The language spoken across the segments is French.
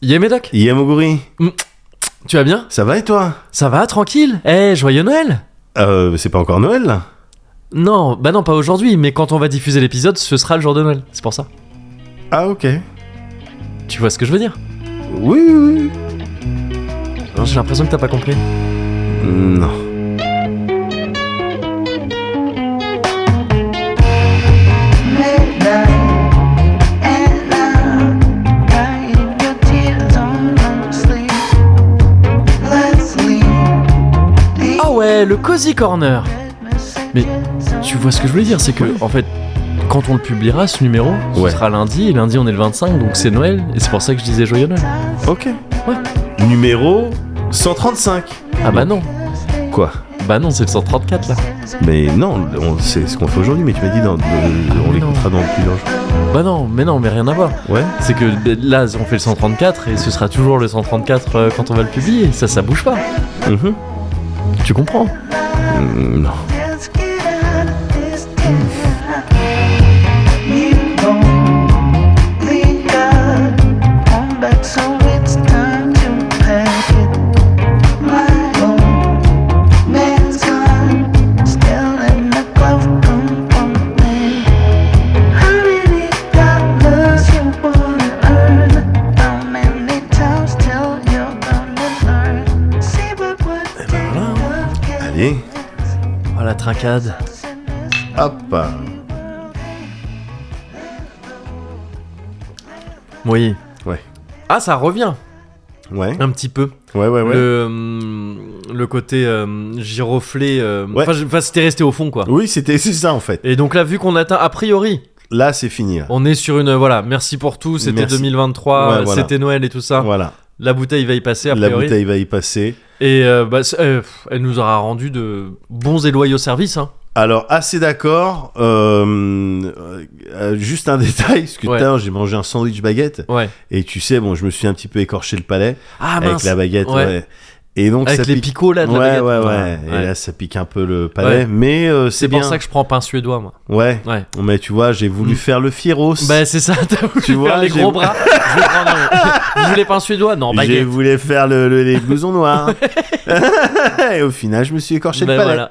Yé Médoc, Yamoguri, tu vas bien ça va et toi Ça va, tranquille Eh, joyeux Noël Euh, c'est pas encore Noël là Non, bah non, pas aujourd'hui, mais quand on va diffuser l'épisode, ce sera le jour de Noël, c'est pour ça. Ah, ok. Tu vois ce que je veux dire Oui, oui, J'ai l'impression que t'as pas compris. oui. Hmm, Non. Ah ouais, le Cozy Corner Mais Tu vois ce que je voulais dire, c'est que, en fait, quand on le publiera, ce numéro, ce Ouais. sera lundi, et lundi on est le 25, donc c'est Noël, et c'est pour ça que je disais joyeux Noël. Ok. Numéro 135. Ah bah non, Quoi bah non, c'est le 134 là. Mais non, on- c'est ce qu'on fait aujourd'hui, mais tu m'as dit dans, dans- on l'écoutera dans plusieurs jours. Bah non, mais non, mais rien à voir. Ouais C'est que là, on fait le 134 et ce sera toujours le 134 euh, quand on va le publier. Ça, ça bouge pas. Mhm. Tu comprends Mm, Non. Allez, Oh la trincade. hop ah. Oui. Ouais. Ah, ça revient Ouais, un petit peu. ouais, Ah ouais, ouais. Le, hum, le côté euh, giroflé. euh, Ouais. Enfin, je- enfin, c'était resté au fond, quoi. Oui, c'était c'est ça en fait. Et donc là, vu qu'on atteint, a priori, Là, c'est fini. là. on est sur une. Voilà, merci pour tout, c'était Merci. 2023, Ouais, euh, voilà. c'était Noël et tout ça. Voilà, La bouteille va y passer, a la priori. bouteille va y passer. Et euh, bah, c'est- euh, pff, elle nous aura rendu de bons et loyaux services. Hein. Alors, assez d'accord. euh, euh, euh, juste un détail, parce que Ouais. putain, j'ai mangé un sandwich baguette. Ouais. Et tu sais, bon, je me suis un petit peu écorché le palais Ah avec mince la baguette. Ouais. ouais. Et donc, Avec ça les pique. picots là de ouais, la baguette. ouais, ouais, Ouais. Et là, ça pique un peu le palais. Mais euh, c'est C'est bien. pour ça que je prends pain suédois, moi. Ouais. Ouais. Mais tu vois, j'ai voulu Mm. faire le fieros. Bah, c'est ça, t'as voulu Tu vois, faire les j'ai- gros bras. je vais prendre un- Vous voulez pain suédois Non, bah, j'ai baguette. voulu faire le, le- les blousons noirs. et au final, je me suis écorché Ben le palais. voilà.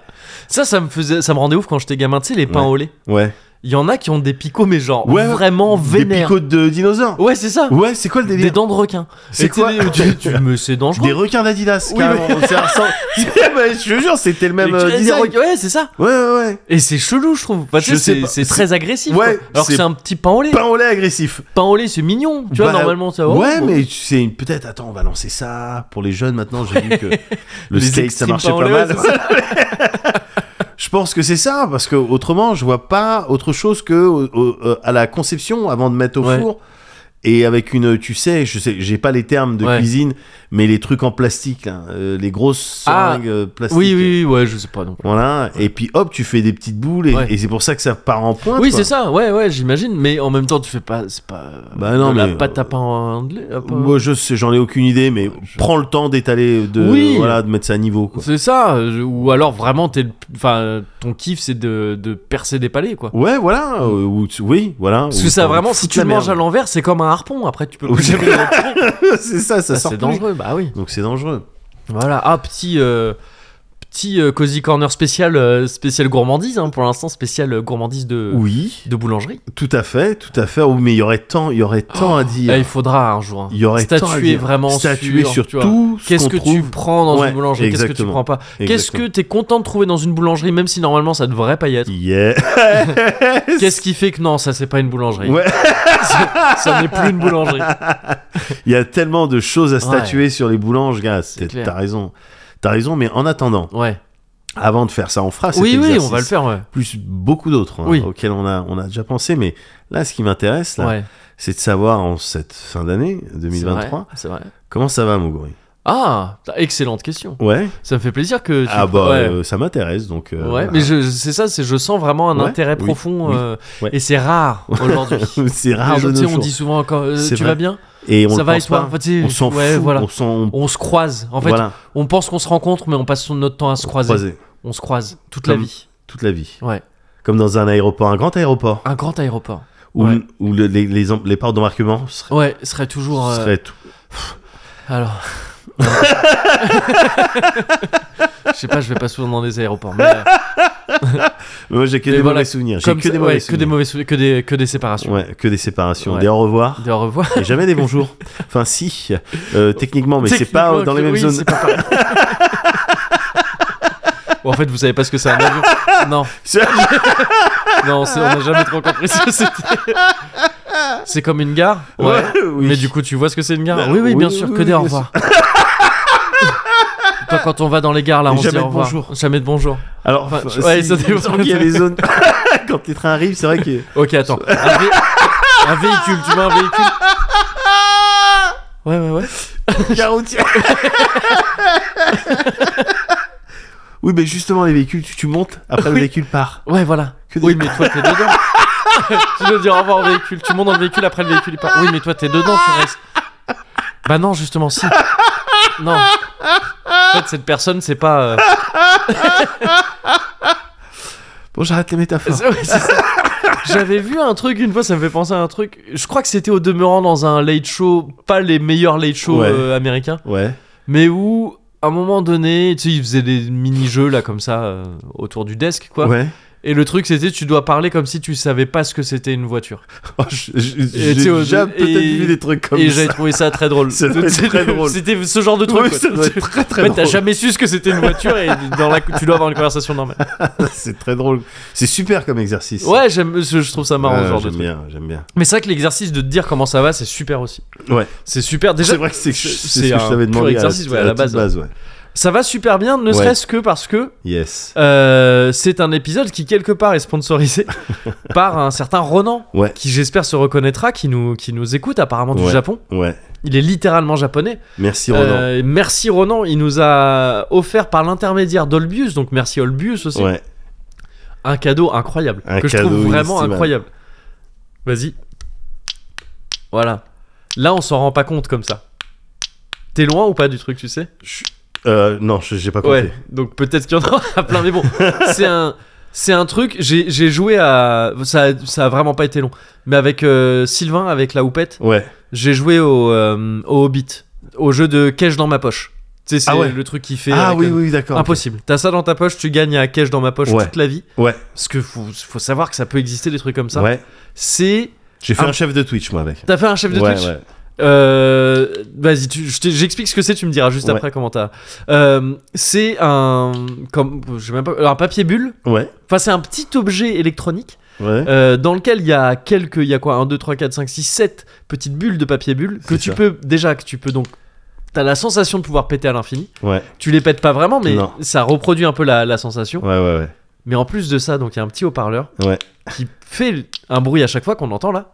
Ça, ça me, faisait, ça me rendait ouf quand j'étais gamin, tu sais, les pains Ouais. au lait. Ouais. Il y en a qui ont des picots, mais genre Ouais, vraiment Des vénères. picots de dinosaures. Ouais, c'est ça. Ouais, c'est quoi le Des délire dents de requin. Et C'est tu sais, quoi des- tu- tu- Mais c'est dangereux. Des requins d'Adidas. Oui, carrément. C'est un sang- Eh ben, je te jure, c'était le Et même tu- euh, des design. requins- Ouais, c'est ça. Ouais, ouais, Et c'est chelou, je trouve. Parce que Je sais c'est pas. c'est très agressif. Ouais, quoi. Alors que c'est- c'est un petit pain au lait. ouais. Pain au lait agressif. Pain au lait, c'est mignon. Tu vois, Bah, normalement, ça ouais, mais tu sais, une- peut-être, attends, on va lancer ça pour les jeunes maintenant. J'ai vu que le Les steak, ça extrêmes marchait pains au pas lait, mal. ouais, c'est Je pense que c'est ça, parce que autrement, je vois pas autre chose que au- au- euh, à la conception avant de mettre au Ouais. four. Et avec une, tu sais, je sais, j'ai pas les termes de Ouais. cuisine, mais les trucs en plastique, là, euh, les grosses Ah, seringues euh, plastiques. Oui, oui, oui, ouais, je sais pas non plus. Voilà, et puis hop, tu fais des petites boules, et, Ouais. et c'est pour ça que ça part en pointe. Oui, Hein, quoi. c'est ça, ouais, ouais, j'imagine, mais en même temps, tu fais pas. C'est pas. Bah non, de La mais- pâte à pain en anglais, à pain- Moi, je sais, j'en ai aucune idée, mais prends le temps d'étaler, de, Oui. voilà, de mettre ça à niveau. Quoi. C'est ça, euh, ou alors vraiment, t'es le- enfin, ton kiff, c'est de, de percer des palais, quoi. Ouais, voilà, euh, ou, oui, voilà. Parce ou que ça, t'en vraiment, fous si de tu la le manges à merde. l'envers, c'est comme un harpon, après, tu peux Oui. plus jamais le retirer. c'est ça, ça Ça, sort C'est plus. dangereux, bah oui. Donc c'est dangereux. Voilà, ah, petit. euh, Petit euh, Cozy Corner spécial, euh, spécial gourmandise, hein, pour l'instant, spécial euh, gourmandise de, Oui, de boulangerie. tout à fait, tout à fait. Oh, mais il y aurait tant, il y aurait tant à dire. Ah, il faudra un jour. hein. Il y aurait tant à Statuer dire. vraiment Statuer sur, tu vois. tout. ce Qu'est-ce qu'on que tu trouve. prends dans Ouais, une boulangerie Qu'est-ce que tu exactement. prends pas Qu'est-ce que t'es content de trouver dans une boulangerie, même si normalement ça devrait pas y être Yeah. Qu'est-ce qui fait que non, ça c'est pas une boulangerie Ouais. Ah, ça, ça n'est plus une boulangerie. Il y a tellement de choses à Ouais. statuer sur les boulanges, gars. T'as clair. t'as raison. T'as raison, mais en attendant, Ouais. avant de faire ça, on fera cet Oui, oui, on exercice. va le faire, ouais. plus beaucoup d'autres hein, Oui. auxquels on a, on a déjà pensé. Mais là, ce qui m'intéresse, là, Ouais, c'est de savoir en cette fin d'année c'est 2023, vrai, C'est vrai. comment ça va, Moguri Ah, excellente question. Ouais. Ça me fait plaisir que tu. Ah bah, ouais. euh, ça m'intéresse, donc... euh, Ouais, voilà. mais je, je- c'est ça, c'est je sens vraiment un Ouais, intérêt oui, profond oui, euh, ouais. et c'est rare aujourd'hui. c'est Les rare gens, de tu sais, nos on jours. dit souvent encore, euh, C'est tu vas vrai. bien Et on Ça le va et pense toi pas. Enfin, tu sais, On s'en ouais, fout, voilà. on s'en... On se croise. En fait, voilà, on pense qu'on se rencontre, mais on passe notre temps à se croiser. croisé On se croise toute la Comme- vie. toute la vie. Ouais. Comme dans un aéroport, un grand aéroport, Un grand aéroport. où, Ouais. où le- les, les, em- les parts d'embarquement seraient, Ouais, serait toujours. euh, seraient tout- Alors. Je sais pas, je vais pas souvent dans des aéroports. Mais, euh, Moi, j'ai que Mais des voilà, mauvais souvenirs. J'ai comme que ça- des ouais, mauvais que des souvenirs. mauvais souvenirs, que des, que des séparations. Ouais, que des séparations, Ouais. des au revoir. De au revoir. Et jamais des bonjours. Enfin, si, euh, techniquement, mais c'est pas Techniquement, euh, dans les que- mêmes oui, zones. c'est pas pareil. Bon, en fait, vous savez pas ce que c'est un avion. Non, non, c'est- on n'a jamais trop compris ce que c'était. C'est comme une gare. Ouais. oui. Mais du coup, tu vois ce que c'est une gare Bah, Oui, oui, oui, bien oui, sûr, oui, que des oui, au bien sûr. revoir. Quand- Quand on va dans les gares, là, on se Jamais dit de au revoir. bonjour. Jamais de bonjour. Alors, Enfin, enfin, ouais, si, ça dépend. il me semble qu'il y a des zones. Quand les trains arrivent, c'est vrai que. Ok, attends. Un, vé- un véhicule, tu vois un véhicule Ouais, ouais, ouais. Gare routière. Oui, mais justement, les véhicules, tu, tu montes, après le Oui. véhicule part. Ouais, voilà. Que des- Oui, mais toi, t'es dedans. tu veux dire au revoir au véhicule. Tu montes dans le véhicule, après le véhicule, il part. Oui, mais toi, t'es dedans, tu restes. Bah non, justement, si. Non. En fait, cette personne, c'est pas... euh, Bon, j'arrête les métaphores. Ouais, c'est ça. J'avais vu un truc une fois, ça me fait penser à un truc. Je crois que c'était au demeurant dans un late show, pas les meilleurs late shows Ouais. euh, américains, Ouais. mais où à un moment donné, tu sais, ils faisaient des mini-jeux là comme ça euh, autour du desk quoi. ouais. Et le truc c'était tu dois parler comme si tu savais pas ce que c'était une voiture. Oh, je- je- Et tu sais, au- J'ai déjà et- peut-être vu des trucs comme Et ça. j'avais trouvé ça très drôle. Ça doit être C'était- très drôle. C'était ce genre de truc. Oui, quoi. ça doit être très En très fait, t'as drôle. jamais su ce que c'était une voiture et dans la, tu dois avoir une conversation normale. c'est très drôle. C'est super comme exercice. Ouais, j'aime, je, je trouve ça marrant Ouais, ce genre de j'aime truc. bien, j'aime bien. Mais c'est vrai que l'exercice de te dire comment ça va, c'est super aussi. Ouais. C'est super. Déjà, c'est vrai que c'est c'est- c'est c'est ce un que je t'avais pur demandé exercice, à, ouais, à à la toute base. ouais. ça va super bien, ne Ouais. serait-ce que parce que Yes. euh, c'est un épisode qui, quelque part, est sponsorisé par un certain Ronan, Ouais. qui, j'espère, se reconnaîtra, qui nous, qui nous écoute apparemment du Ouais. Japon. Ouais. Il est littéralement japonais. Merci Ronan. Euh, merci Ronan, il nous a offert par l'intermédiaire d'Olbius, donc merci Olbius aussi, ouais. un cadeau incroyable, Un que je cadeau trouve vraiment inestimable. incroyable. Vas-y. Voilà. Là, on s'en rend pas compte comme ça. T'es loin ou pas du truc, tu sais Je- Euh, non, je- j'ai pas compté. Ouais, donc peut-être qu'il y en aura plein, mais bon, c'est un, c'est un truc. J'ai j'ai joué à. Ça, ça a vraiment pas été long, mais avec euh, Sylvain, avec la houppette, Ouais. j'ai joué au, euh, au Hobbit, au jeu de cache dans ma poche. Tu sais, c'est Ah ouais. le truc qui fait. Ah avec, oui, euh, oui, d'accord. Impossible. T'as ça dans ta poche, tu gagnes à cache dans ma poche Ouais. toute la vie. Ouais. Parce que faut, faut savoir que ça peut exister des trucs comme ça. Ouais. C'est. J'ai fait Ah. un chef de Twitch moi avec. T'as fait un chef de ouais, Twitch ouais. euh, Vas-y, tu- je t'ai- j'explique ce que c'est, tu me diras juste Ouais. après comment t'as. Euh, c'est un, comme, je sais même pas, un papier bulle. Ouais. Enfin, c'est un petit objet électronique Ouais. euh, dans lequel il y a quelques, il y a quoi, 1, 2, 3, 4, 5, 6, 7 petites bulles de papier bulle que C'est tu ça. peux déjà, que tu peux donc. T'as la sensation de pouvoir péter à l'infini. Ouais. Tu les pètes pas vraiment, mais Non. ça reproduit un peu la, la sensation. Ouais, ouais, ouais. Mais en plus de ça, donc il y a un petit haut-parleur Ouais. qui fait un bruit à chaque fois qu'on entend là.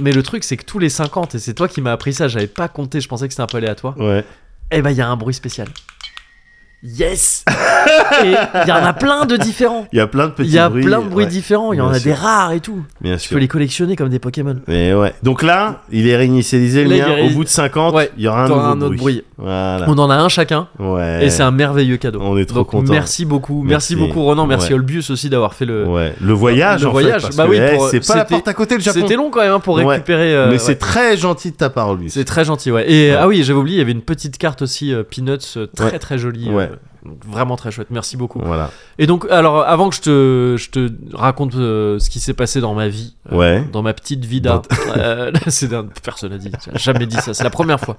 Mais le truc, c'est que tous les 50, et c'est toi qui m'as appris ça, j'avais pas compté, je pensais que c'était un peu aléatoire. Ouais. Eh ben, il y a un bruit spécial. Yes Et il y en a plein de différents. Il y a plein de petits Il y a bruits. plein de bruits ouais, différents, il y en Bien a sûr. des rares et tout. Bien Tu peux sûr. les collectionner comme des Pokémon. Mais ouais. Donc là, il est réinitialisé le Là, il mien. est réin- Au bout de 50, Ouais. il y aura un nouveau T'auras un autre bruit. Voilà. On en a un chacun, Ouais. et c'est un merveilleux cadeau. On est trop Donc, contents. Merci beaucoup, merci, Merci. beaucoup Ronan, merci Ouais. Olbius aussi d'avoir fait le. Ouais. Le voyage, Le en voyage, fait. parce bah que, oui, eh, pour- c'est pas la c'était- porte à côté le Japon. C'était long quand même hein, pour Ouais. récupérer. euh, Mais ouais. c'est très gentil de ta part, lui. C'est très gentil, ouais. Et Ouais. ah oui, j'avais oublié, il y avait une petite carte aussi, euh, Peanuts, euh, très Ouais. très jolie. euh, Ouais. donc vraiment très chouette, merci beaucoup. Voilà. Et donc, alors, avant que je te, je te raconte euh, ce qui s'est passé dans ma vie, euh, Ouais. dans ma petite vie d'un. euh, c'est un- personne n'a dit, j'ai jamais dit ça, c'est la première fois.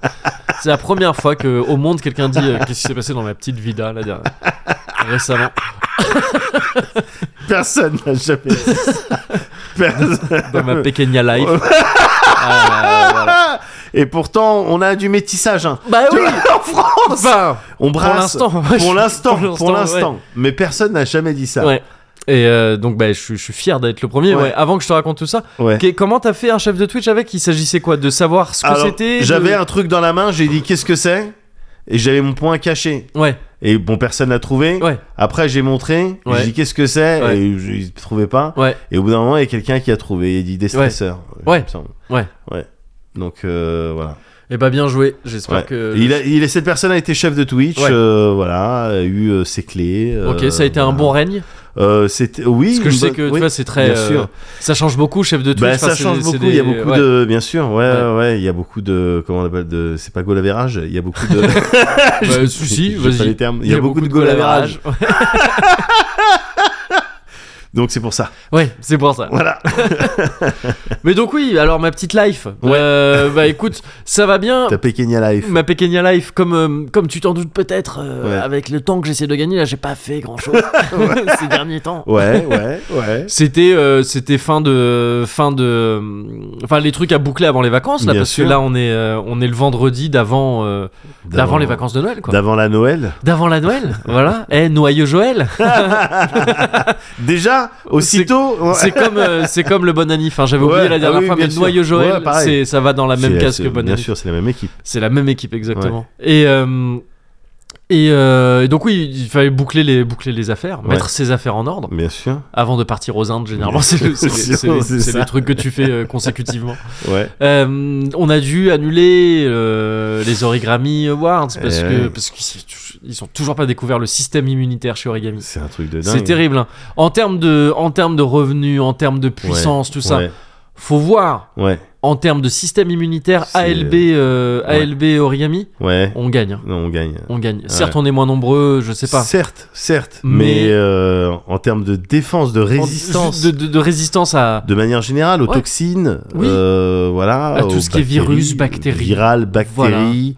C'est la première fois que au monde quelqu'un dit euh, qu'est-ce qui s'est passé dans ma petite vida la dernière. Récemment. Personne n'a jamais dit ça. Personne. Dans ma pequeña life. Ah, voilà. Et pourtant, on a du métissage. hein. Bah oui! en France Enfin, On pour brasse. l'instant. Pour l'instant, Pour pour l'instant, l'instant. Mais personne n'a jamais dit ça. Ouais. Et euh, donc, bah, je, suis- je suis fier d'être le premier. Ouais. Ouais, Avant que je te raconte tout ça, Ouais. que- comment t'as fait un chef de Twitch avec Il s'agissait quoi De savoir ce que Alors, c'était de- J'avais un truc dans la main, j'ai dit qu'est-ce que c'est Et j'avais mon point caché. Ouais, Et bon, personne l'a trouvé. ouais, Après, j'ai montré, Ouais. j'ai dit qu'est-ce que c'est, Ouais. et je ne trouvais pas. ouais. Et au bout d'un moment, il y a quelqu'un qui a trouvé, il a dit des Ouais. stresseurs. Ouais. il me semble. Ouais. Ouais. Donc euh, voilà. Et bah, bien joué. J'espère Ouais. que. Et il a- il est- cette personne a été chef de Twitch, Ouais. euh, voilà, a eu euh, ses clés. Ok, euh, ça a été un voilà. bon règne. Euh, c'était oui. Parce que je une sais bonne- que tu oui, vois, c'est très. bien sûr. euh, ça change beaucoup, chef de Twitch. Bah, enfin, ça c'est- change c'est beaucoup. des- Il y a beaucoup ouais. de, bien sûr, ouais, Ouais. ouais, il y a beaucoup de, comment on appelle de, c'est pas goal average, il y a beaucoup de. Bah, si, si, J'ai vas-y. pas les termes. Il y, a beaucoup de goal average. Donc c'est pour ça. Ouais, c'est pour ça. Voilà. Mais donc, oui, alors ma petite life. Euh, bah écoute, ça va bien. T'as Kenya Life. Ma Pequena Life, comme, euh, comme tu t'en doutes peut-être, euh, Ouais. avec le temps que j'essaie de gagner, là, j'ai pas fait grand-chose ces derniers temps. Ouais, ouais, ouais. C'était euh, c'était fin de fin de enfin les trucs à boucler avant les vacances là Bien parce sûr. que là on est euh, on est le vendredi d'avant euh, d'avant les vacances de Noël quoi. D'avant la Noël. D'avant la Noël, voilà. Eh noyeux Joël. Déjà, aussitôt. ouais. C'est comme euh, c'est comme le bon ami. Enfin j'avais oublié Ouais, la dernière ah oui, fois bien mais sûr. noyeux Joël, Ouais, pareil. c'est ça va dans la même C'est- case c'est- que bon Bien ami. sûr, c'est la même équipe. C'est la même équipe exactement. Et euh, et, euh, et donc oui, il fallait boucler les, boucler les affaires, Ouais. mettre ses affaires en ordre Bien sûr. avant de partir aux Indes. Généralement, c'est le- c'est les, c'est les- C'est c'est les ça. trucs que tu fais euh, consécutivement. Ouais. Euh, on a dû annuler euh, les Origami Awards parce Eh que ouais. parce qu'ils ont toujours pas découvert le système immunitaire chez Origami. C'est un truc de dingue. C'est terrible. hein. En termes de en termes de revenus, en termes de puissance, tout ça, Ouais. faut voir. Ouais. En termes de système immunitaire C'est- ALB euh, Ouais. ALB Origami, Ouais. on gagne. hein. Non, on gagne. On gagne. Certes, on est moins nombreux, je sais pas. Certes, certes, Mais- mais, euh, en termes de défense, de résistance, De, de... de- de résistance à. manière générale, aux Ouais. toxines, Oui. euh, voilà, À tout aux ce qui est virus, bactéries. virales, bactéries,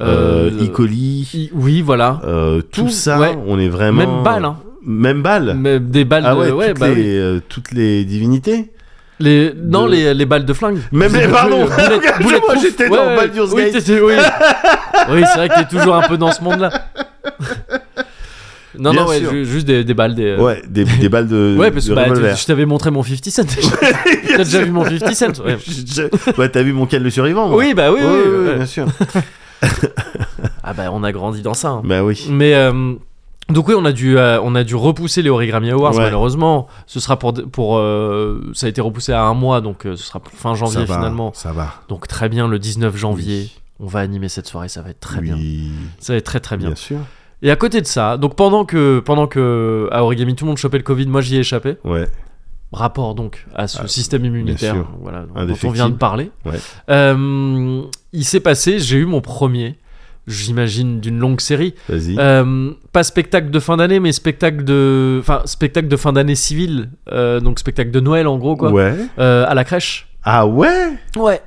euh, euh, E. coli, i- Oui, voilà. euh, tout tout, ça, ouais. on est vraiment Même balle, hein. même balle. Mais des balles Ah de. ouais, ouais, toutes, bah les, oui. euh, toutes les divinités. Les- Non, de- les, les balles de flingue. Même les- Oui, pardon, euh, boulette- regarde, boulette moi, proof. j'étais dans Baldur's oui, Gate. t'étais- oui. Oui, c'est vrai que t'es toujours un peu dans ce monde-là. Non, Bien non, ouais, sûr. ju- juste des, des balles. Des, euh, Ouais, des, des balles de, ouais, parce de que bah, revolver. tu- je t'avais montré mon 50 cent déjà. T'as déjà vu mon 50 cent ouais. Je- ouais, t'as vu mon cal le survivant moi. Oui, bah oui, Ouais, oui, ouais, ouais. bien sûr. Ah bah on a grandi dans ça. hein. bah oui. Mais euh, donc oui, on a dû euh, on a dû repousser les Origami Awards Ouais. malheureusement. Ce sera pour pour euh, ça a été repoussé à un mois donc euh, ce sera pour fin janvier ça va, finalement. Ça va. Donc très bien le 19 janvier. Oui. On va animer cette soirée, ça va être très oui, bien. Ça va être très très bien. Bien sûr. Et à côté de ça, donc pendant que pendant que à Origami tout le monde chopait le Covid, moi j'y ai échappé. Ouais. Rapport donc à ce Ah, système immunitaire sûr. voilà, dont on Indéfectible. vient de parler. Ouais. Euh, il s'est passé, j'ai eu mon premier, j'imagine d'une longue série. Vas-y. Euh, pas spectacle de fin d'année, mais spectacle de, enfin spectacle de fin d'année civile, euh, donc spectacle de Noël en gros quoi, Ouais. Euh, à la crèche. Ah ouais Ouais.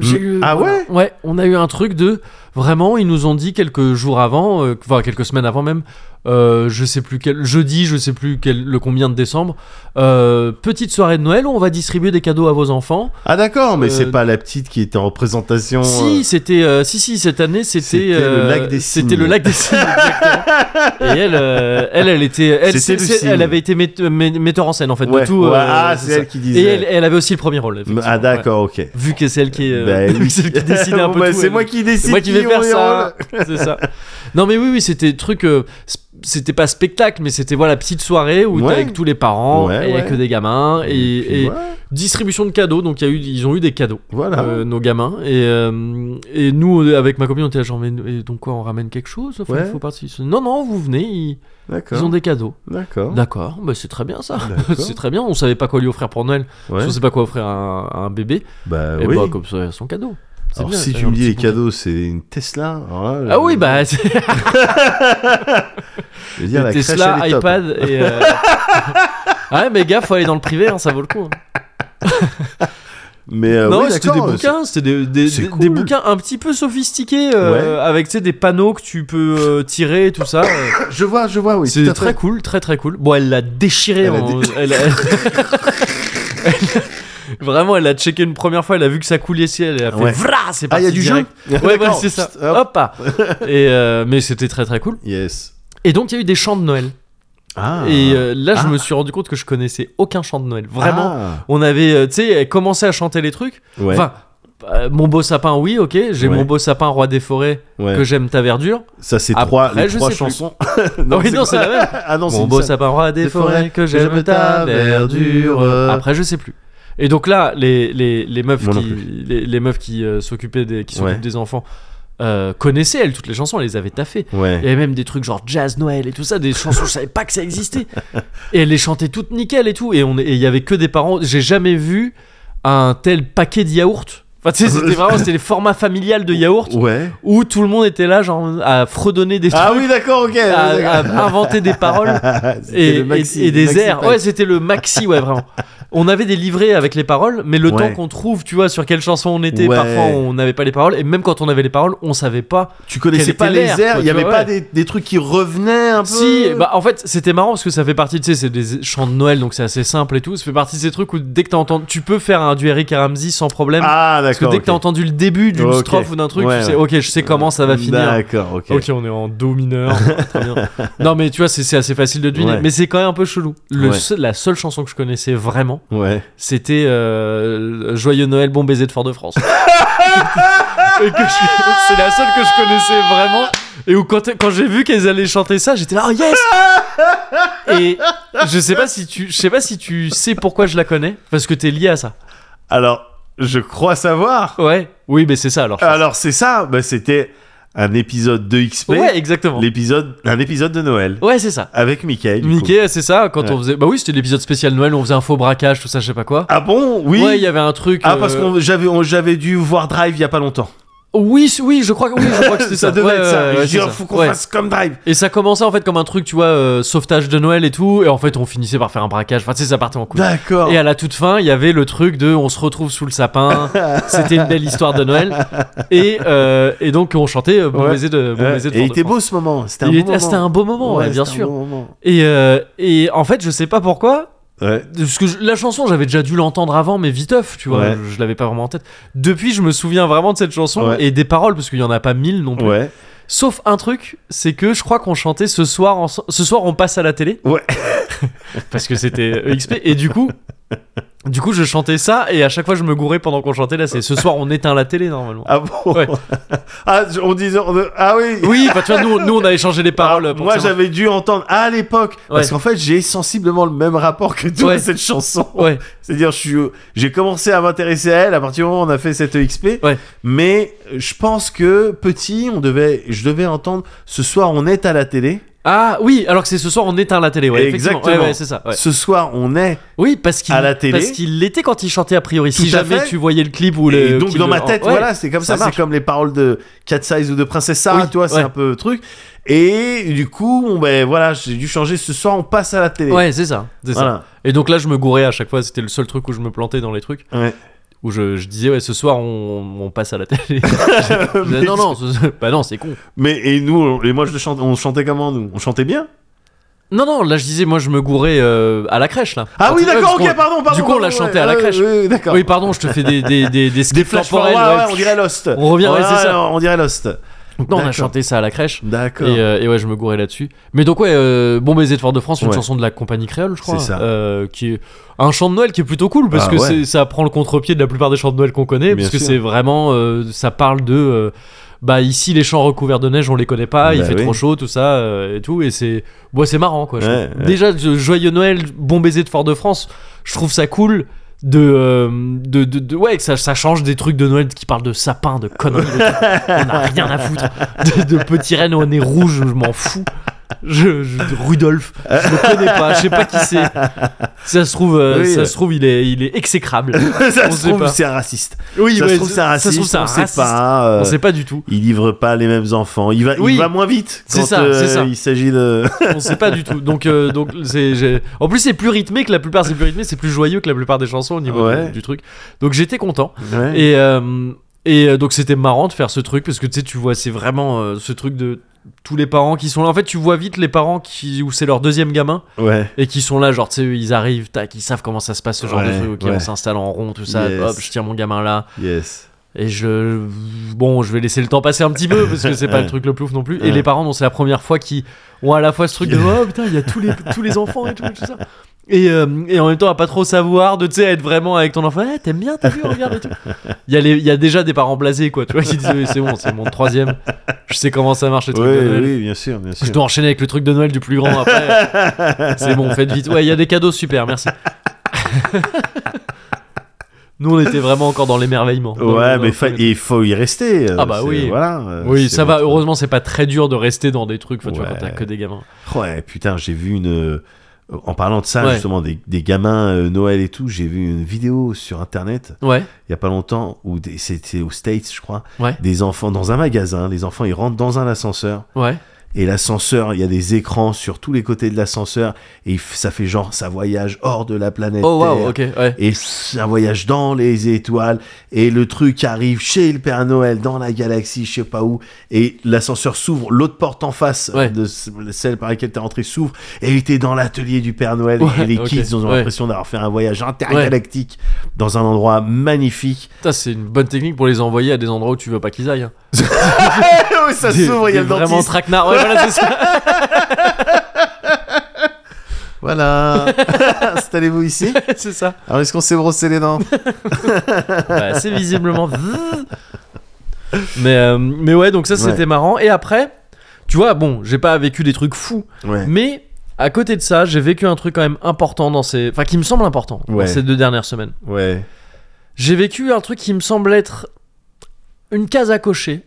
J'ai eu- Ah ouais Ouais, on a eu un truc de vraiment, ils nous ont dit quelques jours avant, euh, enfin quelques semaines avant même, euh, je sais plus quel jeudi, je sais plus quel le combien de décembre, euh, petite soirée de Noël où on va distribuer des cadeaux à vos enfants. Ah d'accord, mais Euh, c'est pas la petite qui était en représentation. Si, euh, c'était, euh, si, si, cette année, c'était euh, C'était le lac des c'était cygnes. le lac des cygnes, exactement. Et elle, euh, elle, elle était, elle, C'était c'est- c'est- Lucille. elle avait été mette- mé- metteur en scène en fait ouais. de tout. ouais, euh, ah, c'est c'est ça. elle qui Et disait. elle, elle avait aussi le premier rôle. effectivement, ah d'accord, ok. ouais. Vu que c'est elle qui, est, euh, Bah, vu oui. que c'est elle qui décide un peu Bon, bah, tout. C'est elle- moi qui décide. c'est moi qui vais on faire est hein. ça. C'est ça. Non mais oui, oui, c'était truc. euh, sp- c'était pas spectacle, mais c'était voilà petite soirée où Ouais. t'es avec tous les parents, Ouais, et il y a ouais. que des gamins en- et, puis, et ouais, distribution de cadeaux. Donc il y a eu, ils ont eu des cadeaux. Voilà. Euh, nos gamins. Et, euh, et nous, euh, avec ma copine, on était là, genre, mais et donc quoi, on ramène quelque chose Enfin, Ouais. il faut participer. Non, non, vous venez, ils, ils ont D'accord. des cadeaux. D'accord. D'accord, bah, c'est très bien ça. D'accord. c'est très bien, on savait pas quoi lui offrir pour Noël. Ouais. On sait pas quoi offrir à un, à un bébé. Bah et oui. bah, comme ça, il y a son cadeau. C'est Alors bien, si ça, tu un me dis petit les bon cadeaux, c'est une Tesla. alors là, cadeau. je- Ah oui, bah, c'est je veux dire, la crèche, Tesla, elle est top. iPad et. euh, ah ouais, mais gars, faut aller dans le privé, hein, ça vaut le coup. hein. Mais euh, non, oui, c'était des d'accord, bouquins, c'était des, des- c'est des- cool. des bouquins un petit peu sophistiqués, euh, avec tu sais, des panneaux que tu peux euh, tirer et tout ça. euh. c'est- Je vois, je vois, oui. C'est tout à très fait. cool, très très cool. Bon, elle l'a déchiré. Elle a en- dé- elle a- elle- Vraiment, elle a checké une première fois, elle a vu que ça coulait ciel, elle a fait Ouais. vrah, c'est Ah, parti. il y a du jeu direct. Ouais, voilà, c'est ça. Psst, Hop, hop. ah. Et euh, mais c'était très très cool. Yes. Et donc il y a eu des chants de Noël. Ah. Et euh, là, je Ah. me suis rendu compte que je connaissais aucun chant de Noël. Vraiment, Ah. on avait, euh, tu sais, elle commençait à chanter les trucs. Ouais. Enfin, euh, mon beau sapin, oui, ok. J'ai Ouais. mon beau sapin, roi des forêts, Ouais. que j'aime ta verdure. Ça, c'est Après, trois, les je trois sais plus. chansons. Ah oui, c'est non, quoi c'est la même. Ah non, c'est Mon une beau seule. sapin roi des Des forêts, forêts, que j'aime ta verdure. verdure. Après, je sais plus. Et donc là, les, les, les meufs Moi non qui, plus. les, les meufs qui euh, s'occupaient des, qui s'occupent Ouais. des enfants euh, connaissaient, elles, toutes les chansons, elles les avaient taffées. Il y Ouais. avait même des trucs genre Jazz Noël et tout ça, des chansons, je savais pas que ça existait. Et elle les chantait toutes nickel et tout. Et on- et il y avait que des parents. J'ai jamais vu un tel paquet de yaourts. Enfin, tu sais, c'était vraiment c'était les formats familial de yaourts Ouais. où tout le monde était là, genre, à fredonner des Oh. Ah trucs, oui, d'accord, ok. Ah, à, d'accord. à inventer des paroles ah. C'était et, le maxi- et- et le des maxi airs. pack. Ouais, c'était le maxi, ouais, vraiment. On avait des livrets avec les paroles, mais le Ouais. temps qu'on trouve, tu vois, sur quelle chanson on était, Ouais. parfois on n'avait pas les paroles, et même quand on avait les paroles, on savait pas. Tu connaissais Quel pas était les l'air, airs, quoi, il y tu avait vois, pas ouais. des, des trucs qui revenaient un peu. Si, bah en fait, c'était marrant parce que ça fait partie, tu sais, c'est des chants de Noël, donc c'est assez simple et tout. Ça fait partie de ces trucs où dès que t'as entendu, tu peux faire un du Eric Ramsey sans problème. ah parce que d'accord. dès que t'as ok. entendu le début d'une Ok. strophe ou d'un truc, Ouais, tu sais, ouais. ok, je sais comment ça va finir. D'accord, ok. Ok, on est en do mineur. très bien. Non, mais tu vois, c'est c'est assez facile de deviner. Ouais. Mais c'est quand même un peu chelou. Le Ouais. seul- la seule chanson que je connaissais vraiment, Ouais. c'était euh, Joyeux Noël, bon baiser de Fort-de-France. Et que je- c'est la seule que je connaissais vraiment. Et où quand, quand j'ai vu qu'elles allaient chanter ça, j'étais là, oh yes Et je sais pas si tu, je sais pas si tu sais pourquoi je la connais, parce que t'es lié à ça. Alors, je crois savoir. Ouais. Oui, mais c'est ça alors. Alors c'est ça. Bah c'était un épisode de XP. ouais, exactement. L'épisode, un épisode de Noël Ouais, c'est ça. avec Michael. du coup. Mickey, c'est ça, quand Ouais. on faisait. Bah oui, c'était l'épisode spécial Noël, on faisait un faux braquage, tout ça, je sais pas quoi. Ah bon, oui. Ouais, il y avait un truc. Ah parce euh, qu'on j'avais on- j'avais dû voir Drive il y a pas longtemps. Oui, c- oui, je crois que, oui, je crois que c'était Ça, ça. devait Ouais, être ça. ouais, je ouais, dis, c'est oh, ça. faut qu'on Ouais. fasse comme Drive. Et ça commençait en fait comme un truc, tu vois, euh, sauvetage de Noël et tout. Et en fait, on finissait par faire un braquage. Enfin, tu sais, ça partait en couille. D'accord. Et à la toute fin, il y avait le truc de on se retrouve sous le sapin. C'était une belle histoire de Noël. Et, euh, et donc, on chantait euh, Bon Ouais. baiser de, bon Ouais. baiser de Et il Fort de était France. beau ce moment. C'était un Il bon était- ah, C'était un moment. beau moment, ouais, Ouais, bien c'était un sûr. bon moment. Et, euh, et en fait, je sais pas pourquoi. Ouais. Parce que je- la chanson, j'avais déjà dû l'entendre avant, mais viteuf, tu vois, Ouais. je, je l'avais pas vraiment en tête. Depuis, je me souviens vraiment de cette chanson Ouais. et des paroles, parce qu'il y en a pas mille non plus. Ouais. Sauf un truc, c'est que je crois qu'on chantait ce soir, en- ce soir on passe à la télé. Ouais. parce que c'était EXP. Et du coup, du coup, je chantais ça et à chaque fois je me gourais pendant qu'on chantait là. C'est ce soir on éteint la télé normalement. Ah bon. Ouais. ah je- on disait on- ah oui. Oui, enfin tu vois, nous, nous on avait changé les paroles. Ah, pour moi que ça marche. j'avais dû entendre à l'époque parce Ouais. qu'en fait j'ai sensiblement le même rapport que toi Ouais. à cette chanson. Ouais, C'est-à-dire je suis euh, j'ai commencé à m'intéresser à elle à partir du moment où on a fait cette EXP. Ouais. Mais euh, je pense que petit on devait je devais entendre ce soir on est à la télé. ah oui, alors que c'est ce soir on éteint la télé, ouais, effectivement. Exactement. Ouais, ouais, c'est ça. ouais. Ce soir on est Oui, parce qu'il À la télé. parce qu'il l'était quand il chantait a priori. Tout si à jamais fait. tu voyais le clip ou le et donc qu'il dans le- ma tête ouais. voilà c'est comme ça ça, c'est marche. comme les paroles de Cat Size ou de Princesse Sarah Oui, tu vois c'est ouais. un peu truc et du coup on, ben voilà j'ai dû changer ce soir on passe à la télé Ouais, c'est ça, c'est ça. voilà Et donc là, je me gourais à chaque fois. C'était le seul truc où je me plantais dans les trucs. Ouais. Où je, je disais, ouais, ce soir, on, on passe à la télé. Je disais, Mais- non, non, ce- ce- bah non, c'est con. Euh, mais et nous on- et moi je le chante- on chantait comment nous on chantait bien Non, non, là, je disais, moi, je me gourais euh, à la crèche, là. ah Quand oui tu- ouais, d'accord parce ok qu'on- pardon pardon du coup, on pardon, l'a ouais, chanté à la ouais, crèche. ouais, ouais, d'accord Oui, pardon, je te fais des, des, des, des des skips flash temporels, forward, ouais. ouais, on dirait Lost On revient, ouais, Voilà, c'est ça. on dirait Lost Donc, non, on a D'accord. chanté ça à la crèche. Et, d'accord euh, et ouais, je me gourais là-dessus. Mais donc, ouais, euh, Bon Baiser de Fort de France, une Ouais. chanson de la compagnie créole, je crois. C'est ça. euh, qui est un chant de Noël qui est plutôt cool parce Ah que ouais. c'est- ça prend le contre-pied de la plupart des chants de Noël qu'on connaît. Bien parce que sûr. c'est vraiment. euh, ça parle de. euh, bah, ici, les champs recouverts de neige, on les connaît pas, il Bah fait oui. trop chaud, tout ça, euh, et tout. Et c'est. Ouais, c'est marrant, quoi. je Ouais, trouve. ouais. Déjà, je- Joyeux Noël, Bon Baiser de Fort de France, je trouve ça cool. De, euh, de, de, de- ouais que ça, ça change des trucs de Noël qui parlent de sapin de conneries de on a rien à foutre de, de petits rennes au nez rouge, je m'en fous. Je, je- de Rudolf, je le connais pas, je sais pas qui c'est. Si ça se trouve, euh, Oui. ça se trouve, il est, il est exécrable. ça euh, on se sait trouve pas. c'est un raciste Oui, ça ouais, se trouve c'est un ça se trouve, raciste c'est un on sait raciste. pas euh, On sait pas du tout. il livre pas les mêmes enfants. Il va, Oui. il va moins vite C'est quand ça, euh, c'est ça. il s'agit de. On sait pas du tout. Donc, euh, donc c'est, j'ai- en plus, c'est plus rythmé que la plupart. C'est plus rythmé, c'est plus joyeux que la plupart des chansons au niveau Ouais. du, du truc. Donc, j'étais content. Ouais. Et, euh, et euh, donc c'était marrant de faire ce truc parce que tu sais, tu vois, c'est vraiment euh, ce truc de tous les parents qui sont là. En fait, tu vois vite les parents qui, où c'est leur deuxième gamin ouais. et qui sont là, genre, tu sais, ils arrivent, tac, ils savent comment ça se passe ce genre Ouais, de truc, ok, ouais. on s'installe en rond, tout ça, Yes. hop, je tiens mon gamin là. Yes. Et je. Bon, je vais laisser le temps passer un petit peu parce que c'est pas le truc le plouf non plus. Et Ouais. les parents, non, c'est la première fois qu'ils ont à la fois ce truc de oh putain, il y a tous les, tous les enfants et tout, tout ça. Et, euh, et en même temps, à pas trop savoir, de tu sais, être vraiment avec ton enfant, Eh, t'aimes bien, t'as vu, regarde et tout. Il y, a les- il y a déjà des parents blasés, quoi, tu vois, qui disent Oui, c'est bon, c'est mon troisième, je sais comment ça marche, les Oui, trucs de Noël. oui, bien sûr, bien Je sûr. dois enchaîner avec le truc de Noël du plus grand après. c'est bon, faites vite. Ouais, il y a des cadeaux, super, merci. Nous, on était vraiment encore dans l'émerveillement. Dans- Ouais, dans- mais dans- fa- il faut y rester. euh, Ah bah c'est- oui. Voilà. euh, Oui, c'est ça va. votre- Heureusement, c'est pas très dur de rester dans des trucs. Enfin, tu vois, Ouais. quand t'as que des gamins. Oh, Ouais, putain, j'ai vu une. euh, En parlant de ça, Ouais. justement, des, des gamins euh, Noël et tout, j'ai vu une vidéo sur internet Ouais. il y a pas longtemps où des- c'était aux States, je crois. Ouais. Des enfants dans un magasin, les enfants ils rentrent dans un ascenseur Ouais. et l'ascenseur, il y a des écrans sur tous les côtés de l'ascenseur et il f- ça fait genre ça voyage hors de la planète Oh Terre. waouh. Ok. Ouais. Et c'est un voyage dans les étoiles. Et le truc arrive chez le Père Noël, dans la galaxie, je sais pas où. Et l'ascenseur s'ouvre, l'autre porte en face Ouais. de ce- celle par laquelle t'es rentré s'ouvre. Et t'es dans l'atelier du Père Noël. Ouais, et les ok, kids ont ouais. l'impression d'avoir fait un voyage intergalactique dans un endroit magnifique. Putain, c'est une bonne technique pour les envoyer à des endroits où tu veux pas qu'ils aillent. hein. Oh, ça Des- s'ouvre, il y a des le Vraiment dentiste. traquenard. Ouais, voilà, c'est ça. Voilà. Installez-vous ici. c'est ça. Alors, est-ce qu'on s'est brossé les dents Bah, c'est visiblement. mais, euh, mais ouais, donc ça, c'était Ouais. marrant. Et après, tu vois, bon, j'ai pas vécu des trucs fous. Ouais. Mais à côté de ça, j'ai vécu un truc quand même important dans ces. Enfin, qui me semble important dans Ouais. ces deux dernières semaines. Ouais. J'ai vécu un truc qui me semble être une case à cocher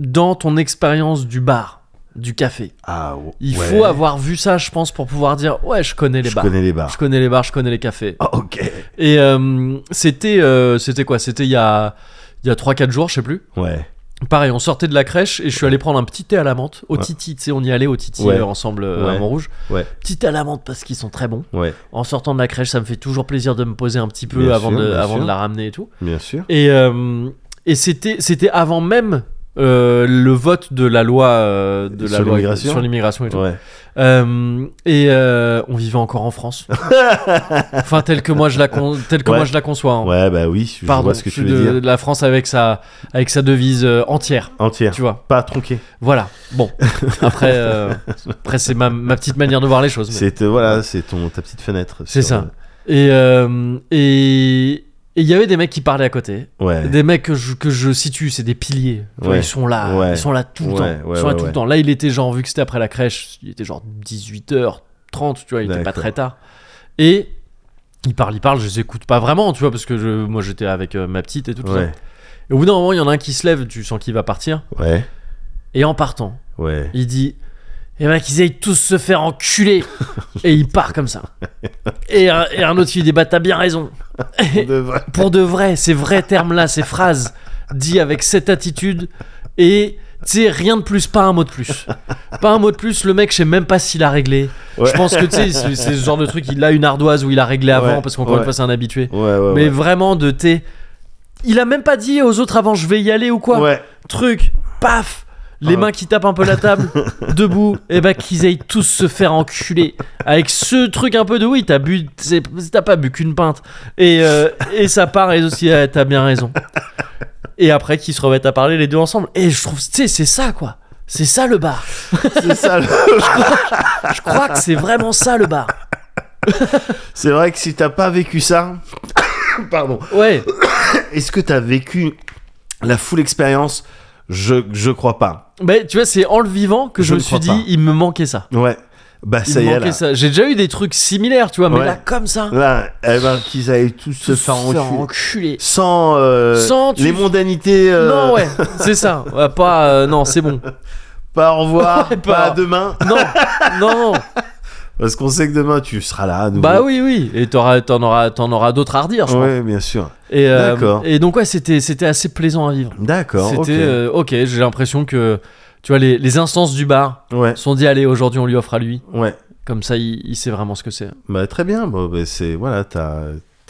dans ton expérience du bar, du café. Ah, ouais. Il faut avoir vu ça, je pense, pour pouvoir dire Ouais, je connais les Je bars. connais les bars. Je connais les bars, je connais les cafés. Ah, ok. Et euh, c'était euh, c'était quoi C'était il y a, il y a 3-4 jours, je sais plus. Ouais. Pareil, on sortait de la crèche et je suis allé prendre un petit thé à la menthe. Au Ouais. Titi, tu sais, on y allait au Titi Ouais. euh, ensemble euh, Ouais. à Montrouge. Ouais. Petit thé à la menthe parce qu'ils sont très bons. Ouais. En sortant de la crèche, ça me fait toujours plaisir de me poser un petit peu Bien avant, sûr, de, bien avant sûr. de la ramener et tout. Bien sûr. Et, euh, et c'était, c'était avant même euh, le vote de la loi, euh, de la Sur loi l'immigration sur l'immigration et tout. Ouais. Euh, et euh, on vivait encore en France. enfin, tel que moi je la, con- tel que Ouais. moi je la conçois. hein. Ouais, bah oui, je Pardon, vois ce que je tu suis veux de, dire. de la France avec sa, avec sa devise euh, entière, Entière, tu vois. pas tronquée. Voilà. Bon, après, euh, après c'est ma, ma petite manière de voir les choses. mais- C'est euh, voilà, c'est ton ta petite fenêtre. C'est sur- ça. Et euh, et et il y avait des mecs qui parlaient à côté. Ouais. Des mecs que je, que je situe, c'est des piliers. Tu vois, Ouais. Ils sont là, Ouais. ils sont là tout le Ouais, temps. ouais, ils sont là ouais, tout le ouais. temps. Là, il était genre, vu que c'était après la crèche, il était genre 18h30, tu vois, il était pas D'accord. très tard. Et ils parlent, ils parlent, je les écoute pas vraiment, tu vois, parce que je- moi j'étais avec euh, ma petite et tout. tout ça. Ouais. Et au bout d'un moment, il y en a un qui se lève, tu sens qu'il va partir. Ouais. Et en partant, Ouais. il dit Eh ben qu'ils aillent tous se faire enculer Et il part comme ça. Et un, et un autre qui lui dit Bah t'as bien raison. Et De vrai. pour de vrai, ces vrais termes-là, ces phrases dites avec cette attitude et. Tu sais, rien de plus, pas un mot de plus. Pas un mot de plus, le mec, je sais même pas s'il a réglé. Ouais. Je pense que tu sais, c'est c'est ce genre de truc, il a une ardoise où il a réglé avant, Ouais, parce qu'encore une ouais. fois, c'est un habitué. Ouais, ouais, Mais ouais. vraiment, de t'es. Il a même pas dit aux autres avant, je vais y aller ou quoi Ouais. truc, paf les Ah. mains qui tapent un peu la table, debout, et bah qu'ils aillent tous se faire enculer. Avec ce truc un peu de oui, t'as bu, c'est- t'as pas bu qu'une pinte. Et, euh, et ça part, et aussi, ah, t'as bien raison. Et après qu'ils se remettent à parler les deux ensemble. Et je trouve, tu sais, c'est ça quoi. C'est ça le bar. C'est ça. le- Je crois que c'est vraiment ça le bar. C'est vrai que si t'as pas vécu ça, pardon. Ouais, Est-ce que t'as vécu la full expérience Je je crois pas. mais tu vois, c'est en le vivant que je, Je me ne suis crois dit, pas. il me manquait ça. Ouais. Bah Il ça me y est manquait là. ça. J'ai déjà eu des trucs similaires, tu vois, mais Ouais. là, comme ça, Là, eh ben qu'ils aillent tous se tous faire enculer. enculer. Sans, euh, Sans, tu- les mondanités. euh, Non, ouais, c'est ça. Ouais, pas, euh, non, c'est bon. Pas au revoir. Ouais, pas- pas à demain. Non, non, non. Parce qu'on sait que demain tu seras là. à nouveau. Bah oui, oui. Et t'auras- t'en auras, t'en auras d'autres à redire, je Ouais, bien sûr. crois. Et, euh, d'accord. Et donc, ouais, c'était, c'était assez plaisant à vivre. D'accord. C'était, ok. euh, ok, j'ai l'impression que, tu vois, les, les instances du bar Ouais. sont dit, allez, aujourd'hui, on lui offre à lui. Ouais. Comme ça, il, il sait vraiment ce que c'est. Bah, très bien. Bon, bah, c'est voilà, t'as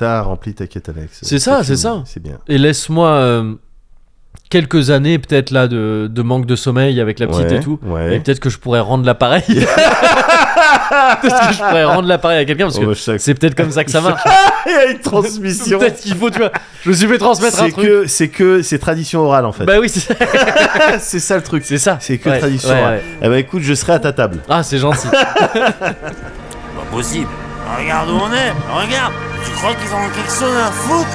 as rempli ta quête, Alex. C'est ça, fini, c'est ça. C'est bien. Et laisse-moi euh, quelques années, peut-être, là, de, de manque de sommeil avec la petite Ouais, et tout. Ouais. Et peut-être que je pourrais rendre l'appareil. peut-être que je pourrais rendre l'appareil à quelqu'un parce que Oh, chaque- c'est peut-être comme ça que ça marche. Il y a une transmission. Peut-être qu'il faut, tu vois. Je me suis fait transmettre un C'est truc. que c'est que c'est tradition orale en fait. Bah oui, c'est c'est ça le truc. Bah, c'est ça. C'est que Ouais, tradition ouais, orale. ouais. Eh ben écoute, je serai à ta table. Ah, c'est gentil. Pas possible. Regarde où on est. Regarde. Tu crois qu'ils ont quelque chose à foutre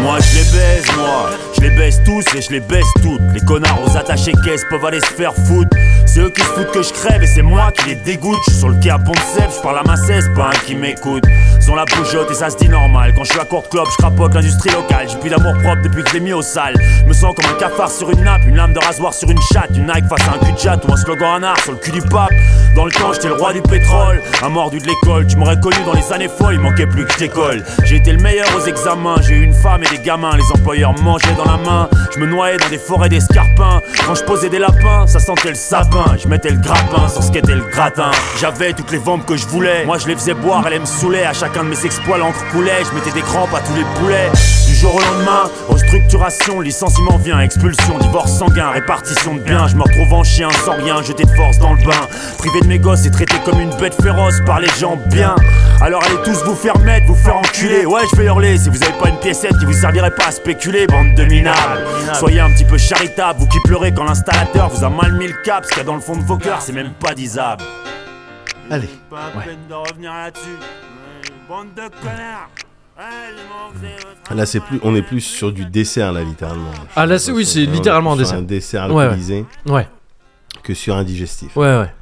Moi je les baise, moi je les baise tous et je les baise toutes. Les connards aux attachés caisses peuvent aller se faire foutre. C'est eux qui se foutent que je crève et c'est moi qui les dégoûte. J'suis sur le quai à Pont-de-Sèvres, j'parle à ma cesse, pas un qui m'écoute. Ils ont la bougeotte et ça se dit normal. Quand je suis à court club, je crapote l'industrie locale. J'ai plus d'amour propre depuis que j'ai mis au sale. Je me sens comme un cafard sur une nappe, une lame de rasoir sur une chatte, une Nike face à un cul de jatte ou un slogan anard sur le cul du pape. Dans le temps, j'étais le roi du pétrole, un mordu de l'école. Tu m'aurais connu dans les années folles, il manquait plus que je décolle. J'ai été le meilleur aux examens, j'ai eu une femme et des gamins. Les employeurs mangeaient dans la main, je me noyais dans des forêts d'escarpins. Quand je posais des lapins, ça sentait le sapin. Je mettais le grappin sur ce qu'était le gratin. J'avais toutes les ventes que je voulais, moi je les faisais boire, elles me saoulaient. À chacun de mes exploits, l'encre coulait, je mettais des crampes à tous les poulets. Du jour au lendemain, restructuration, licenciement vient, expulsion, divorce sanguin, répartition de biens. Je me retrouve en chien sans rien, jeté de force dans le bain. Privé de mes gosses et traité comme une bête féroce par les gens bien. Alors allez tous vous faire mettre, vous faire enculer. Ouais, je vais hurler si vous avez pas une piécette qui vous servirait pas à spéculer, bande de minables. Soyez un petit peu charitable, vous qui pleurez quand l'installateur vous a mal mis le cap. Ce qu'il y a dans le fond de vos cœurs, c'est même pas disable. Allez. Pas à peine de revenir là-dessus. Bande de connards. Là, c'est plus, on est plus sur du dessert, là, littéralement. Ah, là, c'est- oui, c'est On est littéralement un sur dessert. un dessert Ouais, ouais. alcoolisé Ouais, que sur un digestif. ouais, ouais.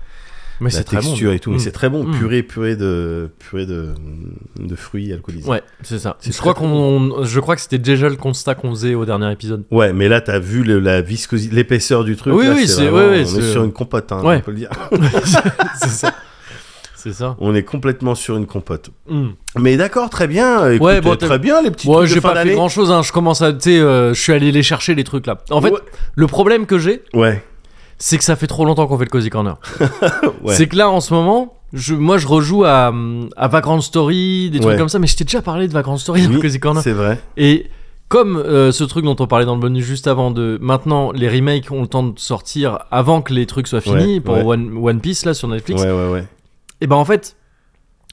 Mais La c'est très bon. texture et tout, mais Mm. c'est très bon. Mm. Purée, purée de, purée de, de fruits alcoolisés. Ouais, c'est ça. C'est Je crois, très, qu'on, on- je crois que c'était déjà le constat qu'on faisait au dernier épisode. Ouais, mais là, t'as vu le- la viscosité, l'épaisseur du truc. Oui, là, oui, c'est- vraiment- ouais, ouais, on est c'est- sur une compote, hein, Ouais. on peut le dire. c'est ça. C'est ça. On est complètement sur une compote. Mm. Mais d'accord, très bien. Écoute, Ouais, bon, t'as- très bien les petits Ouais, trucs Hmm. de j'ai fin pas fait d'année. grand chose, hein. je commence à. Tu sais, euh, je suis allé les chercher les trucs là. En fait, Ouais. le problème que j'ai, Ouais, c'est que ça fait trop longtemps qu'on fait le Cozy Corner. ouais. C'est que là, en ce moment, je, moi je rejoue à, hum, à Vagrant Story, des trucs Ouais. comme ça, mais je t'ai déjà parlé de Vagrant Story dans Oui, le Cozy Corner. C'est vrai. Et comme euh, ce truc dont on parlait dans le bonus juste avant de. Maintenant, les remakes ont le temps de sortir avant que les trucs soient finis Ouais, pour ouais. One, One Piece là sur Ouais, Netflix. ouais, ouais. Et ben en fait,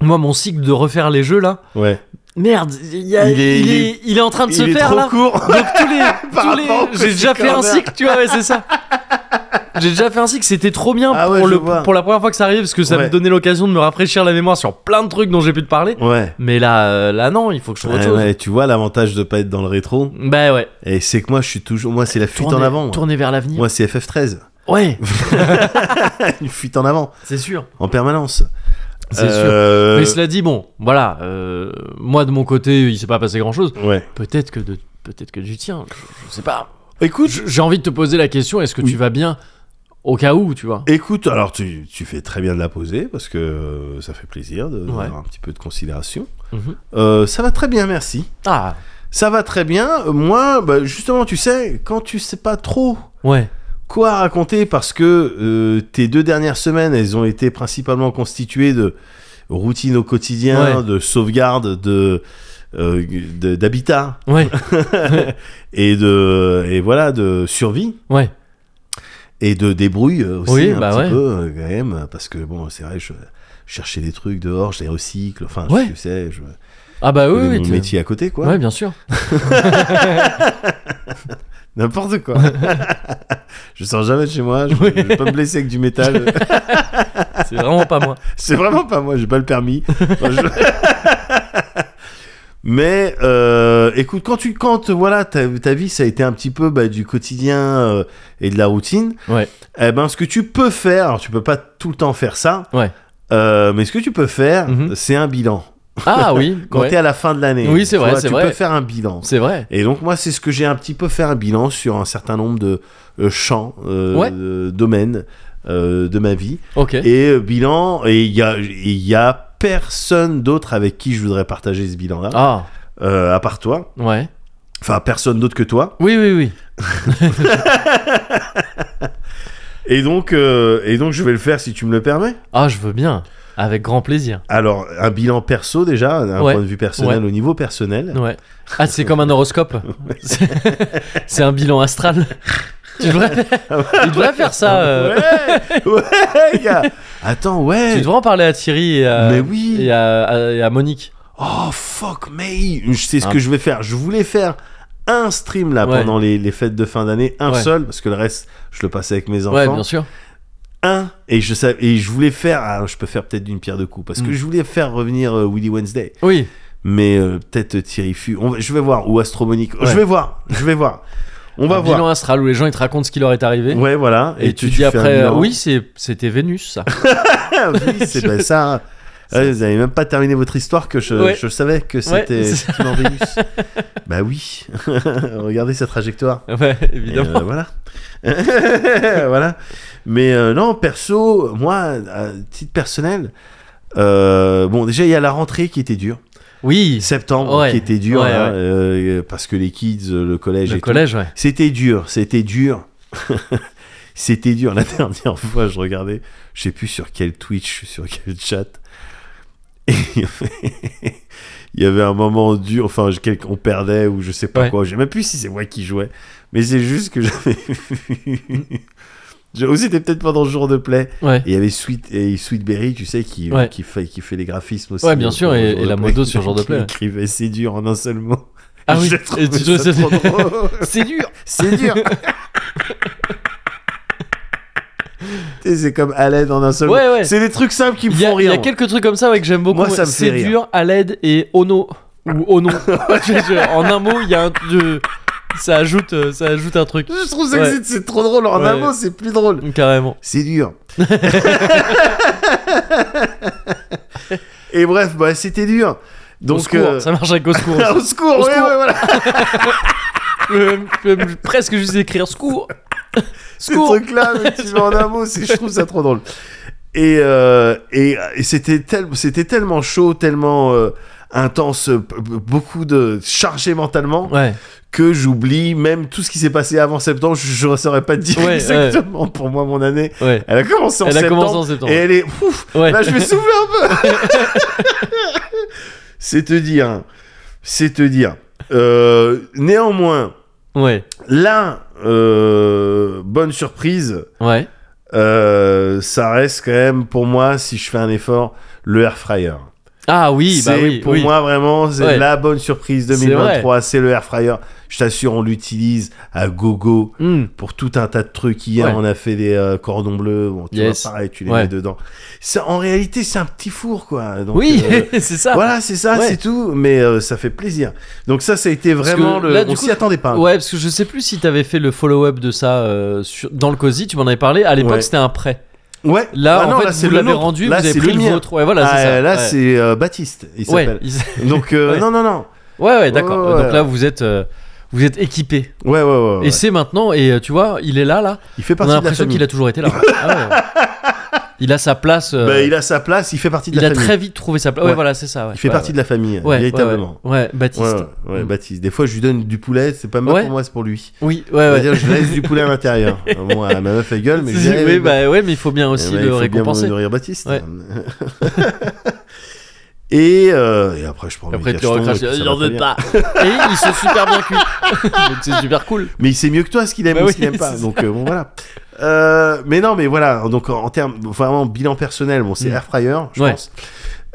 moi mon cycle de refaire les jeux là, Ouais. merde, il, y a- Il est- il il est, il est en train de se Il est faire trop là. court. Donc tous les, Par tous rapport les au j'ai déjà fait un Corner. cycle, tu vois, ouais, c'est ça. J'ai déjà fait un cycle, c'était trop bien Ah ouais, pour, je le, vois. pour la première fois que ça arrivait parce que ça me Ouais. donnait l'occasion de me rafraîchir la mémoire sur plein de trucs dont j'ai pu te parler. Ouais. Mais là, euh, là non, il faut que je trouve autre Ouais, chose. ouais, tu vois l'avantage de pas être dans le rétro, Bah ouais. et c'est que moi je suis toujours, moi c'est la fuite en Tourner- avant. Moi, Tourner vers l'avenir. Moi, c'est FF13, Ouais, une fuite en avant, c'est sûr. en permanence. C'est Euh, Mais cela dit, bon, voilà, euh, moi de mon côté, il s'est pas passé grand chose. Ouais. Peut-être que de, peut-être que du tien, je, je sais pas. Écoute, J- J'ai envie de te poser la question, est-ce que Oui. tu vas bien au cas où, tu vois écoute, alors tu, tu fais très bien de la poser parce que euh, ça fait plaisir de- Ouais. d'avoir un petit peu de considération. Mhm. Euh, ça va très bien, merci. Ah, Ça va très bien. Euh, Moi, bah, justement, tu sais, quand tu sais pas trop ouais, quoi raconter parce que euh, tes deux dernières semaines, elles ont été principalement constituées de routine au quotidien, Ouais. de sauvegarde, de euh, de- d'habitat ouais, et de et voilà de survie ouais. et de débrouille euh, aussi Oui, un bah petit ouais. peu euh, quand même parce que bon c'est vrai je cherchais des trucs dehors je les recycle enfin Ouais. je, tu sais je Ah bah oui, connais oui, mon t'es- métier à côté quoi Ouais, bien sûr. n'importe quoi je sors jamais de chez moi je, Ouais. je vais pas me blesser avec du métal C'est vraiment pas moi. C'est vraiment pas moi, j'ai pas le permis. Enfin, je- Mais euh, écoute, quand tu quand voilà ta, ta vie ça a été un petit peu bah, du quotidien euh, et de la routine, Ouais. eh ben ce que tu peux faire, alors tu peux pas tout le temps faire ça, Ouais. euh, mais ce que tu peux faire, Mhm. c'est un bilan. Ah oui, Quand ouais. t'es à la fin de l'année, Oui, c'est tu vrai, vois, c'est tu vrai. peux faire un bilan. c'est vrai. Et donc moi c'est ce que j'ai un petit peu fait un bilan sur un certain nombre de euh, champs, euh, Ouais. de domaines euh, de ma vie. Ok. Et euh, bilan, et il y a, il y a personne d'autre avec qui je voudrais partager ce bilan-là, Ah, euh, à part toi. ouais. Enfin, personne d'autre que toi. Oui, oui, oui. Et donc, euh, et donc, je vais le faire si tu me le permets. Ah, je veux bien. Avec grand plaisir. Alors, un bilan perso déjà, un Ouais. point de vue personnel Ouais. au niveau personnel. Ouais. Ah, c'est comme un horoscope. C'est- c'est un bilan astral. Tu devrais, tu devrais faire ça. euh, Ah Ouais, ouais, gars. Attends, ouais. Tu euh, devrais en parler à Thierry et à, Mais oui. et à, à- et à Monique. Oh fuck me Je sais ce Ah. que je vais faire. Je voulais faire un stream là Ouais. pendant les, les fêtes de fin d'année, un Ouais. seul, parce que le reste, je le passais avec mes enfants. Ouais, bien sûr. un et je savais et je voulais faire ah, je peux faire peut-être d'une pierre deux coups parce que Mm. je voulais faire revenir euh, Willy Wednesday Oui. mais euh, peut-être Thierry Fu. On va- je vais voir. Ou Astromonique. Ouais. Je vais voir. Je vais voir. On va un voir. bilan astral où les gens ils te racontent ce qui leur est arrivé. Ouais, voilà. Et, que tu, dis fais un après, euh, bilan. oui, c'est- c'était Vénus, ça. Ah oui, c'est Je- pas ça. Ah, vous n'avez même pas terminé votre histoire que je, Ouais. je savais que Ouais, c'était c'est ça. effectivement Vénus. bah oui, regardez sa trajectoire. ouais, Et, évidemment. euh, voilà. voilà. Mais euh, non, perso, moi, à titre personnel, euh, bon, déjà, il y a la rentrée qui était dure. Oui, Septembre Ouais. qui était dur, Ouais, hein, ouais. euh, parce que les kids, euh, le collège le et tout. collège, ouais. C'était dur, c'était dur. c'était dur. La dernière fois, je regardais, je sais plus sur quel Twitch, sur quel chat. Et il y avait- il y avait un moment dur, enfin, je- quel- on perdait ou je sais pas Ouais. quoi. Je sais même plus si c'est moi qui jouais, mais c'est juste que j'avais vu. Je- Ou c'était peut-être pendant le jour de play. Ouais. Et il y avait Sweet, et Sweetberry, tu sais, qui, Ouais. qui, fait, qui fait les graphismes aussi. euh, Ouais, bien sûr, pendant le et- jour et de la play, modo sur le jour de qui play. écrivait c'est dur en un seul mot. Ah oui, J'ai et trouvé tu dois- ça trop drôle. c'est dur. C'est dur. Tu sais, c'est comme à l'aide en un seul. Ouais, mot. ouais. C'est des trucs simples qui me Il y, font a, il y rire. a quelques trucs comme ça ouais, que j'aime beaucoup. Moi, ça me fait c'est rire. dur, à l'aide et oh no. Ou oh non. Je- je- en un mot, il y a un. je- ça, ajoute, euh, ça ajoute un truc. Je trouve ça que Ouais. c'est- c'est trop drôle. En un Ouais. mot, c'est plus drôle. Carrément. C'est dur. Et bref, bah, c'était dur. Donc, au secours, euh, ça marche avec au secours. au secours, Au ouais, secours. ouais, voilà. Je peux même presque juste écrire secours. Ces Secours. trucs-là, mais tu mets en un mot, c'est- je trouve ça trop drôle. Et, euh, et, et c'était tel- c'était tellement chaud, tellement euh, intense, euh, b- beaucoup de chargé mentalement. Ouais. que j'oublie même tout ce qui s'est passé avant septembre. Je- Je ne saurais pas te dire Ouais, ouais. exactement pour moi mon année. Ouais. Elle a commencé en Elle a septembre. commencé en septembre. Et elle est. Ouf, Ouais. Là, je vais souffler un peu. c'est te dire. C'est te dire. Euh, néanmoins, Ouais. là, euh, bonne surprise. Ouais. euh, ça reste quand même pour moi, si je fais un effort, le air fryer. Ah oui, bah C'est oui. pour oui. moi vraiment c'est Ouais. la bonne surprise C'est 2023, c'est le air fryer. Je t'assure, on l'utilise à gogo Hmm. pour tout un tas de trucs. Hier, Ouais. on a fait des euh, cordons bleus, bon, tu Yes. vois, pareil, tu les Ouais. mets dedans. Ça, en réalité, c'est un petit four, quoi. Donc, Oui, euh, c'est ça. voilà, c'est ça, Ouais. c'est tout, mais euh, ça fait plaisir. Donc ça, ça a été Parce vraiment que le. là, du on coup, s'y attendait pas. Ouais, parce que je sais plus si t'avais fait le follow-up de ça euh, sur- dans le COSI, tu m'en avais parlé. À l'époque, Ouais. c'était un prêt. Ouais. Là, Ah en non, fait, là, c'est vous le l'avez nôtre. rendu, Là, vous avez c'est pris le le, mien. vôtre. Ouais, voilà, Ah, c'est ça. Là, ouais. c'est euh, Baptiste, il Ouais, s'appelle. ils- Donc euh, Ouais. non, non, non. ouais, ouais, d'accord. Ouais, ouais. Donc là, vous êtes, euh, vous êtes équipé. Ouais, ouais, ouais. ouais. Et c'est maintenant, et euh, tu vois, il est là, là. Il On fait partie a de la l'impression famille. qu'il a toujours été là. Ah ouais. Il a sa place. euh, Bah, il a sa place, il fait partie de il a la famille. très vite trouvé sa place. Ouais, Ouais. voilà, c'est ça. ouais. Il fait Ouais, partie ouais. de la famille, Ouais, véritablement. Ouais, ouais, ouais. Ouais, Baptiste. ouais, ouais, Mm. Baptiste. Des fois, je lui donne du poulet, c'est pas mal Ouais. pour moi, c'est pour lui. Oui, ouais, ouais. C'est-à-dire, Bah, je laisse du poulet à l'intérieur. Euh, Bon, à ma meuf, elle gueule, mais je dis, eh, oui, mais- bah, ouais, mais il faut bien eh aussi ben, il le faut bien récompenser. nourrir Baptiste. Ouais. et, euh, et après, je prends mes Après, tu cachetons, et recraches, puis ça il va en très veut bien. pas. Et ils sont super bien cuits. Donc c'est super cool. Mais il sait mieux que toi ce qu'il aime Bah ou oui, ce qu'il aime pas. c'est Donc, euh, bon, voilà. Euh, mais non, mais voilà. Donc, en, en termes vraiment bilan personnel, bon, c'est Mm. air fryer, je Ouais. pense.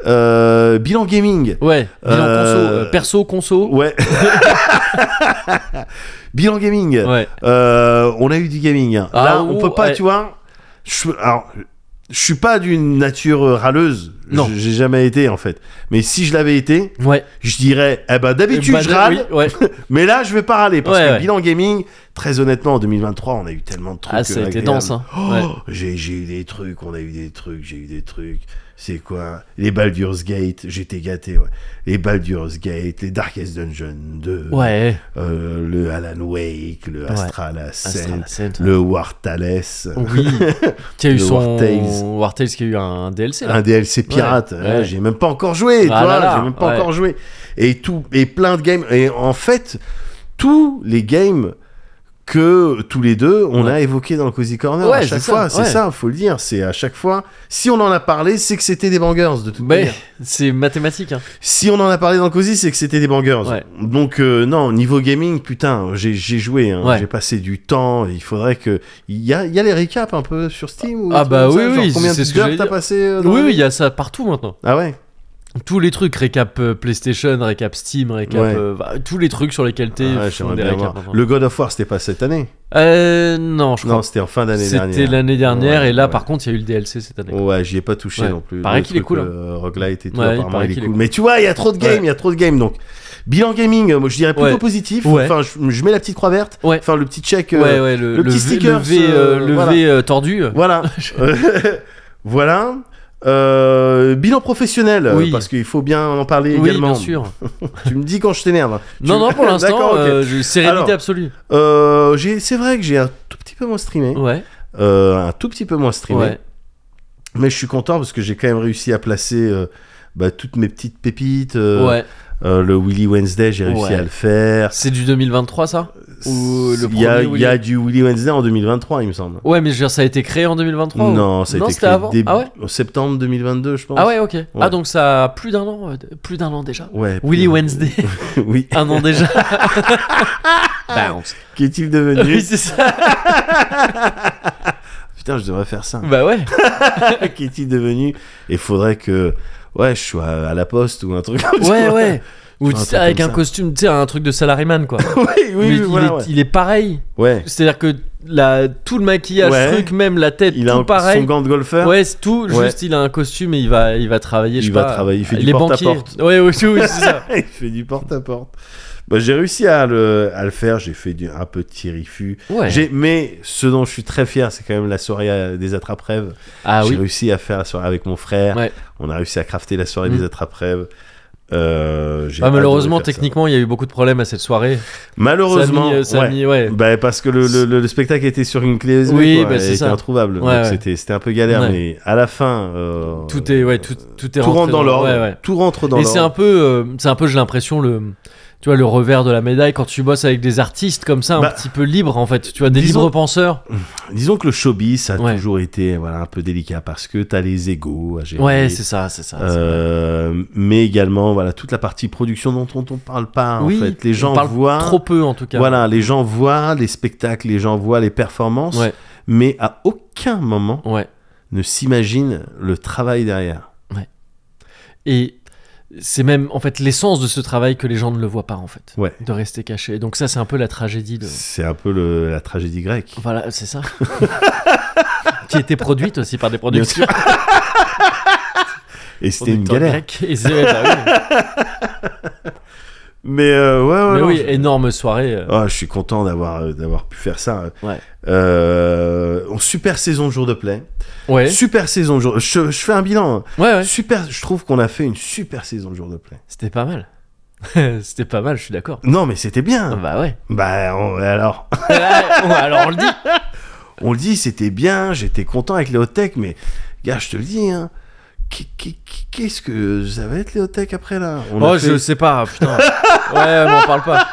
Euh, bilan gaming. Ouais, bilan Euh, conso, euh, perso, conso. Ouais. bilan gaming. Ouais, Euh, on a eu du gaming. hein. Ah, Là, on ouh, peut pas, ouais. tu vois. Je, alors, je suis pas d'une nature euh, râleuse. Non. Je- J'ai jamais été, en fait. Mais si je l'avais été, ouais. je dirais, eh ben, d'habitude, Bah, je râle, oui, ouais. mais là, je vais pas râler. Parce Ouais, que ouais. bilan gaming, très honnêtement, en 2023, on a eu tellement de trucs. Ah, ça a euh, été agréables. dense. Hein. Oh, Ouais. j'ai, j'ai eu des trucs, on a eu des trucs, j'ai eu des trucs. C'est quoi Les Baldur's Gate, j'étais gâté, ouais. Les Baldur's Gate, les Darkest Dungeon Oh, 2. Ouais, Ah, Euh, le Alan Wake, le Ouais. Astral Ascent, Astral Ascent. le War Thales, Oh, Oui, qui a eu Le son. War Tales. War Tales qui a eu un DLC là. un DLC pirate. Ouais, hein, ouais. J'ai même pas encore joué, Ah tu là vois, là, j'ai même pas ouais. encore joué. Et tout, et plein de games. Et en fait, tous les games que tous les deux on Ouais. a évoqué dans le cozy corner Ouais, à c'est chaque ça, fois, c'est ouais. ça, faut le dire, c'est à chaque fois. Si on en a parlé, c'est que c'était des bangers de toute Mais manière. Bah, c'est mathématique. Hein. Si on en a parlé dans le cozy, c'est que c'était des bangers. Ouais. Donc euh, non, niveau gaming, putain, j'ai j'ai joué, hein, Ouais. j'ai passé du temps. Il faudrait que il y a, il y a les recaps un peu sur Steam. Ou Ah des bah trucs oui, comme ça, genre oui, Combien c'est ce que d'heures j'allais t'as dire. passé euh, dans Oui, le oui, jeu il y a ça partout maintenant. Ah ouais. tous les trucs, récap euh, PlayStation, récap Steam, récap. Ouais. euh, bah, tous les trucs sur lesquels t'es. Ah ouais, font j'aimerais des bien récaps, voir. enfin. Le God of War, c'était pas cette année Euh, non, je crois Non, c'était en fin que d'année dernière. c'était l'année dernière, Ouais, et là, ouais. par contre, il y a eu le DLC cette année. Ouais, j'y ai pas touché Ouais. non plus. Paraît Le qu'il est truc, cool, hein. euh, roguelite et tout, Ouais, il apparemment, paraît il est qu'il est cool. cool. Mais tu vois, il y a trop de games, il Ouais. y a trop de games. Donc, bilan gaming, euh, moi je dirais plutôt Ouais. positif. Ouais. Enfin, je, je mets la petite croix verte. Ouais. Enfin, le petit check. euh, ouais, ouais, le, le petit V- sticker, le V, euh, ce- le voilà. V, euh, tordu. Voilà. Euh, voilà. Euh, bilan professionnel, euh, Oui. parce qu'il faut bien en parler oui, également. bien sûr. Tu me dis quand je t'énerve. Tu- Non, non, pour D'accord, l'instant, ok. euh, je- sérénité Alors. absolue. Euh, j'ai- c'est vrai que j'ai un tout petit peu moins streamé. Ouais, Euh, un tout petit peu moins streamé. ouais. Mais je suis content parce que j'ai quand même réussi à placer euh, bah, toutes mes petites pépites. euh, ouais. euh, le Willy Wednesday, j'ai réussi Ouais. à le faire. C'est du 2023, ça Ou le il, y a, premier il y a Willy- du Willy Wednesday en 2023, il me semble. Ouais, mais je veux dire, ça a été créé en 2023 ou- Non, ça a Oh. Non, été c'était créé avant. début- Ah ouais en septembre 2022, je pense. Ah ouais, ok. Ah, donc ça a plus d'un an, euh, de- plus d'un an déjà. Ouais. Willy puis- Wednesday, oui. un an déjà. Bah, Bounce. Qu'est-il Oui, devenu c'est ça. Putain, je devrais faire ça. Bah ouais. Qu'est-il devenu Il faudrait que. Ouais, je sois à la poste ou un truc comme ça. Ouais, ouais. Ou Un tu sais, truc avec comme un ça. costume, tu sais, un truc de salaryman, quoi. oui, oui, Mais oui, il, est, voilà, ouais. il est pareil. Ouais. C'est-à-dire que la, tout le maquillage, Ouais. truc, même la tête, Il tout a un- pareil. son gant de golfeur. Ouais, c'est tout. Ouais. Juste, il a un costume et il va, il va travailler. je Il sais va pas, travailler, il fait les du banquiers. porte-à-porte. Ouais, oui, oui, oui, c'est ça. il fait du porte-à-porte. Bah, j'ai réussi à le, à le faire, j'ai fait du, un petit rifu. Ouais. J'ai- Mais ce dont je suis très fier, c'est quand même la soirée euh, des attrape-rêves. Ah j'ai oui. réussi à faire la soirée avec mon frère. Ouais. On a réussi à crafter la soirée Mm. des attrape-rêves. Euh, j'ai Ah, adoré malheureusement, faire ça. techniquement, il y a eu beaucoup de problèmes à cette soirée. Ça Malheureusement, a mis, ça a ouais. mis- ouais. Bah, parce que le, le- le- le spectacle était sur une clé euh, USB, Oui, quoi, bah, et c'est était ça. introuvable. Ouais, Donc, ouais. C'était c'était un peu galère, Ouais. mais à la fin, euh, Tout est, ouais, tout, tout est tout rentré rentre dans l'ordre. Ouais, ouais. Tout rentre dans Et c'est un l'ordre. peu, euh, c'est un peu, j'ai l'impression le, tu vois, le revers de la médaille quand tu bosses avec des artistes comme ça, un Bah, petit peu libres en fait. Tu vois, des disons- libres penseurs. Disons que le showbiz ça a Ouais. toujours été voilà un peu délicat parce que t'as les égaux à gérer. Ouais, c'est ça, c'est ça. c'est- Euh, mais également voilà toute la partie production dont on, on parle pas Oui, en fait les on gens parle voient Trop peu en tout cas. voilà les gens voient les spectacles les gens voient les performances Ouais, mais à aucun moment ouais. ne s'imaginent le travail derrière Et c'est même en fait l'essence de ce travail que les gens ne le voient pas en fait. ouais de rester caché. Donc ça, c'est un peu la tragédie de... c'est un peu le- la tragédie grecque Voilà, c'est ça. qui était produite aussi par des producteurs. et c'était une producteurs galère grecs. Et c'est- bah mais euh, oui. ouais, ouais, Mais non, oui, je- énorme soirée. euh, Ah, je suis content d'avoir euh, d'avoir pu faire ça. Ouais. Euh, on- super saison de jour de play. Ouais, Super saison de jour. Je, je fais un bilan. ouais, ouais. Super. Je trouve qu'on a fait une super saison de jour de play. C'était pas mal. C'était pas mal, je suis d'accord. Non, mais c'était Ah bien. Bah ouais. Bah on- alors, Ouais, Alors on le dit. on le dit, c'était bien. J'étais content avec les hot tech, mais gars, je te le dis. hein, qui- qui- qui- Qu'est-ce que ça va être les hot tech après là On a oh, fait- je sais pas, putain. Ouais, m'en parle pas.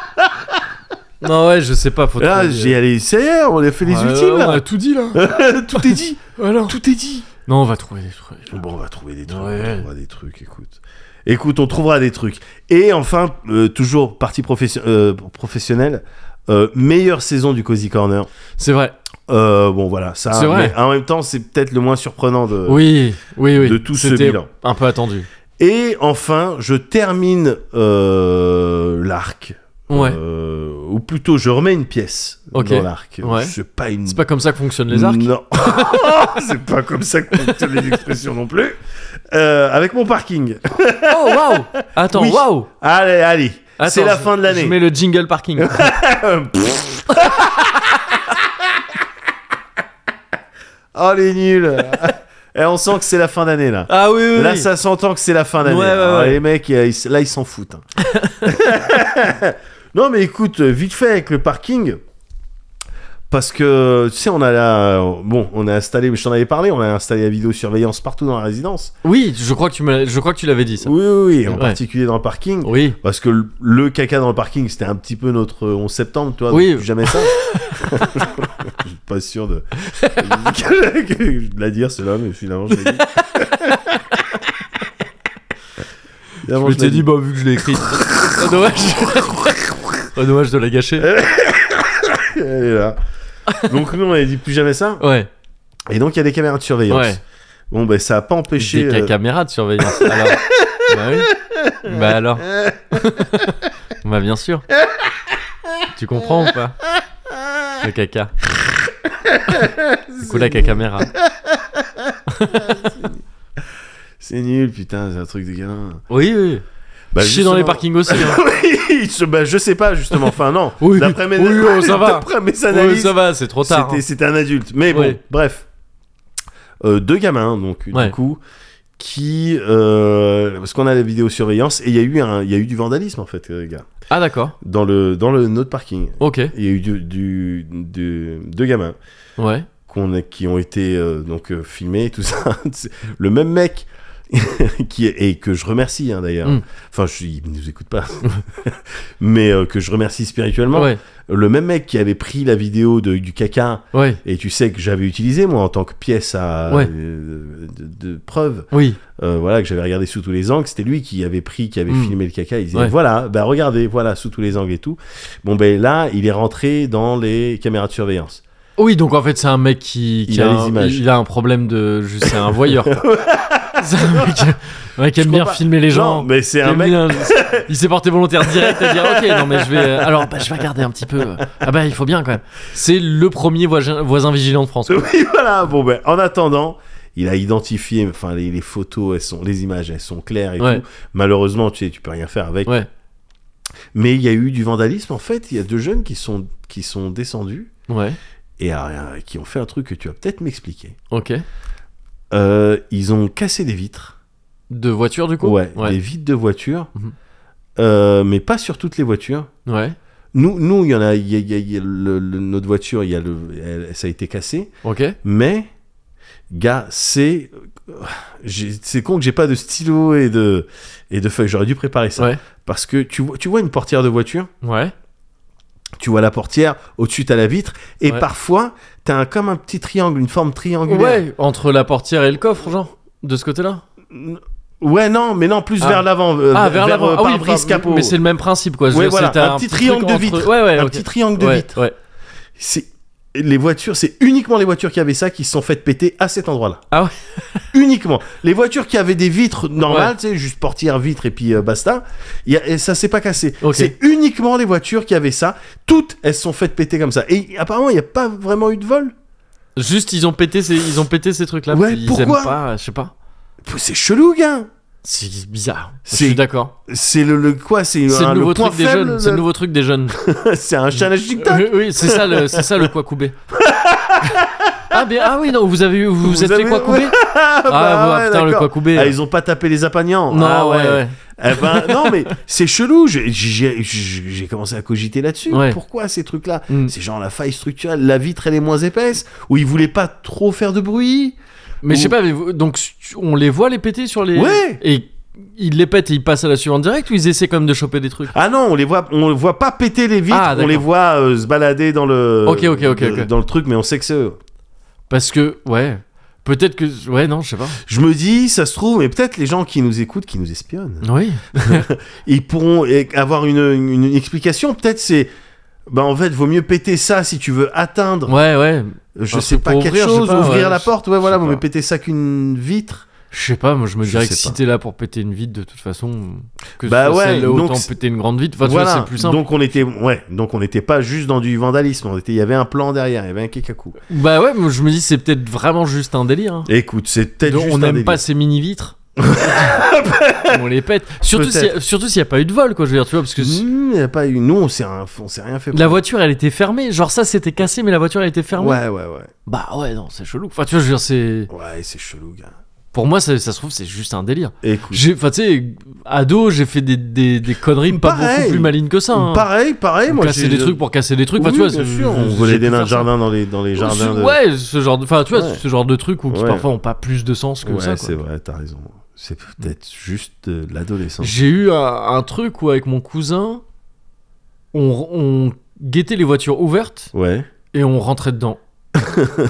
Non, ouais, je sais pas. Faut Là, trouver- Ah, euh. j'ai allé. Ça y est, on a fait les Ouais, ultimes. ouais, On là. Ah. a tout dit là. tout est dit. Alors. Tout est dit. Non, on va trouver des trucs. Bon, on va trouver des trucs. Ouais. On trouvera des trucs, écoute. Écoute, on trouvera des trucs. Et enfin, euh, toujours partie profession- euh, professionnelle, euh, meilleure saison du Cozy Corner. C'est vrai. Euh, bon, voilà, ça. C'est vrai. mais en même temps, c'est peut-être le moins surprenant de. Oui, oui, oui. euh, de tout ce C'était bilan. Un peu attendu. Et enfin, je termine euh, l'arc. Ouais. Euh, ou plutôt, je remets une pièce Ok. dans l'arc. Ouais. C'est pas une C'est pas comme ça que fonctionnent les arcs. Non. c'est pas comme ça que fonctionnent les expressions non plus. Euh, avec mon parking. Oh waouh Attends, Oui. waouh Allez, allez. Attends, C'est la je- fin de l'année. Je mets le jingle parking. Oh, les nuls. Et on sent que c'est la fin d'année, là. ah oui, oui, Là, oui. ça s'entend que c'est la fin d'année. Ouais, ouais, Alors, ouais. Les mecs, euh, ils- ils- là, ils s'en foutent. hein. non, mais écoute, euh, vite fait avec le parking. Parce que, tu sais, on a la. euh, Bon, on a installé, mais je t'en avais parlé, on a installé la vidéosurveillance partout dans la résidence. Oui, je crois que tu me, je crois que tu l'avais dit ça. Oui, oui, oui, en Ouais. particulier dans le parking. Oui. Parce que le- le caca dans le parking, c'était un petit peu notre euh, 11 septembre, tu vois. Oui. donc plus jamais ça. je suis pas sûr de, de la dire, cela, mais finalement, je l'ai dit. Finalement, je l'ai t'ai dit, bah, vu que je l'ai écrit. oh, dommage. oh, dommage de la gâcher. Elle est là. Donc, nous, on avait dit plus jamais ça. Ouais, Et donc, il y a des caméras de surveillance. ouais. Bon, ben ça a pas empêché. Des ca- euh, caméras de surveillance. Alors, bah oui. Bah alors. bah bien sûr. Tu comprends ou pas Le caca. Du coup, la caméra. C'est nul, putain, c'est un truc de gamin. Oui, oui. Bah, Chier dans les justement- parkings aussi. hein. Oui, je, bah, je sais pas, justement. Enfin, non. Oui, D'après mes, oui, oh, ça va. d'après mes Ouais, analyses, ça va, c'est trop tard. c'était, hein. c'était un adulte. Mais bon, Oui. bref. Euh, deux gamins, donc, Ouais. du coup, qui. euh, parce qu'on a la vidéosurveillance et il y, a eu un- il y a eu du vandalisme, en fait, euh, gars. Ah d'accord. Dans le, dans le notre parking. Ok. Il y a eu du, du- du- deux gamins Ouais. qu'on a- qui ont été euh, donc euh, filmés, tout ça. C'est le même mec. qui est- et que je remercie hein, d'ailleurs. Mm. Enfin, je, il ne nous écoute pas, mais euh, que je remercie spirituellement. Ouais. Le même mec qui avait pris la vidéo de- du caca, Ouais. et tu sais que j'avais utilisé moi en tant que pièce à Ouais. euh, de, de preuve, Oui. euh, voilà que j'avais regardé sous tous les angles. C'était lui qui avait pris, qui avait Mm. filmé le caca. Il disait Ouais. voilà, bah regardez, voilà sous tous les angles et tout. Bon ben là, il est rentré dans les caméras de surveillance. Oui, donc en fait, c'est un mec qui, qui Il a les un, images. il a un problème de. juste, C'est un voyeur. quoi. c'est un mec, un mec qui aime Je bien comprends pas. filmer les gens. Non, mais c'est un Il mec. a mis un- Il s'est porté volontaire direct à dire ok non mais je vais euh, alors bah, je vais regarder un petit peu ah bah il faut bien quand même c'est le premier voisin, voisin vigilant de France quoi. Oui, voilà. Bon, ben, en attendant, il a identifié, enfin, les, les photos, elles sont, les images, elles sont claires et Ouais. tout. Malheureusement, tu sais, tu peux rien faire avec. ouais Mais il y a eu du vandalisme. En fait, il y a deux jeunes qui sont, qui sont descendus ouais et euh, qui ont fait un truc que tu vas peut-être m'expliquer. ok Euh, ils ont cassé des vitres. de voiture du coup Ouais, des ouais vitres de voitures. Mhm. Euh, mais pas sur toutes les voitures. ouais Nous, nous, il y en a, il y a- il y a- il y a le- le- notre voiture, il y a le, elle- ça a été cassé. ok Mais, gars, c'est. j'ai- C'est con que j'ai pas de stylo et de, et de feuille. J'aurais dû préparer ça. Ouais. Parce que tu vois, tu vois une portière de voiture, ouais tu vois la portière, au-dessus t'as la vitre, et Ouais. parfois t'as un, comme un petit triangle, une forme triangulaire. ouais entre la portière et le coffre genre de ce côté là Ouais, non, mais non, plus Ah. vers l'avant. euh, ah vers- vers l'avant euh, ah oui pare-brise enfin, capot. mais c'est le même principe quoi Je Ouais, veux dire, voilà, c'est un petit triangle truc de entre- vitre. ouais ouais un ok. petit triangle de Ouais, vitre. ouais. C'est les voitures, c'est uniquement les voitures qui avaient ça qui se sont faites péter à cet endroit-là. Ah ouais. uniquement. Les voitures qui avaient des vitres normales, Ouais. tu sais, juste portière, vitre et puis euh, basta, y a- et ça s'est pas cassé. Ok. C'est uniquement les voitures qui avaient ça. Toutes, elles se sont faites péter comme ça. Et apparemment, il n'y a pas vraiment eu de vol. juste ils ont pété ces ils ont pété ces trucs là Ouais, ils pourquoi aiment pas je sais pas Pouh, C'est chelou, gars. c'est bizarre je C'est- suis d'accord C'est le, le- quoi C'est c'est un- le nouveau point truc des faible, jeunes c'est le le- nouveau truc des jeunes C'est un challenge TikTok. Oui, oui, c'est ça le, c'est ça le quoi couper. ah bien, ah oui, non, vous avez eu- vous, vous Vous êtes avez- fait quoi couper Ah, Ah, bah bah, ouais, putain, le d'accord. quoi couper. Ah, ils ont pas tapé les apagnants. Non, Ah, ouais, ouais. Eh ben, non, mais c'est chelou. J'ai- J'ai j'ai- j'ai commencé à cogiter là-dessus. Ouais. Pourquoi ces trucs-là Mm. C'est genre la faille structurelle, la vitre elle est moins épaisse, ou ils voulaient pas trop faire de bruit. Mais je sais Ou- pas, mais vous- donc tu- on les voit les péter sur les. Ouais. Et ils les pètent et ils passent à la suivante direct ou ils essaient quand même de choper des trucs. Ah non, on les voit, on les voit pas péter les vitres, Ah, on d'accord. les voit euh, se balader dans le, Ok, ok, ok, de- ok. dans le truc, mais on sait que c'est eux. Parce que ouais, peut-être que ouais, non, je sais pas. Je me dis, ça se trouve, mais peut-être les gens qui nous écoutent, qui nous espionnent, Oui. ils pourront eh, avoir une, une- une explication. Peut-être c'est, bah en fait, vaut mieux péter ça si tu veux atteindre Ouais, ouais. je Un sais truc pas, pour quelque ouvrir, je sais chose, pas, ouvrir ouais, la je- porte, ouais, voilà, sais vous me pas. pétez ça qu'une vitre. Je sais pas, moi je me Je dirais sais que si pas. t'es là pour péter une vide, de toute façon, que ce Bah soit ouais, celle-là, donc autant c'est- péter une grande vide. Enfin, Bah, tu vois, voilà. c'est plus simple. Donc on était, ouais, donc on n'était pas juste dans du vandalisme, on était, il y avait un plan derrière, il y avait un kekaku. Bah ouais, moi, je me dis c'est peut-être vraiment juste un délire. hein. Écoute, c'est peut-être Donc, juste on un n'aime délire. pas ces mini vitres. on les pète. Surtout s'il Peut-être. y a- surtout s'il n'y a pas eu de vol, quoi. Je veux dire, tu vois, parce que c- Mmh, il y a pas eu, nous on s'est, rien- on s'est rien fait. la voiture, elle était fermée. Genre ça, c'était cassé, mais la voiture, elle était fermée. Ouais, ouais, ouais, Bah ouais, non, c'est chelou. Enfin, tu vois, je veux dire, c'est ouais, c'est chelou, gars. pour moi, ça, ça se trouve, c'est juste un délire. Écoute, J'ai, enfin, tu sais, ado, j'ai fait des, des, des conneries pas Pareil. beaucoup plus malines que ça. hein. pareil, pareil, moi casser j'ai- des trucs pour casser des trucs. Enfin, Oui, tu vois, bien c'est- sûr, on j'ai volait pu des faire nains de ça. Oh, jardin dans les dans les jardins. de- Ouais, ce genre de, enfin, tu vois, Ouais. ce genre de trucs où qui Ouais. parfois ont pas plus de sens que Ouais, ça. quoi. c'est vrai, t'as raison. C'est peut-être juste de l'adolescence. J'ai eu un, un truc où avec mon cousin, on, on guettait les voitures ouvertes Ouais. et on rentrait dedans.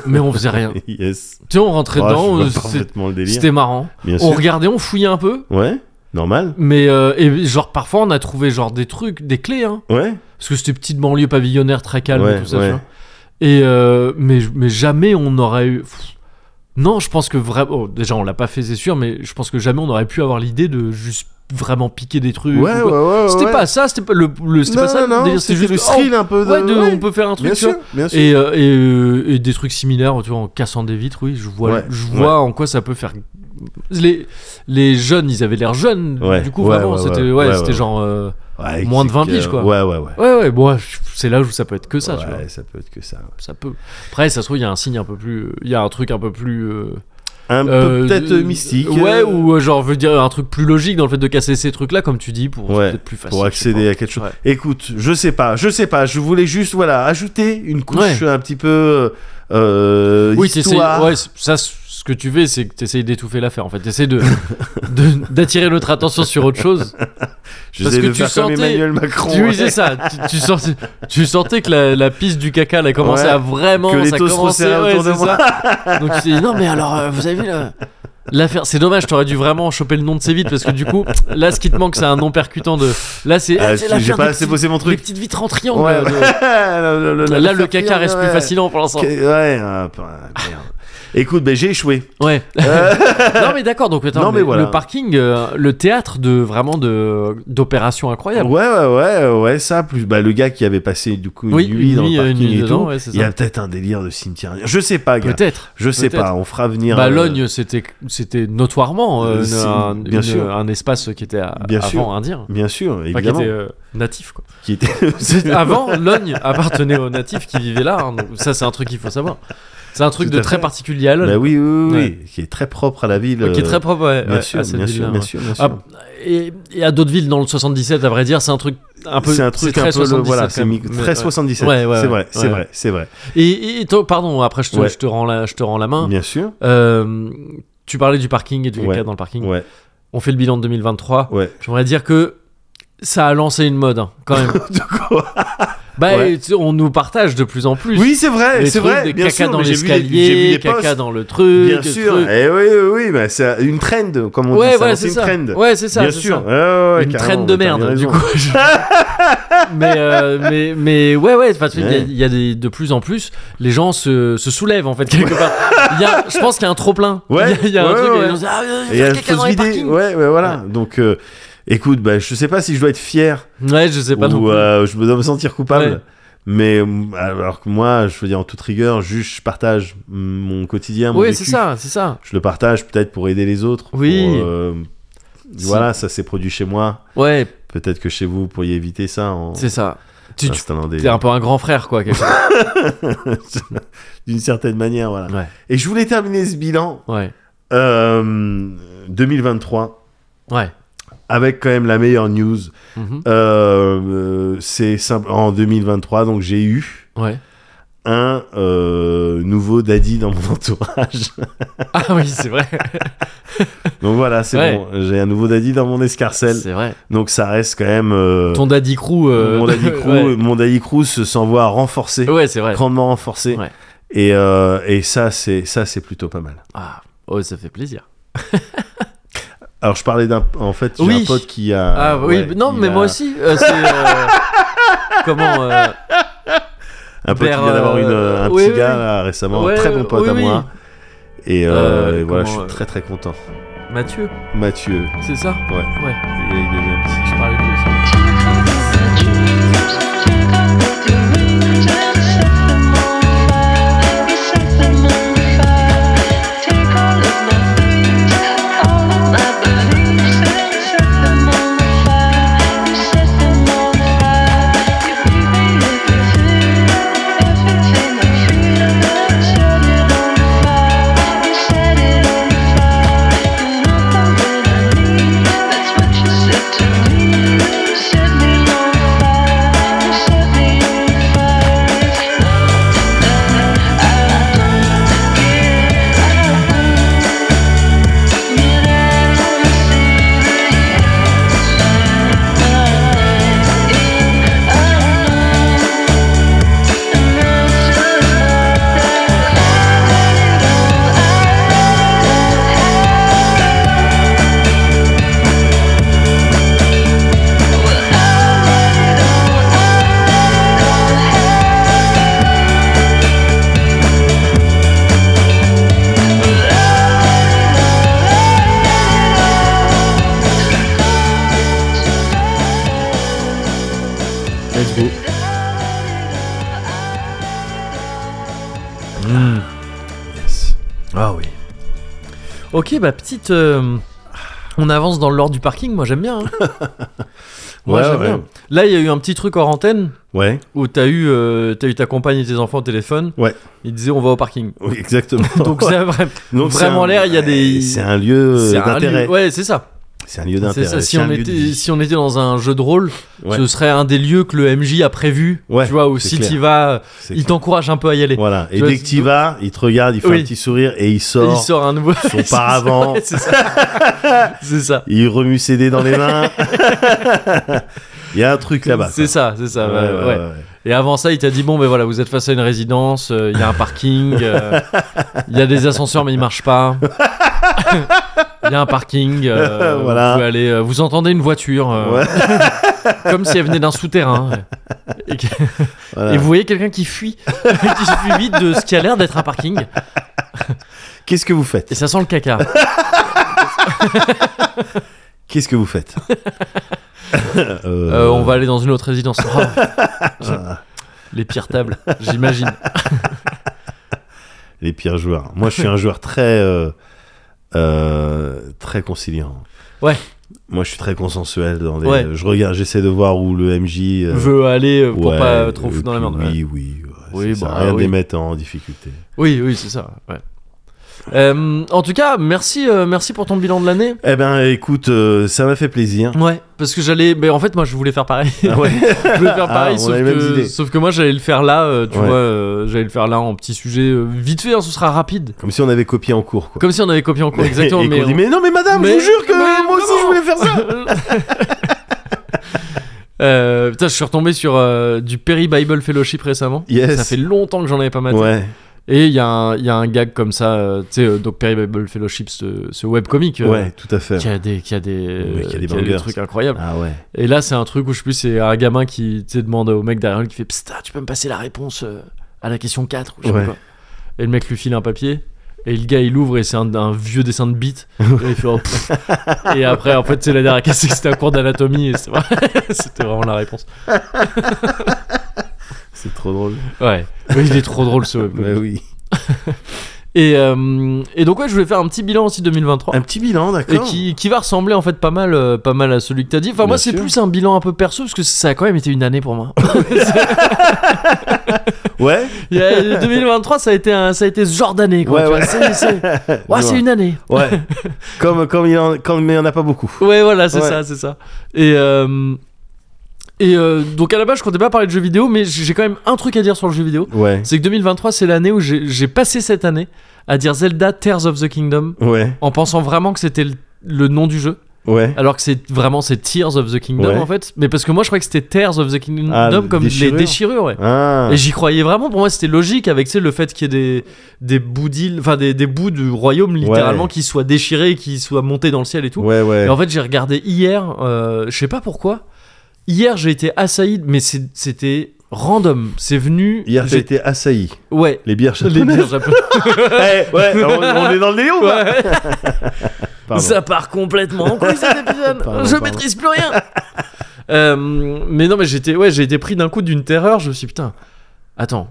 Mais on faisait rien. Tu Yes. sais, on rentrait Ah, dedans, je vois euh, c'est- parfaitement le délire. c'était marrant. Bien On sûr. regardait, on fouillait un peu. Ouais, normal. Mais euh, et genre parfois on a trouvé genre des trucs, des clés, hein, Ouais. parce que c'était petite banlieue pavillonnaire très calme ouais, et tout ça. tu ouais. vois. Et euh, mais mais jamais on aurait eu. Pff, Non, je pense que vraiment. oh, déjà, on l'a pas fait, c'est sûr, mais je pense que jamais on aurait pu avoir l'idée de juste vraiment piquer des trucs. ou Ouais, ouais, quoi. ouais. C'était ouais. pas ça, c'était pas le, le- c'était Non, pas ça. non, le non, délire, c'était juste le oh, thrill un peu de. ouais, de- ouais, on peut faire un truc. Bien tu vois. sûr, bien sûr. Et, euh, et, euh, et des trucs similaires, tu vois, en cassant des vitres, oui, je vois, Ouais, je vois en quoi ça peut faire. Les, les jeunes, ils avaient l'air jeunes, Ouais, du coup, ouais, vraiment, ouais, c'était ouais, ouais, ouais, c'était ouais. genre. euh, Ouais, moins de c'est 20 que- piges, quoi. Ouais, ouais, ouais. Ouais, ouais, bon, je- c'est là où ça peut être que ça, tu vois. Ouais, ça peut être que ça. ouais. Ça peut. Après, ça se trouve, il y a un signe un peu plus. Il y a un truc un peu plus. euh, Un euh, peu peut-être euh, mystique. Ouais, euh, ou euh, genre, je veux dire, un truc plus logique dans le fait de casser ces trucs-là, comme tu dis, pour Ouais, c'est peut-être plus facile. pour accéder à quelque chose. Ouais. Écoute, je sais pas, je sais pas. Je voulais juste, voilà, ajouter une couche un petit peu. Euh, Oui, t'essayes. histoire. Ouais, c- ça, c- ce que tu fais, c'est que t'essayes d'étouffer l'affaire, en fait. T'essayes de, de- d'attirer notre attention sur autre chose. Je parce sais que le tu faire sentais- comme Emmanuel Macron. tu ouais. oui, c'est ça. Tu, tu sentais, tu sentais que la, la piste du caca, elle a commencé Ouais, à vraiment. que les ça taux se commençait, resserraient ouais, autour de c'est moi. ça. Donc tu t'es dit, non, mais alors, euh, vous avez vu là. L'affaire, c'est dommage, t'aurais dû vraiment choper le nom de ces vitres parce que du coup, là, ce qui te manque, c'est un nom percutant de. Là, c'est. Ah, ah, c'est l'affaire J'ai pas des assez petits- bossé mon Les truc. petites vitres en triangle. Ouais, de- Le- le- le- Là, le le faire caca cuire, reste plus ouais. fascinant pour l'instant. Que- Ouais, ah, putain, merde. Écoute, ben j'ai échoué. Euh, Ouais. non mais d'accord. Donc attends, Non, mais mais voilà. le parking, euh, le théâtre de vraiment de d'opérations incroyables. Ouais, ouais, ouais, ouais, ça, plus bah, le gars qui avait passé du coup une Oui, nuit une dans nuit, le euh, une parking nuit et dedans, tout. ouais, c'est ça. Il y a peut-être un délire de cimetière. Je sais pas, gars. Peut-être. Je sais peut-être. pas, on fera venir. Bah, euh, Logne, c'était c'était notoirement euh, Euh, c'est- un, bien une- sûr. un espace qui était à- Bien avant sûr. indien, Bien sûr, Enfin, qui évidemment. était euh, natif quoi. Qui était- C'est- avant, Logne appartenait aux natifs qui vivaient là. hein. Donc, ça, c'est un truc qu'il faut savoir. C'est un truc Tout de à très fait. particulier à Logne, Bah oui, oui, oui, oui, qui est très propre à la ville. qui est euh, très propre ouais, Bien ouais, sûr, à cette bien sûr, ville-là, bien ouais. sûr, bien sûr. Ah, et, et à d'autres villes dans le 77, à vrai dire, c'est un truc un peu. c'est un truc très un peu le, 77, voilà, quand c'est même. mi- Mais, très ouais. 77. Ouais, ouais, c'est vrai, ouais. c'est Ouais. vrai, c'est vrai. Et, et- et toi- pardon, après je te, Ouais. je te rends la, je te rends la main. Bien sûr. Euh, tu parlais du parking et du Ouais. caca dans le parking. Ouais, On fait le bilan de 2023. ouais. J'aimerais dire que ça a lancé une mode, hein, quand même. bah, Ouais. et tu sais, on nous partage de plus en plus. Oui, c'est vrai, les c'est trucs vrai. de bien caca sûr, dans mais j'ai vu les- j'ai vu l'escalier, les caca posts. dans le truc. Bien le sûr. truc. Et oui, oui, oui, bah, c'est une trend, comme on Ouais, dit. voilà, c'est c'est une ça. trend. Ouais, c'est ça. Bien c'est sûr. ça. Ouais, ouais, ouais, une carrément, traîne de t'as bien merde, du raison. coup. mais, euh, mais, mais ouais, ouais, enfin, tu sais, il y a- il y a, des, de plus en plus, les gens se, se soulèvent, en fait, quelque part. Il y a- je pense qu'il y a un trop-plein. Ouais, Il y a, il y a un ouais, truc, ouais. et les gens se disent, ah, euh, Et elle caca dans fausse les idée. parkings. Ouais, ouais, voilà. Donc, euh, écoute, bah, je sais pas si je dois être fier Ouais, je sais pas non ou plus. euh, je me dois me sentir Ouais. coupable. Mais euh, alors que moi, je veux dire en toute rigueur, juste je partage mon quotidien, mon oui, vécu. c'est ça, c'est ça. Je le partage peut-être pour aider les autres. Oui. pour, euh, Si. Voilà, ça s'est produit chez moi. Ouais, Peut-être que chez vous, vous pourriez éviter ça en c'est ça. Tu, tu- installant Ah, des- t'es un peu un grand frère, quoi, quelque part. d'une certaine manière, voilà. Ouais, Et je voulais terminer ce bilan ouais, euh, 2023 ouais. avec quand même la meilleure news. Mhm. Euh, euh, c'est simple. En 2023, donc j'ai eu Ouais. un euh, nouveau daddy dans mon entourage. Ah oui, c'est vrai. donc voilà, c'est Ouais. bon. J'ai un nouveau daddy dans mon escarcelle. C'est vrai. Donc ça reste quand même. euh, Ton daddy crew. euh, Mon daddy crew, euh, ouais. mon daddy crew se s'en voit renforcé, Ouais, c'est vrai. grandement renforcé. Ouais. Et, euh, et ça, c'est ça, c'est plutôt pas mal. Ah, oh, ça fait plaisir. Alors je parlais d'un, en fait, j'ai Oui. un pote qui a. Ah oui, ouais, mais non, il mais a- moi aussi. euh, c'est, euh, comment euh, Un pote qui Père, vient d'avoir une, euh, un oui, petit oui, gars oui. là, récemment, Ouais, un très bon hein. pote oui, à oui. moi. Et, euh, Euh, et voilà, je comment, suis euh, très très content. Mathieu, Mathieu, c'est ça ouais, Ouais, il est devenu un petit. je parlais de lui aussi. Set it on fire. You're not the one I need. That's what you said to me. Mm. Yes. Ah oui. Ok, bah petite. euh, on avance dans l'ordre du parking, moi j'aime bien. hein. moi Ouais, j'aime ouais. bien. Là, il y a eu un petit truc hors antenne Ouais, où t'as eu, euh, t'as eu ta compagne et tes enfants au téléphone. Ouais. Ils disaient on va au parking. oui, exactement. Donc ça, vra- Donc, c'est vraiment un- l'air, il y a des- C'est un lieu c'est euh, un d'intérêt. lieu- Ouais, c'est ça. C'est un lieu C'est d'intérêt. ça. Si c'est un on lieu de était, vie. si on était dans un jeu de rôle, Ouais. ce serait un des lieux que le MJ a prévu. Ouais, tu vois, où c'est si clair. t'y vas, C'est- il t'encourage un peu à y aller. Voilà. Et vois, dès que tu vas, il te regarde, il fait Oui. un petit sourire et il Et il sort. sort un nouveau. Son paravent. Ouais, c'est ça. c'est ça. Il remue ses dés dans les mains. Il y a un truc là-bas. C'est ça, c'est ça. quoi. ouais, ouais. Et avant ça, il t'a dit bon, ben voilà, vous êtes face à une résidence, euh, il y a un parking, euh, il y a des ascenseurs mais ils marchent pas. Il y a un parking, euh, Voilà. vous pouvez aller. euh, vous entendez une voiture, euh, Ouais. comme si elle venait d'un souterrain. Et, que- Voilà. et vous voyez quelqu'un qui fuit, qui fuit vite de ce qui a l'air d'être un parking. Qu'est-ce que vous faites Et ça sent le caca. Qu'est-ce que vous faites Euh, Ah. Euh, on va aller dans une autre résidence. Oh. Les pires tables, j'imagine. Euh. Les pires joueurs. Moi, je suis un joueur très euh, euh, très conciliant. Ouais. Moi, je suis très consensuel dans les. Ouais. Je regarde, j'essaie de voir où le MJ euh, Veut aller euh, pour ouais, pas trop et foutre dans la puis merde. Oui, oui. Oui, oui ça sert bah, à rien de oui. les mettre en difficulté. Oui, oui, c'est ça. ouais. Euh, en tout cas, merci, euh, merci pour ton bilan de l'année. Eh ben, écoute, euh, ça m'a fait plaisir. Ouais, parce que j'allais. Mais en fait, moi, je voulais faire pareil. Ah ouais. je voulais faire pareil, Ah, on sauf, a les mêmes que, idées. sauf que moi, j'allais le faire là. euh, tu Ouais. vois, euh, j'allais le faire là en petit sujet euh, vite fait. hein, ce sera rapide. Comme si on avait copié en cours, quoi. Comme si on avait copié en cours. Exactement. Et qu'on mais dit, mais non, mais madame, je mais- vous jure mais que moi aussi comment je voulais faire ça. Euh, putain, je suis retombé sur euh, du Perry Bible Fellowship récemment. Yes. Ça fait longtemps que j'en avais pas maté. Ouais, Et il y, a un- il y a un gag comme ça, euh, tu sais, euh, donc Perry Bible Fellowship, ce, ce webcomic. euh, ouais, tout à fait. Qui a des, euh, qui a des, Mais qui a des bangers. trucs incroyables. Ah ouais. Et là, c'est un truc où je sais plus, c'est un gamin qui tu sais, demande au mec derrière lui qui fait Psta, tu peux me passer la réponse euh, à la question 4 ou je sais Ouais. pas quoi. Et le mec lui file un papier. Et le gars il ouvre et c'est un, un vieux dessin de bite. et, il fait, oh, pff. et après, en fait, c'est la dernière question, c'était un cours d'anatomie. et c'est vrai- C'était vraiment la réponse. C'est trop drôle. Ouais, Mais il est trop drôle ce web. Bah oui. Et, euh, et donc, ouais, je voulais faire un petit bilan aussi 2023. Un petit bilan, Et d'accord. qui, qui va ressembler en fait pas mal, euh, pas mal à celui que t'as dit. Enfin, moi, Bien c'est sûr. plus un bilan un peu perso parce que ça a quand même été une année pour moi. Ouais. Il y a- euh, 2023, ça a été, un, ça a été ce genre d'année, quoi. Ouais, tu vois, c'est- ouais. c'est- ouais, Ouais, c'est une année. Ouais. comme comme il en comme il y en a pas beaucoup. Ouais, voilà, c'est Ouais. ça, c'est ça. Et, euh, et euh, donc à la base, je comptais pas parler de jeux vidéo, mais j'ai j'ai quand même un truc à dire sur le jeu vidéo. Ouais. C'est que 2023, c'est l'année où j'ai j'ai passé cette année à dire Zelda Tears of the Kingdom Ouais. en pensant vraiment que c'était le, le nom du jeu, Ouais. alors que c'est vraiment c'est Tears of the Kingdom Ouais. en fait. Mais parce que moi, je croyais que c'était Tears of the Kingdom Ah, le- comme déchirure. les déchirures, ouais. Ah. Et j'y croyais vraiment, pour moi c'était logique avec tu sais, le fait qu'il y ait des, des bouts d'îles, enfin des, des bouts du royaume littéralement Ouais. qui soient déchirés, qui soient montés dans le ciel et tout. Ouais ouais. Et en fait j'ai regardé hier, euh, je sais pas pourquoi, hier j'ai été assailli, mais c'est- c'était random, c'est venu... Hier j'ai j'ai- été assailli. Ouais. Les bières Les japonaises. bières japonaises. Eh, ouais. On, on est dans le néo. là. Ouais. Pardon. Ça part complètement en couille cet épisode. Pardon, je pardon. maîtrise plus rien. Euh, mais non, mais j'étais, ouais, j'ai été pris d'un coup d'une terreur. Je me suis dit, putain, attends.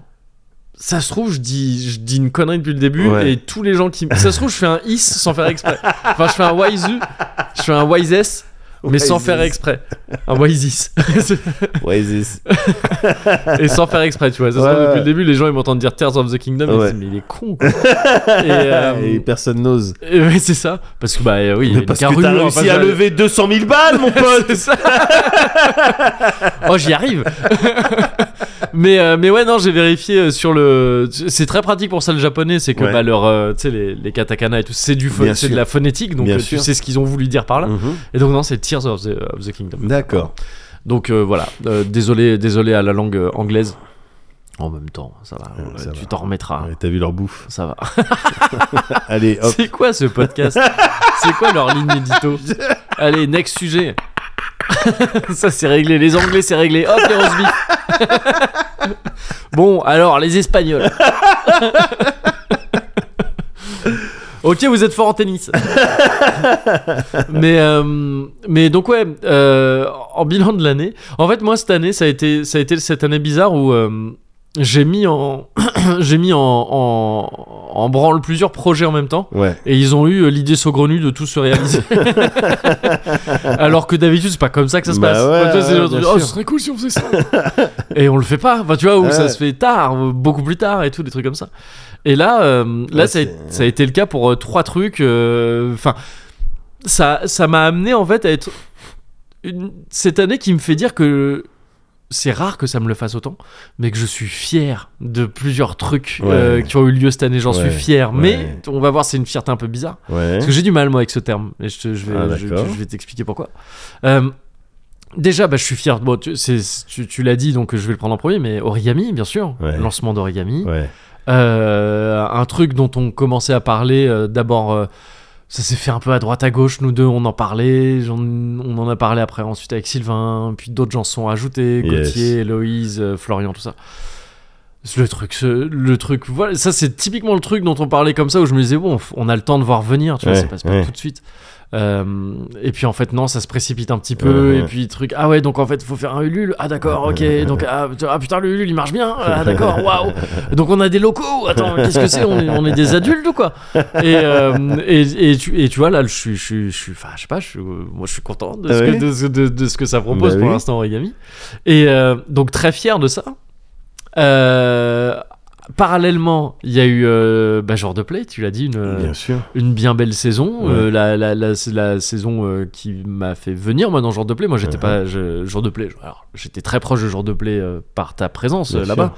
Ça se trouve, je dis, je dis une connerie depuis le début Ouais. et tous les gens qui. Ça se trouve, je fais un is sans faire exprès. Enfin, je fais un wise je fais un wise s, mais sans Oasis. faire exprès. Un wise is. Oasis. et sans faire exprès, tu vois. Ça se Ouais, trouve, depuis ouais. le début, les gens ils m'entendent dire Tears of the Kingdom. et ils Ouais. se disent, mais il est con. quoi. et, euh, ah, Et personne n'ose. et ouais, c'est ça. Parce que, bah euh, oui, il y a Mais une parce que carrure, t'as hein, réussi parce à que- lever 200 000 balles, mon pote. C'est ça. oh, j'y arrive. mais, euh, mais ouais, non, j'ai vérifié euh, sur le. C'est très pratique pour ça le japonais, c'est que Ouais. bah, leur, euh, tu sais, les, les katakana et tout, c'est du pho- Bien c'est de sûr. la phonétique, donc Bien euh, tu sûr. sais ce qu'ils ont voulu dire par là. Mhm. Et donc non, c'est Tears of the, of the Kingdom. D'accord. Donc euh, voilà, Euh, désolé, désolé à la langue euh, anglaise. En même temps, ça va, Ouais, euh, ça tu va. t'en remettras. Ouais, T'as vu leur bouffe. Ça va. Allez, hop. C'est quoi ce podcast C'est quoi leur ligne édito Allez, next sujet. Ça c'est réglé, les Anglais c'est réglé. Hop, les roast beef. Bon, alors les Espagnols. Ok, vous êtes fort en tennis. mais, euh, mais donc ouais, euh, en bilan de l'année. En fait, moi cette année, ça a été, ça a été cette année bizarre où euh, j'ai mis en j'ai mis en, en, en branle plusieurs projets en même temps Ouais. et ils ont eu euh, l'idée saugrenue de tout se réaliser. Alors que d'habitude c'est pas comme ça que ça se Bah passe. ouais, Enfin, tu vois, c'est ouais, genre, bien oh, sûr. ce serait cool si on faisait ça. et on le fait pas. Enfin tu vois où Ouais, ça ouais. se fait tard, euh, beaucoup plus tard et tout des trucs comme ça. Et là euh, là Ouais, ça, a, c'est- ça a été le cas pour euh, trois trucs. euh, Enfin ça ça m'a amené en fait à être une- cette année qui me fait dire que c'est rare que ça me le fasse autant, mais que je suis fier de plusieurs trucs Ouais. euh, qui ont eu lieu cette année. J'en Ouais, suis fier, mais ouais. on va voir, c'est une fierté un peu bizarre. Ouais. Parce que j'ai du mal, moi, avec ce terme. Et je, te- je vais, Ah, je, d'accord. je vais t'expliquer pourquoi. Euh, déjà, bah, je suis fier. Bon, tu, c'est- tu- tu l'as dit, donc je vais le prendre en premier, mais origami, bien sûr. Ouais. Lancement d'origami. Ouais. Euh, un truc dont on commençait à parler euh, d'abord. euh, ça s'est fait un peu à droite à gauche, nous deux, on en parlait, j'en- on en a parlé après ensuite avec Sylvain, puis d'autres gens se sont ajoutés, Yes. Gauthier, Héloïse, euh, Florian, tout ça. Le truc, ce- le truc, voilà, ça c'est typiquement le truc dont on parlait comme ça, où je me disais, bon, on a le temps de voir venir, tu vois, Ouais, ça passe pas ouais. tout de suite. Euh, et puis en fait non ça se précipite un petit peu Ouais, et ouais. puis truc ah ouais donc en fait faut faire un Ulule ah d'accord ok donc ah, putain, ah, putain le Ulule il marche bien ah d'accord waouh donc on a des locaux attends qu'est-ce que c'est on, est- on est des adultes ou quoi et, euh, et, et tu, et tu vois là je suis je suis je suis enfin je sais pas je suis- moi je suis content de ce, Ah que, ouais de, ce- de- de ce que ça propose Bah pour oui. l'instant origami et euh, donc très fier de ça Euh, Parallèlement, il y a eu euh, bah, genre de play, tu l'as dit, une, Bien sûr. une bien belle saison, Ouais. euh, la, la, la, c'est la saison euh, qui m'a fait venir moi dans Jour de Play. Moi j'étais Mhm. pas je- Jour de Play, je- alors, j'étais très proche de Jour de Play euh, par ta présence Bien euh, sûr. là-bas.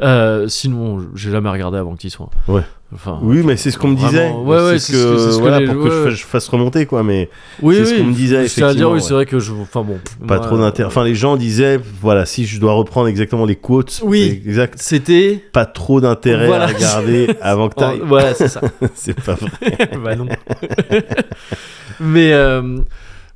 Euh, sinon, j'ai jamais regardé avant que tu y sois. Ouais. Enfin, Oui, mais c'est ce qu'on me Vraiment, disait. ouais, ouais, c'est c'est ce ce que- que, c'est ce que voilà, les- pour que ouais, je ouais. fasse- je fasse remonter, quoi. Mais oui, c'est ce oui. qu'on me disait, C'est-à-dire, oui, effectivement, c'est vrai que je. Enfin bon. pff, pas moi, euh, trop d'intérêt. Enfin, les gens disaient, voilà, si je dois reprendre exactement les quotes, Oui. exact, C'était. pas trop d'intérêt Voilà. à regarder avant que Oh, t'ailles. voilà, c'est ça. c'est pas vrai. bah non. mais, euh,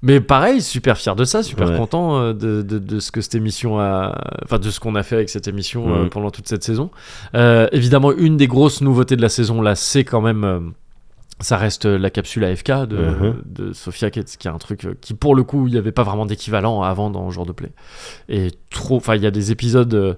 mais pareil, super fier de ça, super Ouais. content euh, de, de, de ce que cette émission a. Enfin, de ce qu'on a fait avec cette émission euh, Ouais. pendant toute cette saison. Euh, évidemment, une des grosses nouveautés de la saison, là, c'est quand même. euh, ça reste la capsule AFK de, Mhm. de Sofia Ketz, qui est un truc euh, qui, pour le coup, il n'y avait pas vraiment d'équivalent avant dans Genre de Play. Et trop. Enfin, il y a des épisodes. euh,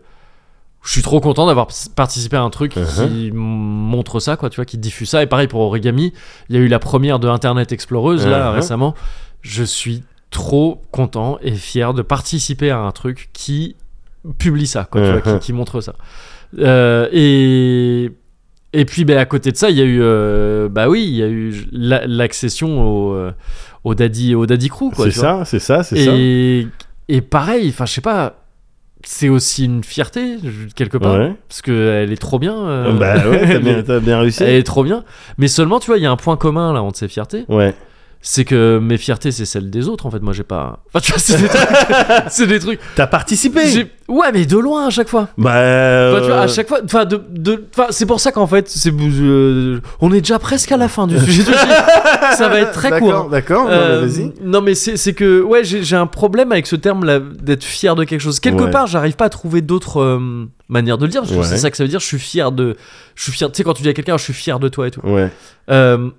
je suis trop content d'avoir p- participé à un truc qui m- montre ça, quoi, tu vois, qui diffuse ça. Et pareil pour Origami, il y a eu la première de Internet Exploreuse, là, Mhm. récemment. Je suis trop content et fier de participer à un truc qui publie ça, quoi, tu vois, Mhm. qui, qui montre ça. Euh, et. Et puis, ben, à côté de ça, il y a eu, euh, bah oui, il y a eu la- l'accession au, euh, au daddy, au daddy crew, quoi. C'est tu vois. ça, c'est ça, c'est ça. Et, et pareil, enfin, je sais pas, c'est aussi une fierté je- quelque part, Ouais. parce que elle est trop bien. euh, Bah ouais, t'as elle, bien, est, t'as bien réussi. elle est trop bien. Mais seulement, tu vois, il y a un point commun là entre ces fiertés, Ouais. c'est que mes fiertés, c'est celles des autres. En fait, moi, j'ai pas. Enfin, tu vois, c'est des trucs. c'est des trucs- T'as participé. j'ai- Ouais, mais de loin à chaque fois. Bah. Enfin, tu vois, à euh, chaque fois, enfin, de, de- enfin, c'est pour ça qu'en fait, c'est, euh, on est déjà presque à la fin du sujet. ça va être très court. D'accord, d'accord. non, mais Euh, Vas-y. non mais c'est c'est que ouais j'ai j'ai un problème avec ce terme là d'être fier de quelque chose. Quelque Ouais. part j'arrive pas à trouver d'autres euh, manières de le dire parce que Ouais. c'est ça que ça veut dire. Je suis fier de, je suis fier. Tu sais quand tu dis à quelqu'un je suis fier de toi et tout. Ouais. Euh,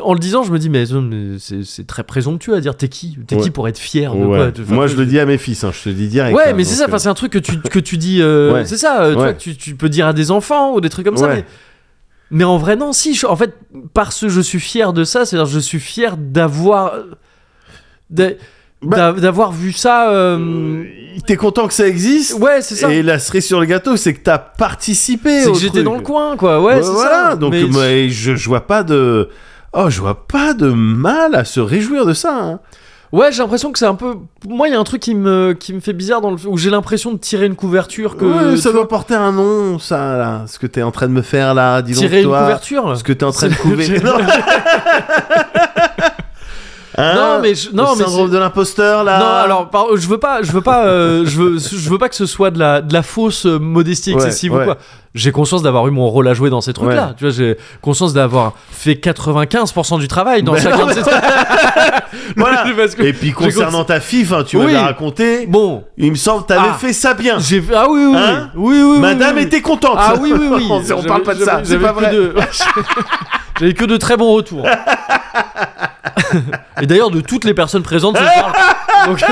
en le disant je me dis mais, euh, mais c'est c'est très présomptueux à dire t'es qui t'es Ouais. qui pour être fier de Ouais. quoi de- enfin, Moi, tu- je le dis à mes fils. hein, Je te le dis direct. Ouais, hein, mais c'est donc, ça, euh, enfin, c'est un truc que tu, que tu dis. euh, Ouais. C'est ça, euh, tu, Ouais. vois, que tu, tu peux dire à des enfants ou des trucs comme ça. Ouais. Mais, mais en vrai, non, si. je- en fait, parce que je suis fier de ça, c'est-à-dire je suis fier d'avoir. d'a- Bah. d'a- D'avoir vu ça. euh, euh, T'es content que ça existe. Ouais, c'est ça. Euh, Et la cerise sur le gâteau, c'est que t'as participé. C'est au que j'étais truc. dans le coin, quoi. Ouais, Ouais, c'est voilà. ça. Donc, Mais- mais je, je vois pas de. Oh, je vois pas de mal à se réjouir de ça. hein. Ouais, j'ai l'impression que c'est un peu. Moi, il y a un truc qui me, qui me fait bizarre dans le... où j'ai l'impression de tirer une couverture que. Ouais, ça tu doit vois, porter un nom, ça, là. Ce que t'es en train de me faire, là. Dis donc, Tirer une toi. couverture. Ce que t'es en train de C'est- couver. j'ai- non, Hein, Non, mais je- non, le mais syndrome c'est- de l'imposteur, là. Non, alors par- je veux pas, je veux pas, euh, je veux, je veux pas que ce soit de la, de la fausse euh, modestie Ouais, excessive ou ouais. quoi. J'ai conscience d'avoir eu mon rôle à jouer dans ces trucs-là. Ouais. Tu vois, j'ai conscience d'avoir fait 95% du travail dans Mais chacun non, de ces trucs. Voilà. Parce que- Ben Et puis, concernant ta fille, hein, tu Oui. m'avais raconté. bon, Il me semble que t'avais Ah. fait ça bien. j'ai ah oui oui oui, Hein oui, oui, oui, Madame oui. était contente. ah oui oui oui. on, on J'avais- parle pas de ça. j'avais- C'est pas j'avais vrai. que de- J'avais que de très bons retours. euh, Et d'ailleurs de toutes les personnes présentes, je parle. Donc,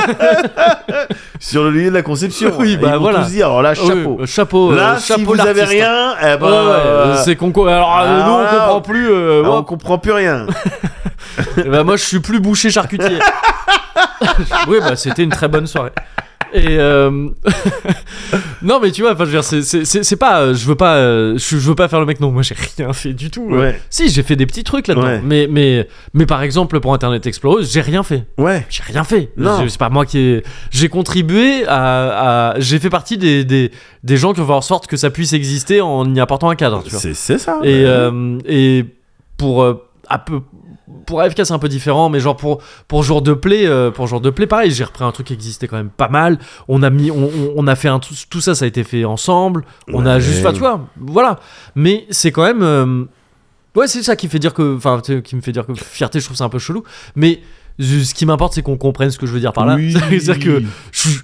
sur le lieu de la conception. Oui, Ils bah, vont voilà. tous dire, alors là, Ah oui, chapeau. euh, chapeau. euh, là, chapeau si vous avez l'artiste. rien, eh ben, Ouais, ouais, euh, euh, c'est concours. Alors, euh, ah, nous, on voilà. comprend plus. euh, ah, on hop. comprend plus rien. Eh ben, moi, je suis plus boucher charcutier. oui, bah, c'était une très bonne soirée. Et euh, non, mais tu vois, enfin, je veux dire, c'est- c'est c'est- c'est pas, euh, je veux pas, euh, je, je veux pas faire le mec. Non, moi, j'ai rien fait du tout. euh. ouais, Si, j'ai fait des petits trucs là-dedans. Ouais. Mais, mais, mais par exemple, pour Internet Explorer, j'ai rien fait. ouais, J'ai rien fait. Non. C'est- C'est pas moi qui ai. J'ai contribué à. à- J'ai fait partie des, des, des gens qui ont fait en sorte que ça puisse exister en y apportant un cadre. Tu vois. c'est c'est ça. Et, euh, et pour. euh, à peu, pour AFK, c'est un peu différent, mais genre pour, pour Jour de Play, euh, pour Jour de Play, pareil, j'ai repris un truc qui existait quand même pas mal. On a mis. On, on- on a fait un. Tout, tout ça, ça a été fait ensemble. On a Ouais. juste. Enfin, tu vois, voilà. Mais c'est quand même. euh, Ouais, c'est ça qui fait dire que, enfin, tu sais, qui me fait dire que fierté, je trouve ça un peu chelou. Mais je- ce qui m'importe, c'est qu'on comprenne ce que je veux dire par là. Oui. C'est-à-dire que je suis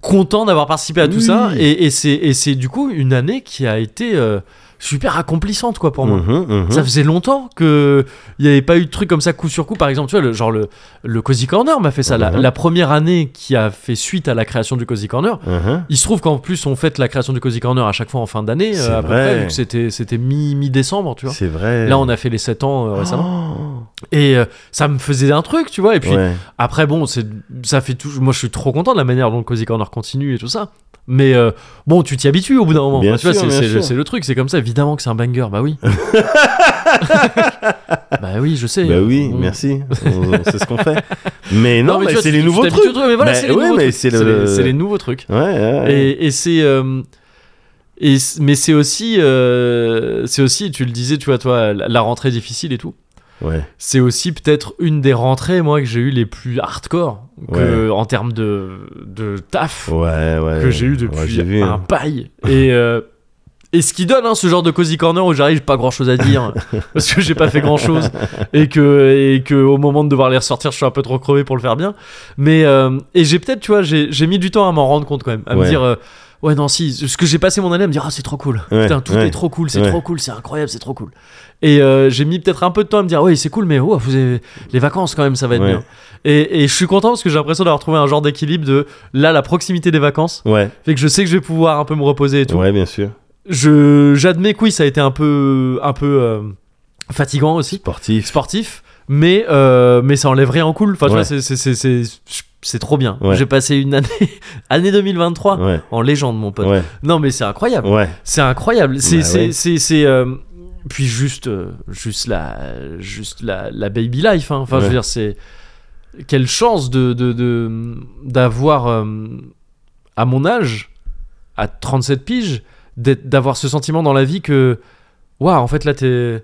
content d'avoir participé à tout Oui. ça, et, et c'est et c'est du coup une année qui a été euh, super accomplissante, quoi, pour moi. Mhm, mhm. Ça faisait longtemps que il n'y avait pas eu de truc comme ça coup sur coup. Par exemple, tu vois, le, genre le, le Cozy Corner m'a fait ça. La, Mhm. la première année qui a fait suite à la création du Cozy Corner, Mhm. il se trouve qu'en plus on fête la création du Cozy Corner à chaque fois en fin d'année, C'est euh, à peu vrai. près, vu que c'était c'était mi- mi-décembre, tu vois. C'est Oh. vrai. Oh. Là, on a fait les 7 ans euh, récemment. Et euh, ça me faisait un truc, tu vois. Et puis Ouais. après, bon, c'est ça fait tout. Moi, je suis trop content de la manière dont le Cozy Corner continue et tout ça. Mais euh, bon, tu t'y habitues au bout d'un moment. Bien tu vois, sûr, c'est- bien c'est sûr. c'est le truc, c'est comme ça. Évidemment que c'est un banger, bah oui. bah oui, je sais. Bah oui, On- merci. On- C'est ce qu'on fait. Mais non, tu mais vois, c'est tu- les tu nouveaux t'habitues trucs. au truc, Mais voilà, Bah c'est les, ouais, nouveaux mais trucs. c'est C'est le- les- c'est les nouveaux trucs. Ouais, ouais, ouais. Et, et c'est. euh, et, c- mais c'est aussi, euh, c'est aussi, tu le disais, tu vois, toi, la la rentrée difficile et tout. Ouais. c'est aussi peut-être une des rentrées moi que j'ai eu les plus hardcore que, en termes de, de taf Ouais, ouais. que j'ai eu Ouais, depuis j'ai vu. hein. un bail et euh, et ce qui donne hein, ce genre de cozy corner où j'arrive pas grand chose à dire parce que j'ai pas fait grand chose et que et que au moment de devoir les ressortir je suis un peu trop crevé pour le faire bien mais euh, et j'ai peut-être tu vois j'ai j'ai mis du temps à m'en rendre compte quand même à me Ouais. dire euh, ouais non si ce que j'ai passé mon année à me dire ah c'est trop cool Ouais, putain tout ouais. est trop cool c'est Ouais. trop cool c'est incroyable c'est trop cool et euh, j'ai mis peut-être un peu de temps à me dire oui c'est cool mais oh, vous avez- les vacances quand même ça va être Ouais. bien et, et je suis content parce que j'ai l'impression d'avoir trouvé un genre d'équilibre de là la proximité des vacances Ouais, fait que je sais que je vais pouvoir un peu me reposer et tout. ouais, bien sûr. Je j'admets que oui, ça a été un peu un peu euh, fatigant aussi, Sportif. sportif, mais euh, mais ça enlève rien en cool. Enfin, tu Ouais. vois, c'est c'est c'est c'est c'est trop bien. Ouais. J'ai passé une année année 2023 Ouais, en légende, mon pote. ouais, Non, mais c'est incroyable. ouais. C'est incroyable. C'est Bah c'est ouais. c'est c'est euh, puis juste euh, juste la juste la, la baby life. hein. Enfin, je veux Ouais. dire, c'est quelle chance de de- de d'avoir euh, à mon âge, à 37 piges, d'être- d'avoir ce sentiment dans la vie que waouh, en fait là t'es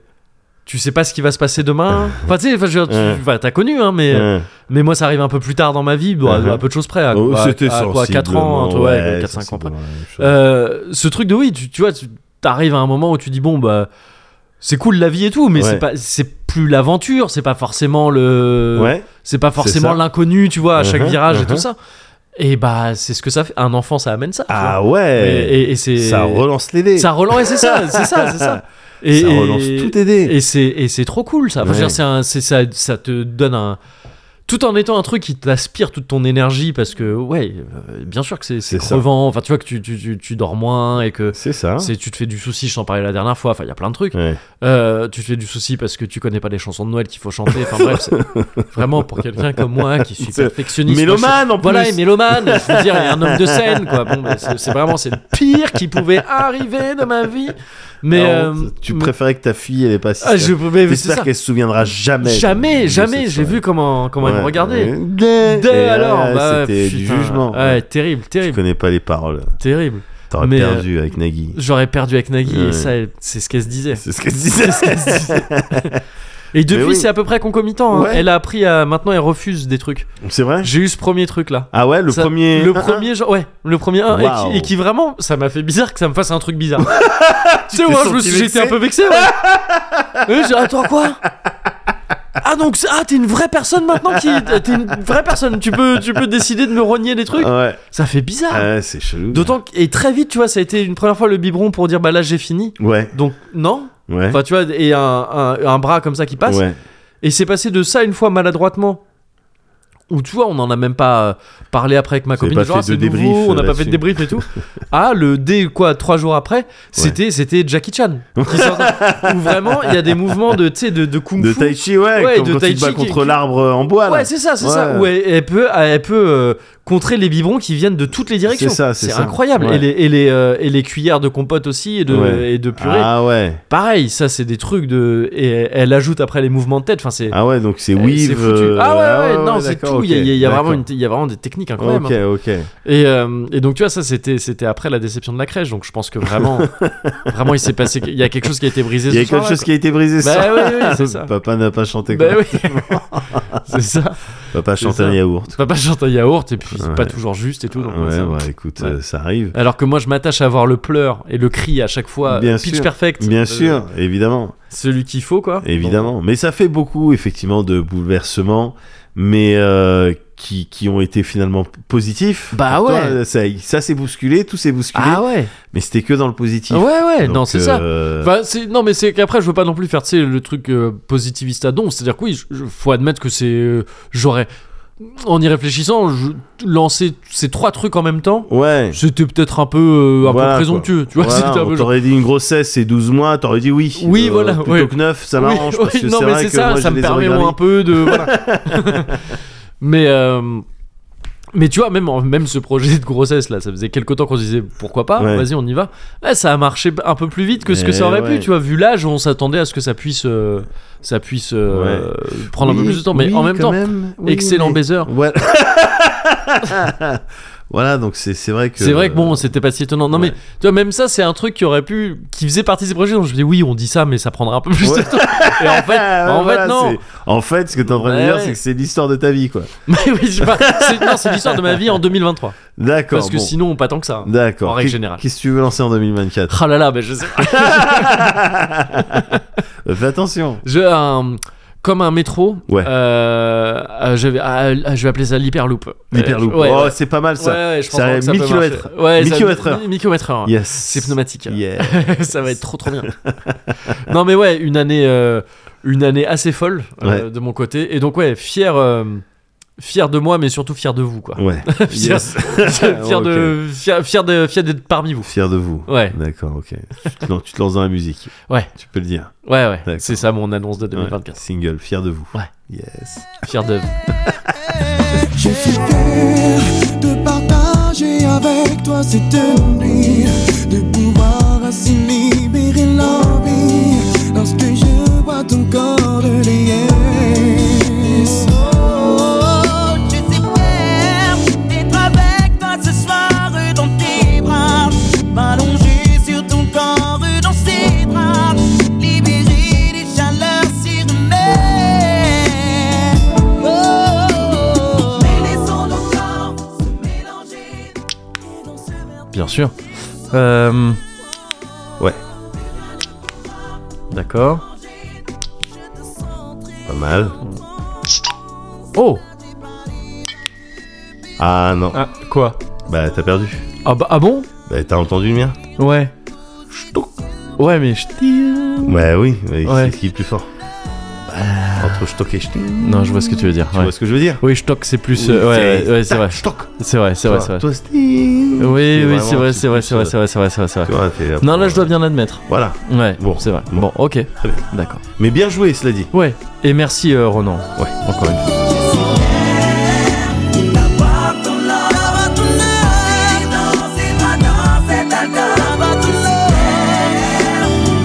tu sais pas ce qui va se passer demain. Enfin, tu sais, enfin, je veux dire, tu- Ouais. enfin, t'as connu, hein, mais, Ouais. mais moi, ça arrive un peu plus tard dans ma vie, bon, à- Uh-huh. à peu de choses près. À, Oh, à- C'était à quoi, 4 ans, sensiblement, un truc, ouais, ouais, 4-5 ans près. sensiblement la même chose. Euh, ce truc de oui, tu, tu vois, tu arrives à un moment où tu dis bon bah c'est cool la vie et tout, mais Ouais. c'est pas c'est plus l'aventure, c'est pas forcément le ouais, c'est pas forcément ça. l'inconnu, tu vois, à chaque Mhm, virage et tout mhm. ça. Et bah c'est ce que ça fait. Un enfant, ça amène ça. tu ah vois. Et, ouais, et- et c'est ça relance les dés, ça relance, ouais, c'est ça, c'est ça, c'est ça. Et, Ça relance et- tout les dés. et c'est et c'est trop cool ça. Enfin, je veux Ouais. dire, c'est un- c'est- ça, ça te donne un tout en étant un truc qui t'aspire toute ton énergie parce que ouais, euh, bien sûr que c'est c'est C'est ça. crevant. Enfin, tu vois que tu, tu, tu, tu dors moins et que C'est ça. c'est tu te fais du souci. Je t'en parlais la dernière fois. Enfin, il y a plein de trucs. Ouais. Euh, tu te fais du souci parce que tu connais pas les chansons de Noël qu'il faut chanter. Enfin bref, c'est- vraiment pour quelqu'un comme moi qui suis C'est- perfectionniste. moi, je suis- Mélomane en plus. voilà, et mélomane, je veux dire, et un homme de scène, quoi. Bon, bah, c'est c'est vraiment, c'est le pire qui pouvait arriver de ma vie. Mais. Alors, euh, tu mais- préférais que ta fille elle ait pas Ah, je mais c'est ça. J'espère qu'elle se souviendra jamais. Jamais, de jamais, cette j'ai soirée. vu comment, comment elle me Ouais. regardait. Dès, Dès Et alors, ouais, bah, c'était du putain, jugement. Ouais, terrible, Je terrible, connais pas les paroles. terrible. T'aurais Mais, euh, perdu avec Nagui. J'aurais perdu avec Nagui et Ouais. ça, c'est ce qu'elle se disait. C'est ce qu'elle disait. Et depuis, oui. c'est à peu près concomitant. hein. Ouais. Ah. Elle a appris à. Maintenant, elle refuse des trucs. C'est vrai J'ai eu ce premier truc là. Ah ouais, le Ça- premier. Ah, Le premier, genre, ouais, le premier un, et qui- et, Waouh. qui, vraiment, ça m'a fait bizarre que ça me fasse un truc bizarre. tu sais, t'es moi, je me senti suis, j'étais vexé un peu vexé, ouais. Et j'ai, attends, quoi Ah, donc, c'est- ah, t'es une vraie personne maintenant qui. T'es une vraie personne, tu peux, tu peux décider de me rogner des trucs. ah. Ouais, Ça fait bizarre. Ouais, c'est chelou. D'autant que, et très vite, tu vois, ça a été une première fois le biberon pour dire, bah là, j'ai fini. Ouais, Donc, non. ouais. Enfin, tu vois, et un, un, un bras comme ça qui passe. ouais. Et c'est passé de ça une fois maladroitement où tu vois, on n'en a même pas euh, parlé après avec ma Vous avez copine. pas genre, fait ah, c'est de nouveau, débrief, euh, on n'a pas là-dessus. fait de débrief et tout. ah, le dé, quoi, trois jours après, c'était c'était Jackie Chan. Qui sort- où vraiment, il y a des mouvements de, tu sais, de, de kung De fu. Tai Chi, ouais, Ouais, comme de quand tai tu te bats chi qui- contre qui- l'arbre euh, en bois. là. Ouais, c'est ça, c'est Ouais. ça. Où elle, elle peut, elle peut euh, contrer les biberons qui viennent de toutes les directions. C'est ça, c'est ça. incroyable. Ouais. Et, les, et, les, euh, et les cuillères de compote aussi et de, Ouais. et de purée. ah ouais. Pareil, ça, c'est des trucs de. Et elle ajoute après les mouvements de tête. Enfin, c'est. Ah ouais, donc c'est Eh, c'est weave. foutu. euh, ah ouais, ouais, non, c'est d'accord, tout. Il y a- ok, il y, a- il y a d'accord. vraiment une- il y a vraiment des techniques incroyables. hein. Ok, ok. Et, euh, et donc tu vois ça c'était c'était après la déception de la crèche donc je pense que vraiment vraiment il s'est passé il y a quelque chose qui a été brisé Il y a ce soir-là, quelque chose qui a été brisé. quoi. ça. bah oui, oui, c'est ça Papa n'a pas chanté quoi. bah oui c'est ça Papa C'est chante ça. un yaourt. papa chante un yaourt et puis c'est pas Ouais. toujours juste et tout donc, Ouais, ça- bah écoute, Ouais. euh, ça arrive. alors que moi je m'attache à avoir le pleur et le cri à chaque fois Bien pitch sûr. perfect Bien euh, sûr, évidemment, celui qu'il faut quoi évidemment. Mais ça fait beaucoup, effectivement, de bouleversements, mais euh, qui, qui ont été finalement positifs. Bah Pour ouais. toi, ça, ça s'est bousculé, tout s'est bousculé, ah ouais mais c'était que dans le positif. ouais ouais non Donc, c'est ça euh, Enfin, Bah, c'est- non, mais c'est qu'après, je veux pas non plus faire, tu sais, le truc euh, positiviste à don. C'est-à-dire que oui, je- je- faut admettre que c'est, euh, j'aurais, en y réfléchissant, je, lancer ces trois trucs en même temps, ouais. c'était peut-être un peu, euh, un Voilà, peu présomptueux, tu vois. Voilà, c'était un on peu genre- t'aurait dit une grossesse c'est 12 mois, t'aurais dit oui. Euh, Oui, voilà, Plutôt ouais. que 9, ça Oui, m'arrange. parce oui, que non, c'est mais vrai c'est que ça, moi, ça j'ai me les permet oreilles moi un gravées. peu de. voilà. mais. euh, mais tu vois, même, en- même ce projet de grossesse là, ça faisait quelques temps qu'on se disait pourquoi pas, Ouais. vas-y on y va. Ouais, ça a marché un peu plus vite que ce que Eh ça aurait ouais. pu, tu vois, vu l'âge, on s'attendait à ce que ça puisse, euh, ça puisse euh, prendre un peu Oui, plus de temps. Mais oui, en même quand temps, oui, excellent mais- baiser. Voilà. voilà, donc c'est c'est vrai que. euh, C'est vrai que bon, c'était pas si étonnant. Non mais ouais. tu vois, même ça, c'est un truc qui aurait pu, qui faisait partie de ces projets. Donc je me dis oui, on dit ça, mais ça prendra un peu plus Ouais. de temps. Et en fait, Ah, en voilà, fait non. c'est- En fait, ce que t'es en train de Ouais, dire, ouais. c'est que c'est l'histoire de ta vie, quoi. Mais oui, je sais pas. C'est- non, c'est l'histoire de ma vie en 2023. D'accord. Parce que bon. sinon, pas tant que ça. en D'accord. règle Qu'est- générale. Qu'est-ce que tu veux lancer en 2024 Ah là là, ben je sais pas. Euh, Fais attention. Je, un- comme un métro, Ouais. euh, euh, je, vais, ah, ah, je vais appeler ça l'hyperloop. L'hyperloop. Euh, ouais, oh, ouais. c'est pas mal ça. Ouais, ouais, je pense Ça vraiment a que ça 1000 peut kilomètres. marcher. Ouais, 1000 ça- kilomètres heure. 1000 kilomètres heure. Yes. C'est pneumatique. Yeah. ça va être trop trop bien. non mais ouais, une année, euh, une année assez folle euh, de mon côté. Et donc ouais, fier, euh, fier de moi, mais surtout fier de vous quoi. Ouais. Fier, Yes. Ah, fier de, fier, fier de, fier d'être parmi vous. Fier de vous. Ouais, D'accord, ok. Tu te lan- tu te lances dans la musique. Ouais. Tu peux le dire. ouais, ouais. D'accord. C'est ça mon annonce de Ouais. 2024. Single, fier de vous. Ouais. Yes. Fier de vous. Je suis fier de partager avec toi cette nuit, de pouvoir ainsi libérer l'envie lorsque je vois ton corps de liesse. Oh, je suis fière d'être avec toi ce soir euh, dans tes bras, m'allonger sur ton corps euh, dans ses bras, libérer les chaleurs surhumaines. Oh, mais laissons nos corps se mélanger et dans ce verre Bien sûr. Euh, Ouais. D'accord. Pas mal. Oh Ah non. ah, Quoi Bah, t'as perdu. ah, bah, ah bon Bah, t'as entendu le mien Ouais. Ouais, mais je Bah oui. mais Ouais. Bah. C'est qui est le plus fort Entre stock et ch'ti. Non, je vois ce que tu veux dire. Tu ouais. vois ce que je veux dire Oui, Stock, c'est plus. Oui, euh, ouais, ouais, ouais, c'est tac, vrai. Stock. C'est vrai, c'est vrai, Toi- c'est vrai. Toi, Sting. Oui, oui, c'est vraiment, vrai, tu c'est vrai, pousses, c'est vrai, c'est vrai, c'est vrai, c'est vrai, c'est Tu vrai. vois, t'es Non, là, je dois bien l'admettre. Voilà. Ouais, Bon, c'est vrai. bon. Bon, ok. bien. D'accord. Mais bien joué, cela dit. Ouais, et merci, euh, Ronan. Ouais. Encore une fois. D'avoir ton love, d'avoir ton love Danser pas dans cet alcool D'avoir ton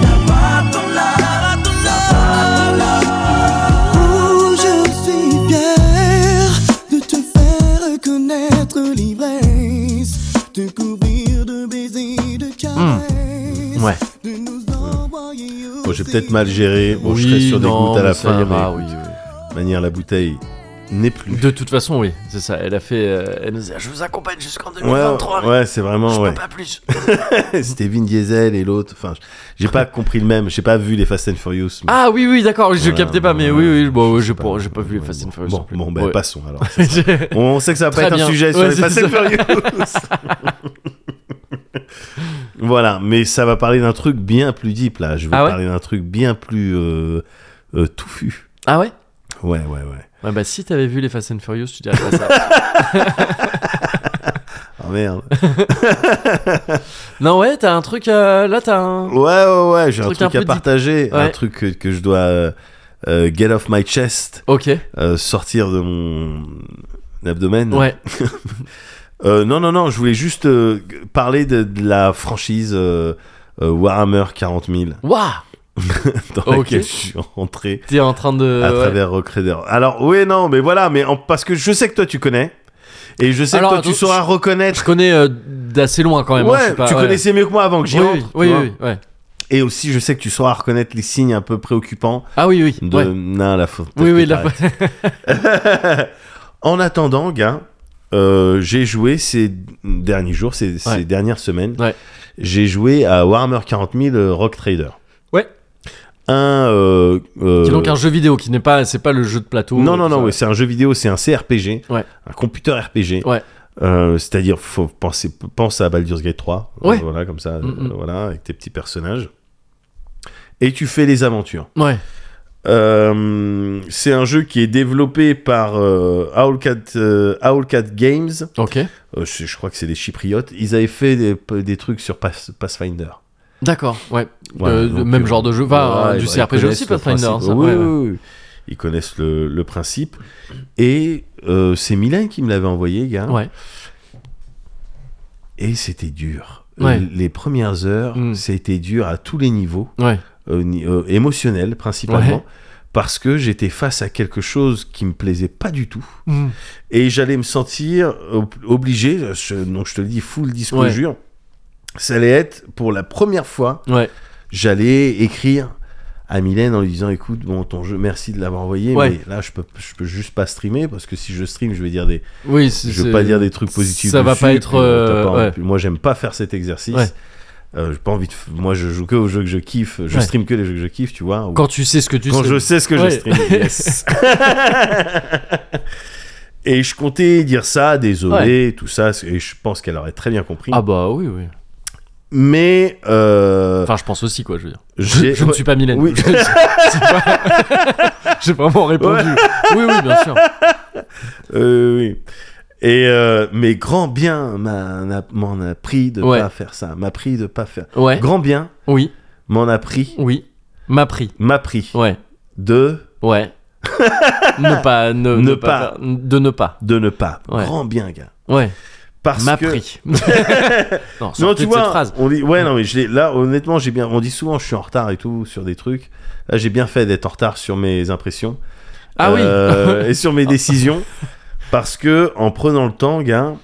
love D'avoir ton love, d'avoir ton love Oh, je suis fier de te faire connaître l'ivresse, de couvrir de baisers, de Hmm. caresses, Ouais. de nous envoyer au Bon, j'ai peut-être mal géré. Bon, je serai sur des non, gouttes à mais la ça fin. ira, mais oui, de toute manière, la bouteille n'est plus. oui. De toute façon, oui, c'est ça. Elle a fait. euh, elle nous a. Je vous accompagne jusqu'en Ouais, 2023. mais ouais, c'est vraiment, Je ouais. peux pas plus. C'était Vin Diesel et l'autre. Enfin, j'ai pas compris le même. J'ai pas vu les Fast and Furious. mais- Ah oui, oui, d'accord. Je Voilà, captais pas, bon, mais ouais, oui, oui. Bon, je j'ai sais pas, j'ai pas ouais, vu les Fast and Furious. non Bon, plus. bon, ben Ouais. passons alors. On sait que ça va pas Très être bien. un sujet Ouais, sur les Fast c'est and Furious. voilà, mais ça va parler d'un truc bien plus deep là. Je vais Ah ouais parler d'un truc bien plus euh, euh, touffu. ah ouais. Ouais, ouais, ouais. Ouais, bah si t'avais vu les Fast and Furious, tu dirais pas ça. Ah merde. non, ouais, t'as un truc. euh, là, t'as un. Ouais, ouais, ouais, j'ai un Truc truc, un peu à dit- partager, un Ouais. truc que, que je dois euh, euh, get off my chest, Ok, euh, sortir de mon abdomen. ouais. Euh, non, non, non, je voulais juste euh, parler de, de la franchise euh, euh, Warhammer 40 000 Waouh dans Ok. laquelle je suis rentré T'es en train de. à Euh, ouais. travers Recreator. Alors, oui, non, mais voilà, mais en- parce que je sais que toi tu connais et je sais Alors, que toi tu attends, sauras Je reconnaître. connais euh, d'assez loin quand même. hein, je ouais, suis pas- tu ouais. connaissais mieux que moi avant que j'y Oui, rentre. oui, tu oui, vois. oui, ouais. Et aussi, je sais que tu sauras reconnaître les signes un peu préoccupants Ah oui, oui. de. ouais. Non, la faute. Oui, oui, la en attendant, gars, euh, j'ai joué ces derniers jours, ces, ces Ouais. dernières semaines. Ouais. J'ai joué à Warhammer 40 000 euh, Rock Trader. Ouais. Un. euh, euh, Qui est donc un jeu vidéo qui n'est pas. C'est pas le jeu de plateau. non, euh, non, tout non, ça. oui, c'est un jeu vidéo, c'est un CRPG, Ouais. un computer RPG. Ouais. Euh, C'est-à-dire, faut penser, pense à Baldur's Gate 3, euh, Ouais. voilà, comme ça, euh, Mm, mm. voilà, avec tes petits personnages. Et tu fais les aventures. Ouais. Euh, c'est un jeu qui est développé par euh, Owlcat, euh, Owlcat Games. Ok. Euh, je, je crois que c'est des Chypriotes. Ils avaient fait des, des trucs sur Pass- Pathfinder. D'accord, ouais. Ouais, Euh, donc, même euh, genre de jeu. Enfin, ouais, du bah, ils CRPG aussi, connaissent le Pathfinder. hein, principe. ça, Oui, ouais, ouais. oui, oui. Ils connaissent le, le principe. Et euh, c'est Milan qui me l'avait envoyé, gars. Ouais. Et c'était dur. Ouais. Les- Les premières heures, Mm. c'était dur à tous les niveaux. Ouais. euh, ni- euh, émotionnel principalement, Ouais. parce que j'étais face à quelque chose qui me plaisait pas du tout. Mm. Et j'allais me sentir ob- obligé, je- donc je te le dis, full disclosure, ça allait être pour la première fois, Ouais. j'allais écrire à Mylène en lui disant écoute bon ton jeu merci de l'avoir envoyé Ouais. mais là je peux je peux juste pas streamer parce que si je stream je vais dire des Oui, c'est- je veux c'est- pas dire des trucs positifs Ça va dessus, pas être, puis, euh, t'as euh, pas envie- ouais. puis moi j'aime pas faire cet exercice Ouais. Euh, j'ai pas envie de f- moi je joue que aux jeux que je kiffe je Ouais. stream que les jeux que je kiffe tu vois ou- Quand tu sais ce que tu quand sais. je sais ce que Ouais. je stream. yes. et je comptais dire ça, désolé, tout ça, et je pense qu'elle aurait très bien compris. Ah bah oui, oui. Mais euh, Enfin, je pense aussi, quoi, je veux dire. j'ai- Je ne suis pas Mylène. Oui. Je- c'est pas- J'ai vraiment répondu. Oui, oui, bien sûr. euh, oui. Et euh, mais grand bien m'a- n'a- m'en a pris de Ouais. pas faire ça, m'a pris de pas faire. Ouais. Grand bien Oui, m'en a pris, oui. M'a pris. m'a pris Ouais, de ouais. ne pas, ne, Ne ne pas, pas. faire- de ne pas. de ne pas. Ouais. Grand bien, gars. Ouais. Parce M'a que pris. non, Non, sortez tu de cette vois, hein. phrase. on dit, ouais, non, mais je l'ai- là, honnêtement, j'ai bien. On dit souvent, je suis en retard et tout sur des trucs. Là, j'ai bien fait d'être en retard sur mes impressions. Ah oui. oui. et sur mes décisions, parce que en prenant le temps, gars,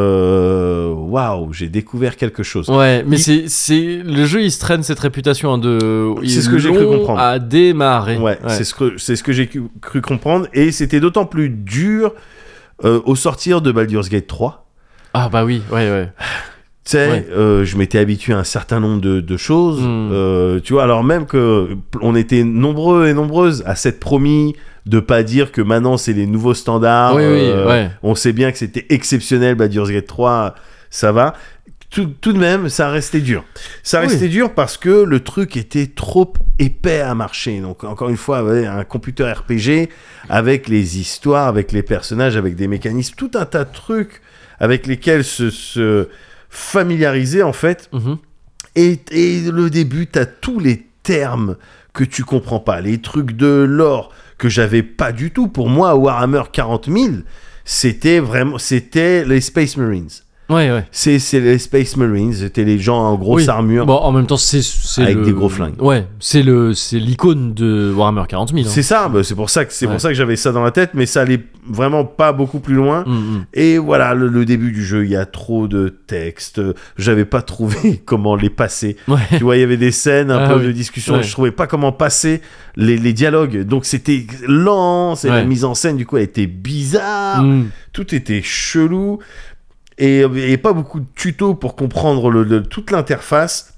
euh, waouh, j'ai découvert quelque chose. Ouais, mais Il- c'est c'est le jeu il se traîne cette réputation hein, de il C'est est ce que j'ai cru long comprendre. à démarrer. Ouais, c'est ce que c'est ce que j'ai cu- cru comprendre, et c'était d'autant plus dur euh, au sortir de Baldur's Gate 3. Ah bah oui, ouais ouais. Tu sais, Ouais. euh, je m'étais habitué à un certain nombre de, de choses. Mm. euh, tu vois, alors même que on était nombreux et nombreuses à s'être promis de pas dire que maintenant c'est les nouveaux standards. oui euh, oui, ouais. On sait bien que c'était exceptionnel, Baldur's Gate 3, ça va. Tout, tout de même, ça restait dur. Ça Oui. restait dur parce que le truc était trop épais à marcher. Donc, encore une fois, ouais, un computer RPG avec les histoires, avec les personnages, avec des mécanismes, tout un tas de trucs avec lesquels se, se familiariser, en fait, Mhm. et, et le début, t'as tous les termes que tu comprends pas, les trucs de l'or que j'avais pas du tout. Pour moi, Warhammer 40 000, c'était vraiment, c'était les Space Marines. Ouais ouais. C'est c'est les Space Marines, c'était les gens en grosse Oui. armure. Bon, en même temps, c'est c'est Avec le- des gros flingues. Ouais, c'est le c'est l'icône de Warhammer 40 000. hein. C'est ça, bah, c'est pour ça que c'est Ouais. pour ça que j'avais ça dans la tête, mais ça allait vraiment pas beaucoup plus loin. Mm, mm. Et voilà, le, le début du jeu, il y a trop de textes. J'avais pas trouvé comment les passer. Ouais. tu vois, il y avait des scènes, un Ah peu oui. de discussion, Ouais. je trouvais pas comment passer les, les dialogues. Donc c'était lent, c'est la Ouais. mise en scène du coup elle était bizarre, Mm. tout était chelou euh, et, et pas beaucoup de tutos pour comprendre le- le- toute l'interface.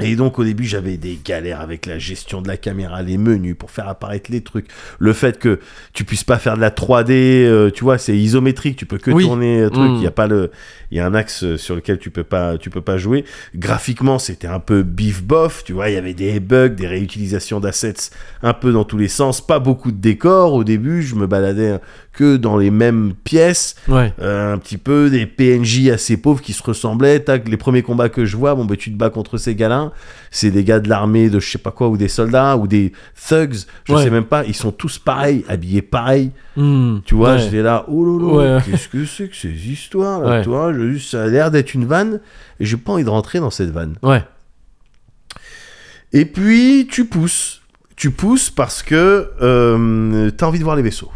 Et donc au début j'avais des galères avec la gestion de la caméra, les menus pour faire apparaître les trucs, le fait que tu puisses pas faire de la 3D, euh, tu vois c'est isométrique, tu peux que Oui. tourner un truc, Mm. il y a pas le, il y a un axe sur lequel tu peux pas, tu peux pas jouer. Graphiquement c'était un peu bif bof, tu vois il y avait des bugs, des réutilisations d'assets un peu dans tous les sens, pas beaucoup de décors au début, je me baladais que dans les mêmes pièces. Ouais. Euh, un petit peu des PNJ assez pauvres qui se ressemblaient. Tac, les premiers combats que je vois, bon, ben, tu te bats contre ces gars-là. C'est des gars de l'armée de je sais pas quoi, ou des soldats, ou des thugs, je Ouais. sais même pas. Ils sont tous pareils, habillés pareil. Hmm. Tu vois, Ouais. j'étais là, oh là là, Ouais. qu'est-ce que c'est que ces histoires là Ouais. Toi, je- ça a l'air d'être une vanne, et j'ai pas envie de rentrer dans cette vanne. Ouais. Et puis, tu pousses. Tu pousses parce que euh, tu as envie de voir les vaisseaux.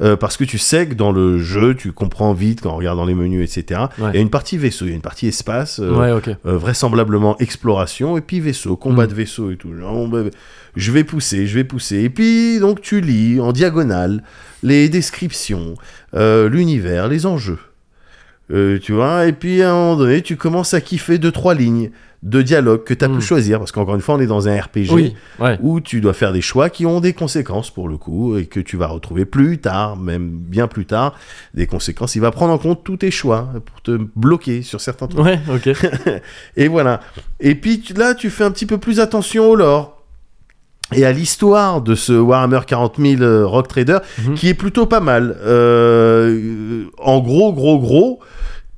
Euh, parce que tu sais que dans le jeu, tu comprends vite en regardant les menus, etc. Ouais. Il y a une partie vaisseau, il y a une partie espace, euh, ouais, ok. euh, vraisemblablement exploration, et puis vaisseau, combat Mm. de vaisseau et tout. Genre, bon, bah, je vais pousser, je vais pousser. Et puis, donc, tu lis en diagonale les descriptions, euh, l'univers, les enjeux. Euh, tu vois, et puis à un moment donné, tu commences à kiffer deux, trois lignes de dialogue que tu as Mm. pu choisir, parce qu'encore une fois, on est dans un RPG Oui. Ouais. où tu dois faire des choix qui ont des conséquences pour le coup et que tu vas retrouver plus tard, même bien plus tard, des conséquences. Il va prendre en compte tous tes choix pour te bloquer sur certains trucs. Ouais, ok. Et voilà. Et puis tu- là, tu fais un petit peu plus attention au lore et à l'histoire de ce Warhammer 40 000 euh, Rock Trader Mhm. qui est plutôt pas mal. Euh, en gros, gros, gros.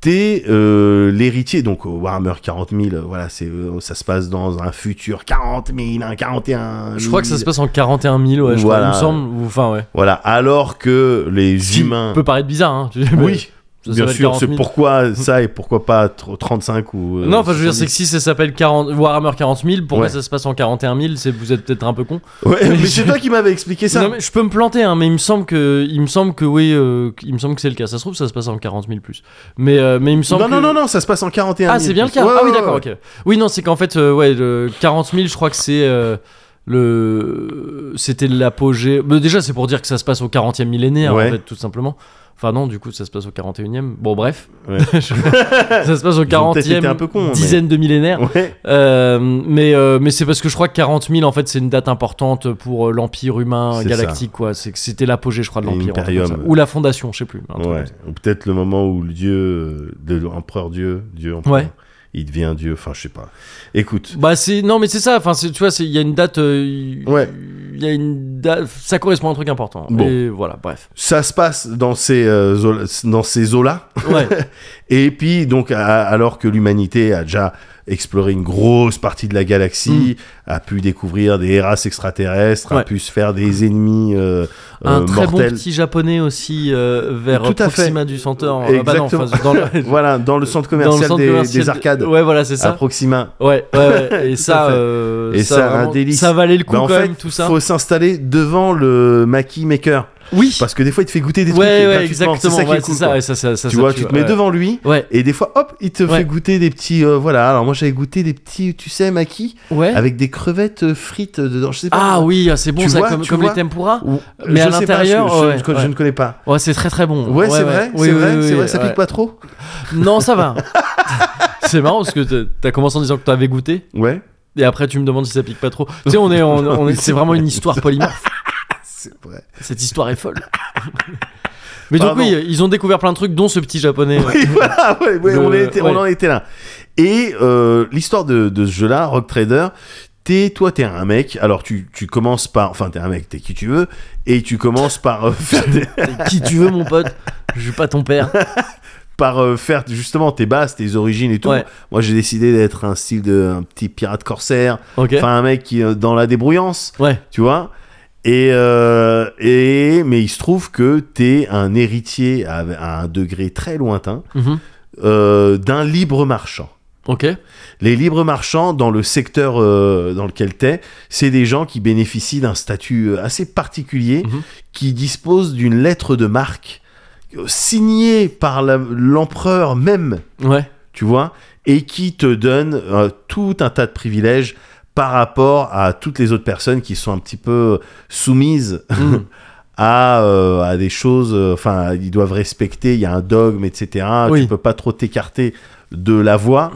T'es euh, l'héritier, donc au Warhammer 40 000, euh, voilà, c'est, euh, ça se passe dans un futur 40 000, un 41 000. Je crois que ça se passe en 41 000, ouais, je crois, Voilà. il me semble. ou- Enfin, ouais. Voilà, alors que les Ce qui humains. peut paraître bizarre, hein. Oui, Ça bien s'appelle sûr, 40 c'est 000. pourquoi ça et pourquoi pas tr- 35 ou. euh, Non, enfin, je veux dire, c'est que 70. si ça s'appelle 40 Warhammer 40 000, pourquoi Ouais. ça se passe en 41 000 c'est- Vous êtes peut-être un peu con. Ouais, mais c'est toi qui m'avais expliqué ça. Non, mais je peux me planter, hein, mais il me semble que, il me semble que, oui, euh, il me semble que c'est le cas. Ça se trouve, ça se passe en 40 000 plus. Mais, euh, mais il me semble. Non, que- non, non, non, ça se passe en 41 Ah, c'est bien le cas. Ouais, ah oui, ouais, d'accord, ouais. ok. Oui, non, c'est qu'en fait, euh, ouais, le 40 000, je crois que c'est euh, le, c'était l'apogée. Bah, déjà, c'est pour dire que ça se passe au 40e millénaire, Ouais. en fait, tout simplement. Enfin non, du coup, ça se passe au 41e. Bon, bref. Ouais. ça se passe au Ils ont peut-être 40e, été un peu cons, mais- dizaine de millénaires. Ouais. Euh, mais euh, mais c'est parce que je crois que 40 000 en fait c'est une date importante pour euh, l'empire humain C'est galactique quoi. C'est que c'était l'apogée je crois de Et l'empire un truc Imperium. comme ça. ou la fondation je sais plus. un truc Ouais. comme ça. Ou peut-être le moment où le dieu, euh, de l'empereur dieu, dieu empereur, Ouais. il devient dieu, enfin je sais pas. Écoute, Bah c'est non mais c'est ça. Enfin c'est- tu vois c'est- il y a une date. euh, il- Ouais. Il y a une date. Ça correspond à un truc important. Bon. Et voilà bref. ça se passe dans ces, euh, zo- dans ces eaux-là, Ouais. Et puis, donc, à- alors que l'humanité a déjà exploré une grosse partie de la galaxie, a pu découvrir des races extraterrestres, a Hmm. Ouais. pu se faire des ennemis euh, un euh, très mortels. bon petit japonais aussi euh, vers Tout à fait. Proxima du Centaure. Ah bah non, Exactement. enfin, dans le, voilà, dans le centre dans le commercial, centre des, commercial des arcades, Ouais voilà c'est à ça. Proxima. Ouais, ouais, ouais. Et Tout à ça, fait. euh, Et ça, un vraiment- délice. Ça valait le coup Bah, en quand fait, même, tout ça. faut s'installer devant le Maquis Maker. Oui. Parce que des fois, il te fait goûter des trucs. ouais, ouais, gratuitement. exactement. C'est ça qui ouais, est cool. c'est ça, quoi. ouais, ça, ça, ça, tu ça vois, tue, tu te mets ouais. devant lui. Ouais, Et des fois, hop, il te Ouais. fait goûter des petits. euh, voilà, alors moi j'avais goûté des petits, tu sais, maquis, ouais. avec des crevettes euh, frites dedans. Je sais pas Ah comment- oui, ah, c'est bon Tu ça, vois, comme, tu comme vois. les tempura. Ou- Mais je à sais pas, l'intérieur, je, je- ouais, je- je ouais. ne connais pas. Ouais, c'est très très bon. Ouais, c'est vrai, Oui, c'est oui, vrai, oui, c'est vrai, oui, ça ouais. pique pas trop. Non, ça va. c'est marrant parce que t'as- t'as commencé en disant que t'avais goûté, Ouais. et après tu me demandes si ça pique pas trop. Tu sais, on est, on, on est- c'est vraiment une histoire polymorphe. C'est vrai. Cette histoire est folle. Mais Pardon. donc oui, ils ont découvert plein de trucs, dont ce petit japonais. Oui, voilà, ouais, ouais, Le- on, en était- on ouais. en était là. Et euh, l'histoire de, de ce jeu-là, Rock Trader, t'es, toi, t'es un mec, alors tu, tu commences par. Enfin, t'es un mec, t'es qui tu veux, et tu commences par euh, faire des- Qui tu veux, mon pote Je suis pas ton père. par euh, faire justement tes bases, tes origines et tout. Ouais. Moi, j'ai décidé d'être un style de un petit pirate corsaire, Ok. enfin un mec qui est dans la débrouillance, ouais. tu vois. Et, euh, et mais il se trouve que t'es un héritier à, à un degré très lointain Mhm. euh, d'un libre marchand. Ok. Les libres marchands dans le secteur euh, dans lequel t'es, c'est des gens qui bénéficient d'un statut euh, assez particulier, Mhm. qui disposent d'une lettre de marque euh, signée par la- l'empereur même, Ouais. tu vois, et qui te donne euh, tout un tas de privilèges par rapport à toutes les autres personnes qui sont un petit peu euh, soumises Mm. à, euh, à des choses, euh, enfin, ils doivent respecter, il y a un dogme, etc. Oui. Tu peux pas trop t'écarter de la voie.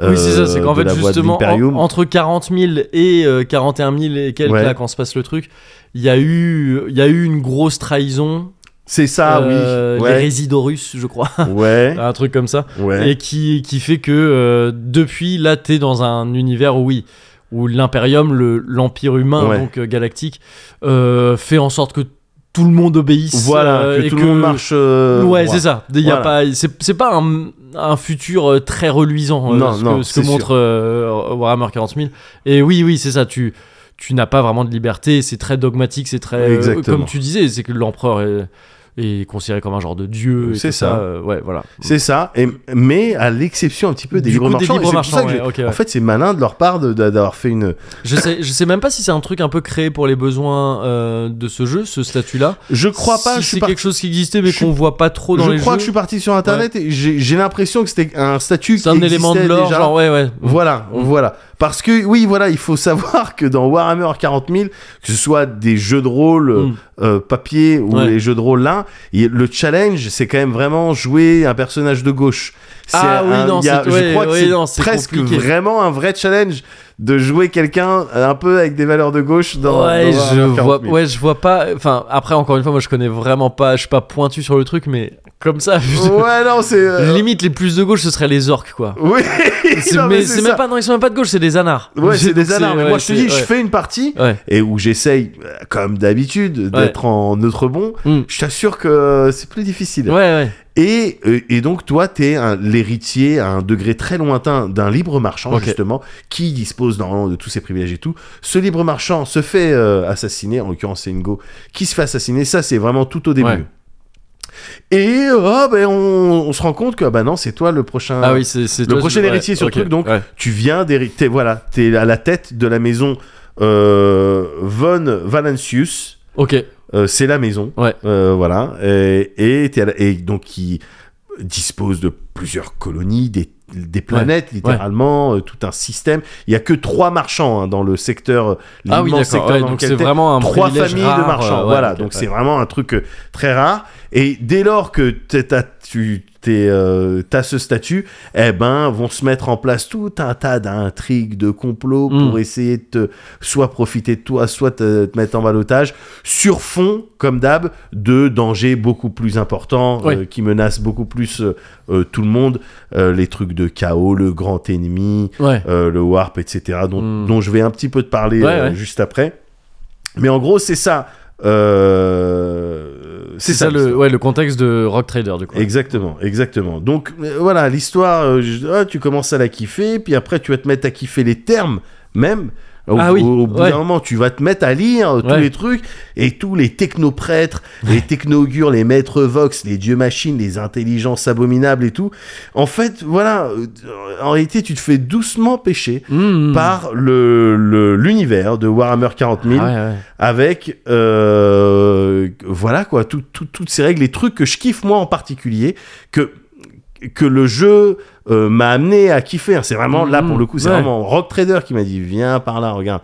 Oui, c'est ça, c'est euh, qu'en de fait, la voix de justement, en- l'Hyperium. entre 40 000 et euh, 41 000 et quelques, Ouais. là, quand se passe le truc, il y, a eu- il y a eu une grosse trahison. C'est ça, euh, Ah oui. Les Ouais, Résidorus, je crois. ouais, un truc comme ça. ouais. Et qui, qui fait que euh, depuis, là, t'es dans un univers où, oui, où l'Imperium, le- l'Empire humain, Ouais. donc euh, galactique, euh, fait en sorte que tout le monde obéisse. Voilà, euh, que et tout le monde marche. euh, ouais, droit. c'est ça. Il y a Voilà. pas, c'est c'est pas un, un futur euh, très reluisant. euh, Non, ce non, que, ce que c'est montre euh, Warhammer 40 000. Et oui, oui, c'est ça. Tu, tu n'as pas vraiment de liberté. C'est très dogmatique. C'est très, euh, Exactement. comme tu disais, c'est que l'empereur est, est considéré comme un genre de dieu. et C'est tout ça. euh, ouais, voilà. C'est ça, et, mais à l'exception un petit peu des Du livres coup, des marchands. et libres c'est marchands, pour ça que ouais, j'ai- ok, ouais. En fait, c'est malin de leur part de- de- d'avoir fait une. Je sais, je sais même pas si c'est un truc un peu créé pour les besoins euh, de ce jeu, ce statut-là. Je crois pas. Si je suis c'est par- quelque chose qui existait mais je suis- qu'on voit pas trop dans je les crois jeux. que je suis parti sur internet et j'ai j'ai l'impression que c'était un statut C'est qui un élément de existait l'or, déjà. genre ouais, ouais. Voilà, Mm. voilà. Parce que oui, voilà, il faut savoir que dans Warhammer 40 000, que ce soit des jeux de rôle Mm. euh, papier ou Ouais. les jeux de rôle là, il- le challenge, c'est quand même vraiment jouer un personnage de gauche. C'est Ah oui, un- non, il y a- c'est- ouais, je crois ouais, non, que c'est c'est presque compliqué. vraiment un vrai challenge de jouer quelqu'un un peu avec des valeurs de gauche dans. ouais, dans je Warhammer 40 000. vois, ouais, je vois pas. Enfin, après, encore une fois, moi, je connais vraiment pas. Je suis pas pointu sur le truc, mais comme ça, vu de- Ouais, non, c'est. euh, limite les plus de gauche, ce seraient les orques, quoi. Oui, C'est- non, mais c'est ça. même pas, non, ils sont même pas de gauche, c'est des anards. Ouais, c'est des donc alarmes. ouais, Moi, je te c'est- dis, ouais. je fais une partie Ouais. et où j'essaye, euh, comme d'habitude, d'être en neutre bon. Mm. Je t'assure que c'est plus difficile. Ouais, ouais. Et, euh, et donc, toi, t'es un- l'héritier à un degré très lointain d'un libre marchand, Ok. justement, qui dispose normalement de tous ses privilèges et tout. Ce libre marchand se fait euh, assassiner, en l'occurrence, c'est Ingo, qui se fait assassiner. Ça, c'est vraiment tout au début. Ouais. Et euh, ah, ben, on, on se rend compte que ah, bah non, c'est toi le prochain Ah oui, c'est c'est le toi, prochain tu- héritier ouais, sur le ok, truc, donc ouais. tu viens d'hériter, voilà, t'es à la tête de la maison euh, Von Valencius, Ok. Euh, c'est la maison, Ouais. Euh, voilà, et, et, t'es à la- et donc qui dispose de plusieurs colonies, des, des planètes littéralement, euh, tout un système. Il y a que trois marchands hein, dans le secteur, Ah oui, l'immense d'accord. secteur ouais, dans donc lequel c'est t'es vraiment un trois privilège familles rare, de marchands. euh, ouais, voilà, ok, donc ouais. c'est vraiment un truc euh, très rare. Et dès lors que t'es- t'as- tu t'es, euh, t'as ce statut, eh ben, vont se mettre en place tout un tas d'intrigues, de complots Mm. pour essayer de te- soit profiter de toi, soit te, te mettre en balotage, sur fond, comme d'hab, de dangers beaucoup plus importants Oui. euh, qui menacent beaucoup plus euh, euh, tout le monde, Euh, les trucs de chaos, le grand ennemi, Ouais. euh, le warp, etc., dont, Mm. dont je vais un petit peu te parler Ouais, euh, ouais. juste après. Mais en gros, c'est ça. euh, C'est ça, le, l'histoire. ouais, le contexte de Rock Trader, du coup. Exactement, exactement. Donc euh, voilà, l'histoire, euh, je- ah, tu commences à la kiffer, puis après tu vas te mettre à kiffer les termes, même. Au, Ah oui, au- au bout ouais. d'un moment, tu vas te mettre à lire euh, tous Ouais. les trucs et tous les technoprêtres, les technogures, les maîtres vox, les dieux machines, les intelligences abominables et tout. En fait, voilà, euh, en réalité, tu te fais doucement pêcher Mm. par le le- l'univers de Warhammer 40 000 Ah ouais, ouais. avec euh, voilà quoi tout- tout- toutes ces règles les trucs que je kiffe moi en particulier que que le jeu euh, m'a amené à kiffer hein. c'est vraiment là Mhm, pour le coup c'est ouais. vraiment Rock Trader qui m'a dit viens par là regarde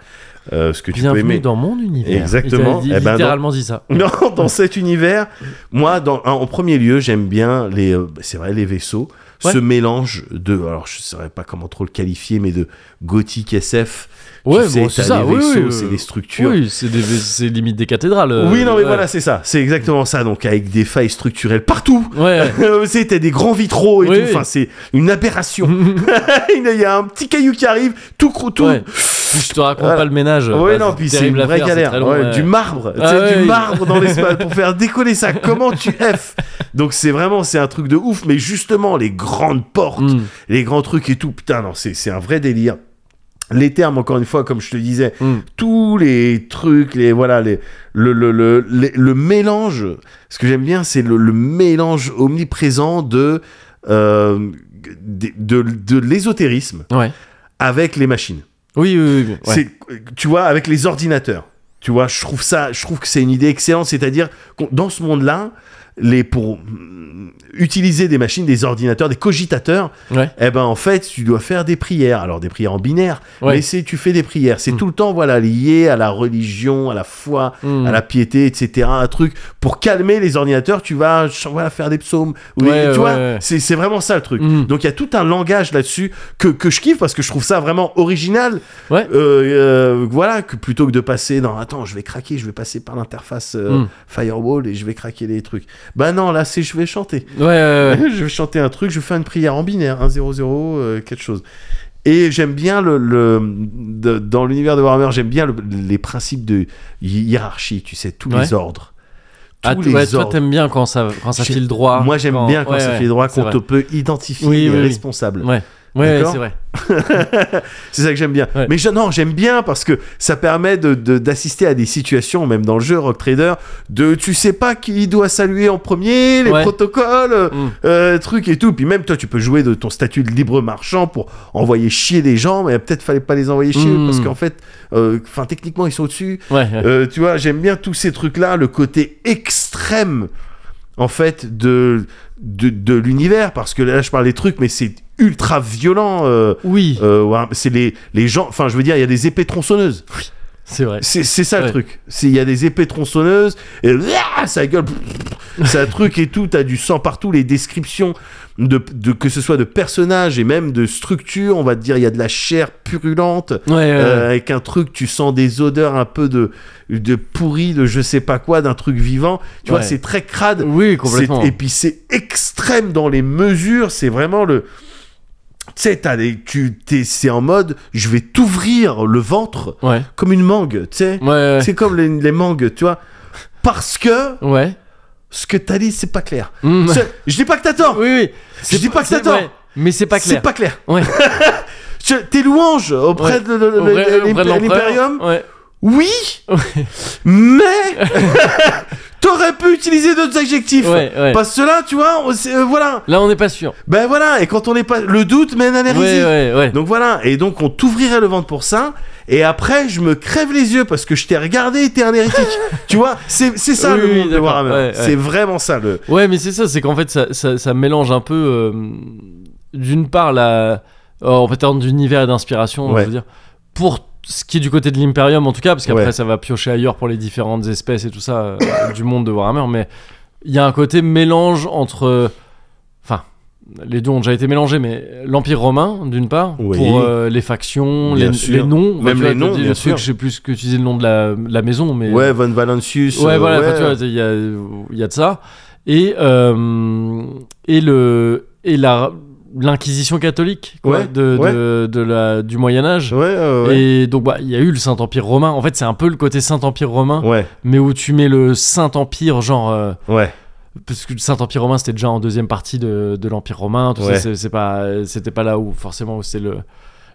euh, ce que tu peux Bienvenue aimer dans mon univers. Exactement. Il a Eh ben, littéralement dit ça. non, dans cet univers, moi, dans, en, en premier lieu, j'aime bien les, euh, c'est vrai, les vaisseaux, Ouais. ce mélange de, alors je ne saurais pas comment trop le qualifier, mais de gothique SF. Ouais, tu sais, bon, c'est t'as ça, les oui, vaisseaux, oui, c'est euh, des structures. Oui, c'est des- c'est limite des cathédrales. euh, oui, non, mais ouais. voilà, c'est ça, c'est exactement ça. Donc avec des failles structurelles partout. Ouais, ouais. Euh, c'est t'as des grands vitraux et Oui, Mm. tout. oui. Enfin, c'est une aberration. Il y a un petit caillou qui arrive, tout crou- tout. Ouais. Puis je te raconte Voilà. pas le ménage. Bah, Ouais, non, c'est puis c'est terrible une vraie affaire, c'est galère. très long, Ouais, ouais. Du marbre, tu Ah sais, ouais. du marbre dans l'espace pour faire décoller ça. Comment tu F Donc c'est vraiment, c'est un truc de ouf. Mais justement, les grandes portes, Mm. les grands trucs et tout, putain, non, c'est c'est un vrai délire. Les termes, encore une fois, comme je te disais, Mm. tous les trucs, les voilà, les, le, le, le, les- le mélange. Ce que j'aime bien, c'est le, le mélange omniprésent de, euh, de, de, de l'ésotérisme Ouais. avec les machines. Oui, oui, oui. oui. Ouais. C'est, tu vois, avec les ordinateurs. Tu vois, je trouve ça, je trouve que c'est une idée excellente. C'est-à-dire que dans ce monde-là, les, pour mm, utiliser des machines, des ordinateurs, des cogitateurs, Ouais. eh ben en fait, tu dois faire des prières. Alors des prières en binaire, Ouais. mais c'est tu fais des prières. C'est Mm. tout le temps voilà lié à la religion, à la foi, Mm. à la piété, etc. Un truc pour calmer les ordinateurs, tu vas ch- voilà, faire des psaumes. Ou des- Ouais, tu ouais, vois, ouais. c'est c'est vraiment ça le truc. Mm. Donc il y a tout un langage là-dessus que, que je kiffe parce que je trouve ça vraiment original. Ouais. Euh, euh, voilà, que plutôt que de passer dans attends, je vais craquer, je vais passer par l'interface euh, Mm. firewall et je vais craquer les trucs. Bah non, là c'est je vais chanter. Ouais, ouais, ouais. je vais chanter un truc, je fais une prière en binaire, 1 0 0 euh, quelque chose. Et j'aime bien le, le- de- dans l'univers de Warhammer, j'aime bien le- les principes de hi- hiérarchie, tu sais, tous les Ouais. ordres. Tous Ah, t- les ouais, toi, ordres. t'aimes bien quand ça, quand ça J'ai- file droit. Moi, j'aime bien quand ouais, ça ouais, fait droit, c'est qu'on vrai. te peut identifier Oui, les oui, oui. responsables. Ouais, ouais, D'accord c'est vrai. C'est ça que j'aime bien. Ouais. Mais je- non, j'aime bien parce que ça permet de- de- d'assister à des situations, même dans le jeu Rock Trader, de tu sais pas qui doit saluer en premier, les Ouais. protocoles, euh, Mm. euh, trucs et tout. Puis même toi, tu peux jouer de ton statut de libre marchand pour envoyer chier les gens, mais peut-être fallait pas les envoyer chier Mm. parce qu'en fait, euh, enfin techniquement, ils sont au-dessus. Ouais, ouais. Euh, tu vois, j'aime bien tous ces trucs-là, le côté extrême, en fait, de, de, de l'univers, parce que là, je parle des trucs, mais c'est ultra violent. euh, oui, euh, Warhammer. c'est les, les gens, enfin, je veux dire, il y a des épées tronçonneuses. c'est vrai. C'est c'est ça le Ouais. truc. C'est- Il y a des épées tronçonneuses, et ah, ça gueule, c'est un truc et tout, t'as du sang partout, les descriptions, de, de- que ce soit de personnages et même de structures, on va te dire, il y a de la chair purulente, Ouais, ouais, euh, ouais. avec un truc, tu sens des odeurs un peu de, de pourri, de je sais pas quoi, d'un truc vivant. Tu vois, Ouais. c'est très crade. oui, complètement. euh, C'est- Et puis c'est extrême dans les mesures, c'est vraiment le. Tu sais, t'as des- tu- t'es- c'est en mode, je vais t'ouvrir le ventre Ouais, comme une mangue, tu sais. ouais, ouais. C'est comme les, les mangues, tu vois. Parce que Ouais. ce que t'as dit, c'est pas clair. Mm. C'est- Je dis pas que t'as tort. Oui, oui. Je dis pas que t'as c'est- tort. ouais, Mais c'est pas clair. C'est pas clair. Ouais. Je- Tes louanges auprès Ouais. de le- le- Auprès- le- auprès de l'empereur. l'impérium, Ouais. oui, mais t'aurais pu utiliser d'autres adjectifs. Ouais, ouais. Parce que là, tu vois, on- c'est- euh, voilà. Là, on n'est pas sûr. Ben voilà, et quand on n'est pas. Le doute mène à Ouais, l'hérésie. ouais, ouais. Donc voilà, et donc on t'ouvrirait le ventre pour ça, et après je me crève les yeux parce que je t'ai regardé et t'es un hérétique. tu vois, c'est c'est ça Oui, le oui, monde de d'accord, Warhammer. ouais, ouais. C'est vraiment ça le. Ouais, mais c'est ça, c'est qu'en fait, ça, ça, ça mélange un peu, euh, d'une part, la, euh, en fait, termes d'univers et d'inspiration, Ouais. je veux dire, pour ce qui est du côté de l'Imperium, en tout cas, parce qu'après, Ouais. ça va piocher ailleurs pour les différentes espèces et tout ça euh, du monde de Warhammer, mais il y a un côté mélange entre. Enfin, les deux ont déjà été mélangés, mais l'Empire romain, d'une part, Oui. pour euh, les factions, Bien les, sûr. les noms, Même tu vois, les tu noms, dis le bien truc, sûr. Je sais plus ce que tu disais, le nom de la, la maison, mais. Ouais, Von Valentius. Ouais, euh, voilà, enfin, tu vois, il y a, il y a de ça. Et, euh, et, le, et la, l'Inquisition catholique quoi, Ouais, de, ouais. de, de la, du Moyen-Âge. Ouais, ouais, ouais. Et donc, bah, il y a eu le Saint-Empire romain. En fait, c'est un peu le côté Saint-Empire romain, Ouais, mais où tu mets le Saint-Empire, genre. euh, ouais. parce que le Saint-Empire romain, c'était déjà en deuxième partie de, de l'Empire romain. Tout ça, Ouais. c'est- c'est pas, c'était pas là où, forcément, où c'est le.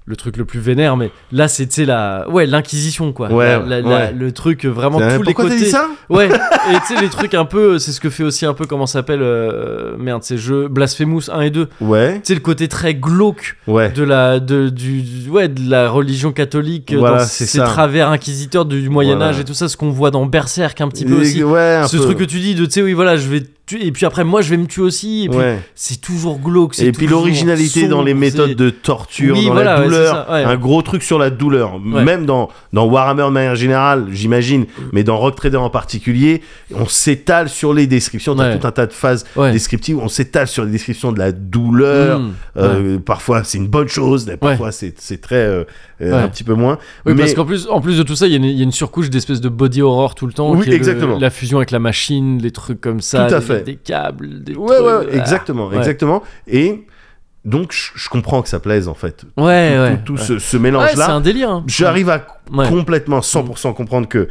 Le truc le plus vénère, mais là c'est tu sais, la ouais l'inquisition quoi, Ouais, La- la- la- ouais. le truc vraiment Euh, tous les Pourquoi t'as côtés. dit ça Ouais, et tu sais, les trucs un peu, c'est ce que fait aussi un peu, comment ça s'appelle, euh, merde, ces jeux Blasphemous 1 et 2. Tu Ouais, sais, le côté très glauque ouais. de la, de, du, du- ouais, de la religion catholique, euh, Voilà, dans c'est ses ça. travers inquisiteurs du, Moyen-Âge Voilà. et tout ça, ce qu'on voit dans Berserk un petit peu aussi. Ouais, un ce peu. truc que tu dis de, tu sais, oui, voilà, je vais tuer, et puis après, moi, je vais me tuer aussi, et puis Ouais. c'est toujours glauque. c'est Et puis toujours l'originalité dans sombre, les méthodes c'est- de torture, Oui, dans voilà, la ouais, douleur, c'est ça, ouais. un gros truc sur la douleur. Même dans, dans Warhammer de manière générale, Mm. j'imagine, mais dans Rock Trader en particulier, on s'étale sur les descriptions. T'as Ouais. tout un tas de phases Ouais. descriptives, on s'étale sur les descriptions de la douleur. Mm. Ouais. Euh, Parfois c'est une bonne chose, mais parfois c'est- c'est très euh, euh, Ouais. un petit peu moins. Oui, mais parce qu'en plus, en plus de tout ça, il y, a une- il y a une surcouche d'espèces de body horror tout le temps. Oui, qui est le- exactement. la fusion avec la machine, les trucs comme ça. Tout à des- fait. Des câbles, des ouais, trucs, ouais, voilà. exactement, euh, ah, Ouais. exactement. Et donc je je comprends que ça plaise en fait. Ouais, Tout- Eh ouais. tout ouais. ce, ce Ouais, mélange c'est là. un délire. hein. J'arrive à Ouais. Mm. complètement 100% comprendre que,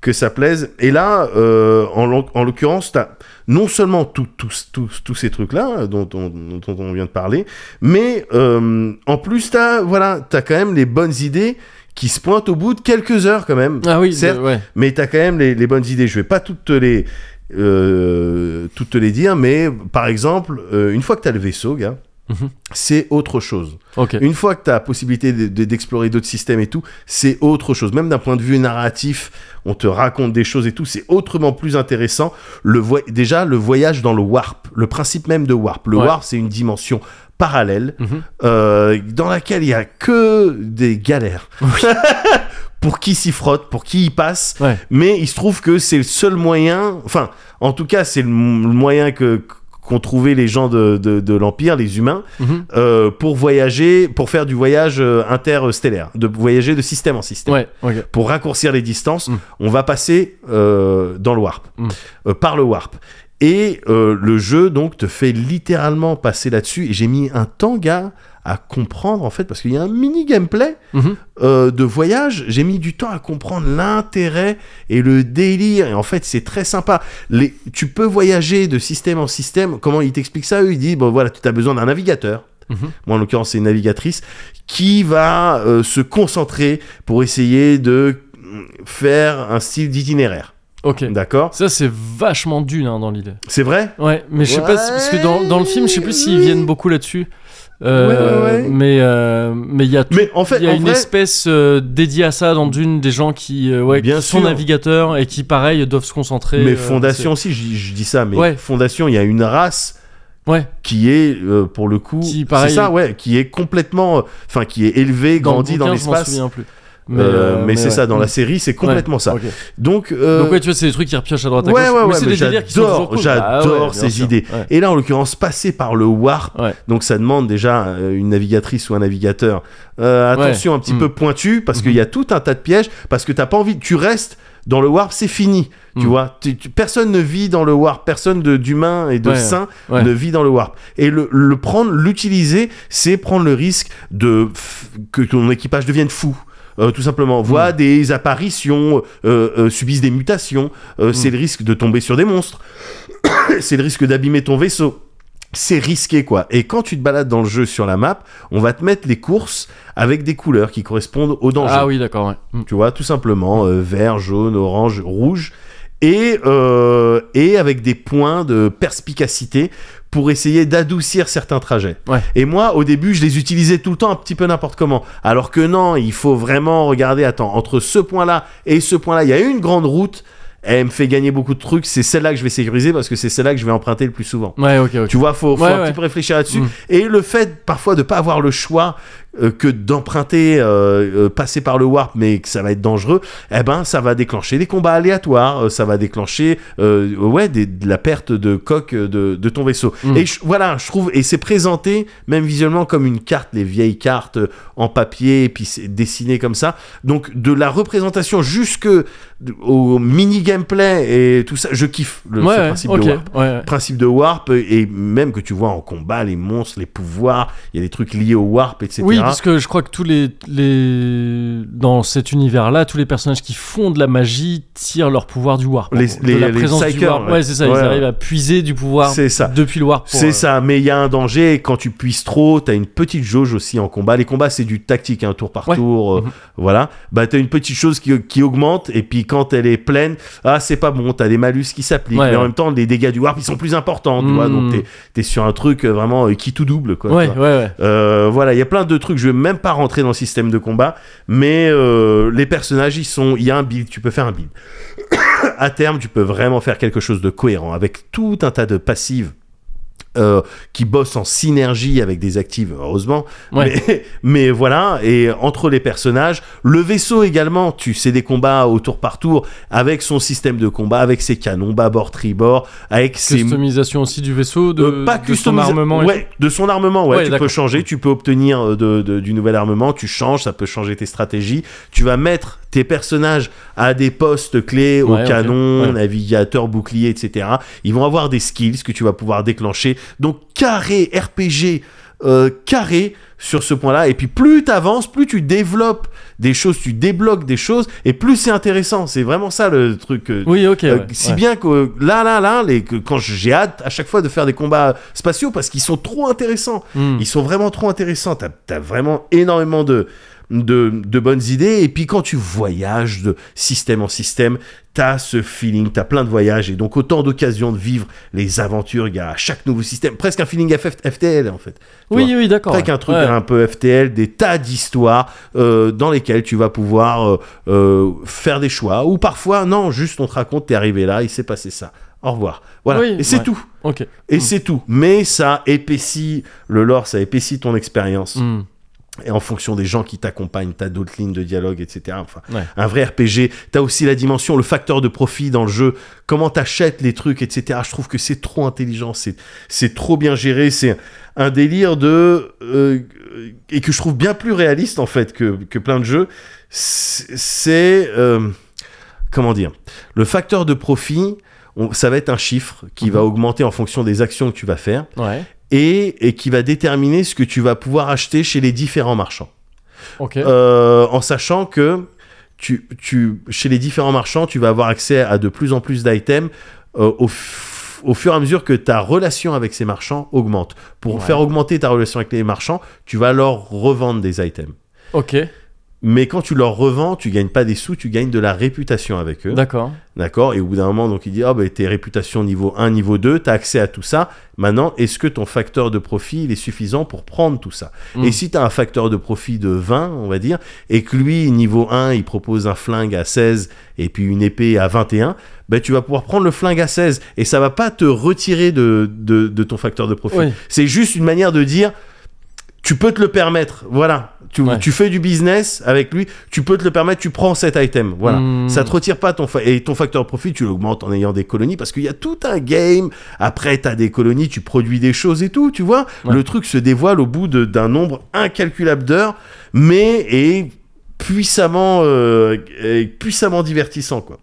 que ça plaise. Et là, euh, en, l'oc- en l'occurrence, t'as non seulement tout- tous- tous- tous ces trucs-là hein, dont, on- dont on vient de parler, mais euh, en plus, t'as voilà, as quand même les bonnes idées qui se pointent au bout de quelques heures quand même. Ah oui, Certes, de- ouais. Mais t'as quand même les, les bonnes idées. Je vais pas toutes te les, euh, toutes te les dire, mais par exemple, euh, une fois que t'as le vaisseau, gars, Mhm. c'est autre chose. Ok. Une fois que tu as la possibilité de- de- d'explorer d'autres systèmes et tout, c'est autre chose. Même d'un point de vue narratif, on te raconte des choses et tout, c'est autrement plus intéressant. Le voy- Déjà, le voyage dans le warp, le principe même de warp. Le Ouais. warp, c'est une dimension parallèle Mhm. euh, dans laquelle il n'y a que des galères. pour qui s'y frotte, pour qui y passe. Ouais. Mais il se trouve que c'est le seul moyen, enfin, en tout cas, c'est le m- le moyen que qu'ont trouvé les gens de- de- de l'Empire, les humains, Mhm. euh, pour voyager, pour faire du voyage euh, interstellaire, de voyager de système en système. Ouais. Ok. Pour raccourcir les distances, Mm. on va passer euh, dans le warp, Mm. euh, par le warp. Et euh, le jeu donc te fait littéralement passer là-dessus. Et j'ai mis un temps, gars, à comprendre en fait, parce qu'il y a un mini gameplay Mhm. euh, de voyage, j'ai mis du temps à comprendre l'intérêt et le délire. Et en fait, c'est très sympa. Les, tu peux voyager de système en système. Comment ils t'expliquent ça Eux, ils disent bon, voilà, tu as besoin d'un navigateur. Mhm. Moi, en l'occurrence, c'est une navigatrice qui va euh, se concentrer pour essayer de faire un style d'itinéraire. Ok. D'accord Ça c'est vachement dune hein, dans l'idée. C'est vrai Ouais, mais je sais pas, Ouais, si- parce que dans, dans le film, je sais plus s'ils oui. viennent beaucoup là-dessus. Euh, Ouais, ouais, ouais. Mais euh, mais il y a tout- Mais en fait, il y a en une vrai, espèce euh, dédiée à ça dans Dune, des gens qui, euh, ouais, Bien qui sont sûr. navigateurs et qui, pareil, doivent se concentrer. mais euh, Fondation aussi, je, je dis ça, mais Ouais. Fondation, il y a une race c'est- Ouais, qui est euh, pour le coup Qui, c'est pareil- ça ouais qui est complètement euh, enfin qui est élevé dans grandi le dans bouquin, je m'en l'espace souviens plus. mais, euh, mais c'est ouais. ça dans la Mm. série c'est complètement Ouais, ça ok. donc, euh, Donc, ouais, tu vois, c'est des trucs qui repiochent à droite à ouais, gauche. ouais, mais ouais, c'est mais des délires qui sont toujours cool. Bah j'adore- ouais, j'adore bien ces sûr. idées. Ouais. et là en l'occurrence passer par le warp Ouais. donc ça demande déjà euh, une navigatrice ou un navigateur Euh, Ouais. attention un petit Mm. peu pointu parce qu'il y a tout un tas de pièges parce que t'as pas envie tu restes dans le warp c'est fini tu Mm. vois Tu- tu- personne ne vit dans le warp personne de- d'humain et de Ouais. sain Ouais. ne vit dans le warp. Et le, le prendre, l'utiliser, c'est prendre le risque de f- que ton équipage devienne fou. Euh, tout simplement, Mm. voit des apparitions, euh, euh, subissent des mutations, euh, c'est le risque de tomber sur des monstres, c'est le risque d'abîmer ton vaisseau. C'est risqué quoi. Et quand tu te balades dans le jeu sur la map, on va te mettre les courses avec des couleurs qui correspondent au danger Ah oui, d'accord, ouais. Mm. tu vois, tout simplement euh, vert, jaune, orange, rouge, et, euh, et avec des points de perspicacité pour essayer d'adoucir certains trajets. Ouais. Et moi, au début, je les utilisais tout le temps un petit peu n'importe comment. Alors que non, il faut vraiment regarder, attends, entre ce point-là et ce point-là, il y a une grande route, Eh, elle me fait gagner beaucoup de trucs, c'est celle-là que je vais sécuriser parce que c'est celle-là que je vais emprunter le plus souvent. Ouais, ok, ok. Tu vois, faut, faut Ouais, un ouais. petit peu réfléchir là-dessus. Mm. Et le fait parfois de pas avoir le choix euh, que d'emprunter, euh, euh, passer par le warp, mais que ça va être dangereux, eh ben ça va déclencher des combats aléatoires, euh, ça va déclencher euh, ouais des- de la perte de coque euh, de, de ton vaisseau. Mm. Et je- voilà, je trouve et c'est présenté même visuellement comme une carte, les vieilles cartes euh, en papier et puis c'est dessiné comme ça. Donc de la représentation jusque au mini gameplay et tout ça, je kiffe le ouais, ce ouais, principe ok. de warp ouais, ouais. principe de warp et même que tu vois en combat les monstres les pouvoirs il y a des trucs liés au warp etc Oui, parce que je crois que tous les, les... dans cet univers-là, tous les personnages qui font de la magie tirent leur pouvoir du warp. en Les- gros, les- de la les présence du psychers, warp. ouais. Ouais, c'est ça. Ouais, ils ouais. arrivent à puiser du pouvoir C'est ça. depuis le warp. pour, c'est euh, ça mais il y a un danger quand tu puisses trop t'as une petite jauge aussi en combat les combats c'est du tactique un tour par Ouais. tour euh, Mhm. voilà bah t'as une petite chose qui, qui augmente et puis quand elle est pleine ah c'est pas bon t'as des malus qui s'appliquent Ouais, mais en ouais. même temps les dégâts du warp ils sont plus importants tu Mhm. vois donc t'es- t'es sur un truc euh, vraiment euh, qui tout double quoi tu Ouais, vois. ouais, ouais. Euh, voilà, il y a plein de trucs. Je vais même pas rentrer dans le système de combat, mais euh, les personnages, ils sont. Il y a un build. Tu peux faire un build. à terme, tu peux vraiment faire quelque chose de cohérent avec tout un tas de passives. euh, qui bossent en synergie avec des actives, heureusement. Ouais. Mais, mais voilà, et entre les personnages, le vaisseau également, tu sais des combats au tour par tour, avec son système de combat, avec ses canons, bâbord, tribord, avec ses Customisation aussi du vaisseau, de, euh, pas de son customisé- armement. et ouais, de son armement, ouais, Ouais, tu peux d'accord. changer, tu peux obtenir euh, de, de- du nouvel armement, tu changes, ça peut changer tes stratégies. Tu vas mettre tes personnages à des postes clés, Ouais, au ok, canon, ouais. navigateur, bouclier, etc. Ils vont avoir des skills que tu vas pouvoir déclencher. Donc carré RPG. euh, carré sur ce point-là et puis plus t'avances plus tu développes des choses tu débloques des choses et plus c'est intéressant c'est vraiment ça le truc euh, tout. Oui, ok. euh, ouais, si ouais. bien que euh, là, là, là, les, que, quand j'ai hâte à chaque fois de faire des combats spatiaux parce qu'ils sont trop intéressants. Mm. Ils sont vraiment trop intéressants. T'as as vraiment énormément de de, de bonnes idées. Et puis quand tu voyages de système en système, t'as ce feeling, t'as plein de voyages et donc autant d'occasions de vivre les aventures. Il y a à chaque nouveau système, presque un feeling FF FTL en fait. Tu Oui, vois. oui, d'accord. hein. Avec un truc Ouais. un peu FTL, des tas d'histoires euh, dans lesquelles tu vas pouvoir euh, euh, faire des choix. Ou parfois, non, juste on te raconte, t'es arrivé là, il s'est passé ça. Au revoir. Voilà. Oui, et c'est ouais. Mm. tout. Ok. Et c'est tout. Mais ça épaissit le lore, ça épaissit ton expérience. Hmm. Et en fonction des gens qui t'accompagnent, t'as d'autres lignes de dialogue, etc. Enfin, Ouais. un vrai RPG. T'as aussi la dimension, le facteur de profit dans le jeu. Comment t'achètes les trucs, etc. Je trouve que c'est trop intelligent, c'est c'est trop bien géré. C'est un délire de euh, et que je trouve bien plus réaliste en fait que que plein de jeux. C'est- C'est euh, comment dire le facteur de profit. on- ça va être un chiffre qui va augmenter en fonction des actions que tu vas faire Ouais. et, et qui va déterminer ce que tu vas pouvoir acheter chez les différents marchands. Ok. Euh, en sachant que tu, tu, chez les différents marchands, tu vas avoir accès à de plus en plus d'items euh, au, f- au fur et à mesure que ta relation avec ces marchands augmente. Pour Ouais. faire augmenter ta relation avec les marchands, tu vas leur revendre des items. Ok. Mais quand tu leur revends, tu gagnes pas des sous, tu gagnes de la réputation avec eux. D'accord. D'accord Et au bout d'un moment, donc il dit Ah, ben tes réputations niveau 1, niveau 2, t'as accès à tout ça. Maintenant, est-ce que ton facteur de profit, il est suffisant pour prendre tout ça Mm. Et si t'as un facteur de profit de 20, on va dire, et que lui, niveau 1, il propose un flingue à 16 et puis une épée à 21, ben tu vas pouvoir prendre le flingue à 16 et ça va pas te retirer de, de, de ton facteur de profit. Oui. C'est juste une manière de dire tu peux te le permettre, voilà. Tu, Ouais. tu fais du business avec lui, tu peux te le permettre, tu prends cet item, voilà. Hmm. Ça te retire pas ton fa- et ton facteur profit, tu l'augmentes en ayant des colonies parce qu'il y a tout un game. Après, t'as des colonies, tu produis des choses et tout, tu vois. Ouais. Le truc se dévoile au bout de- d'un nombre incalculable d'heures, mais est puissamment, euh, est puissamment divertissant, quoi.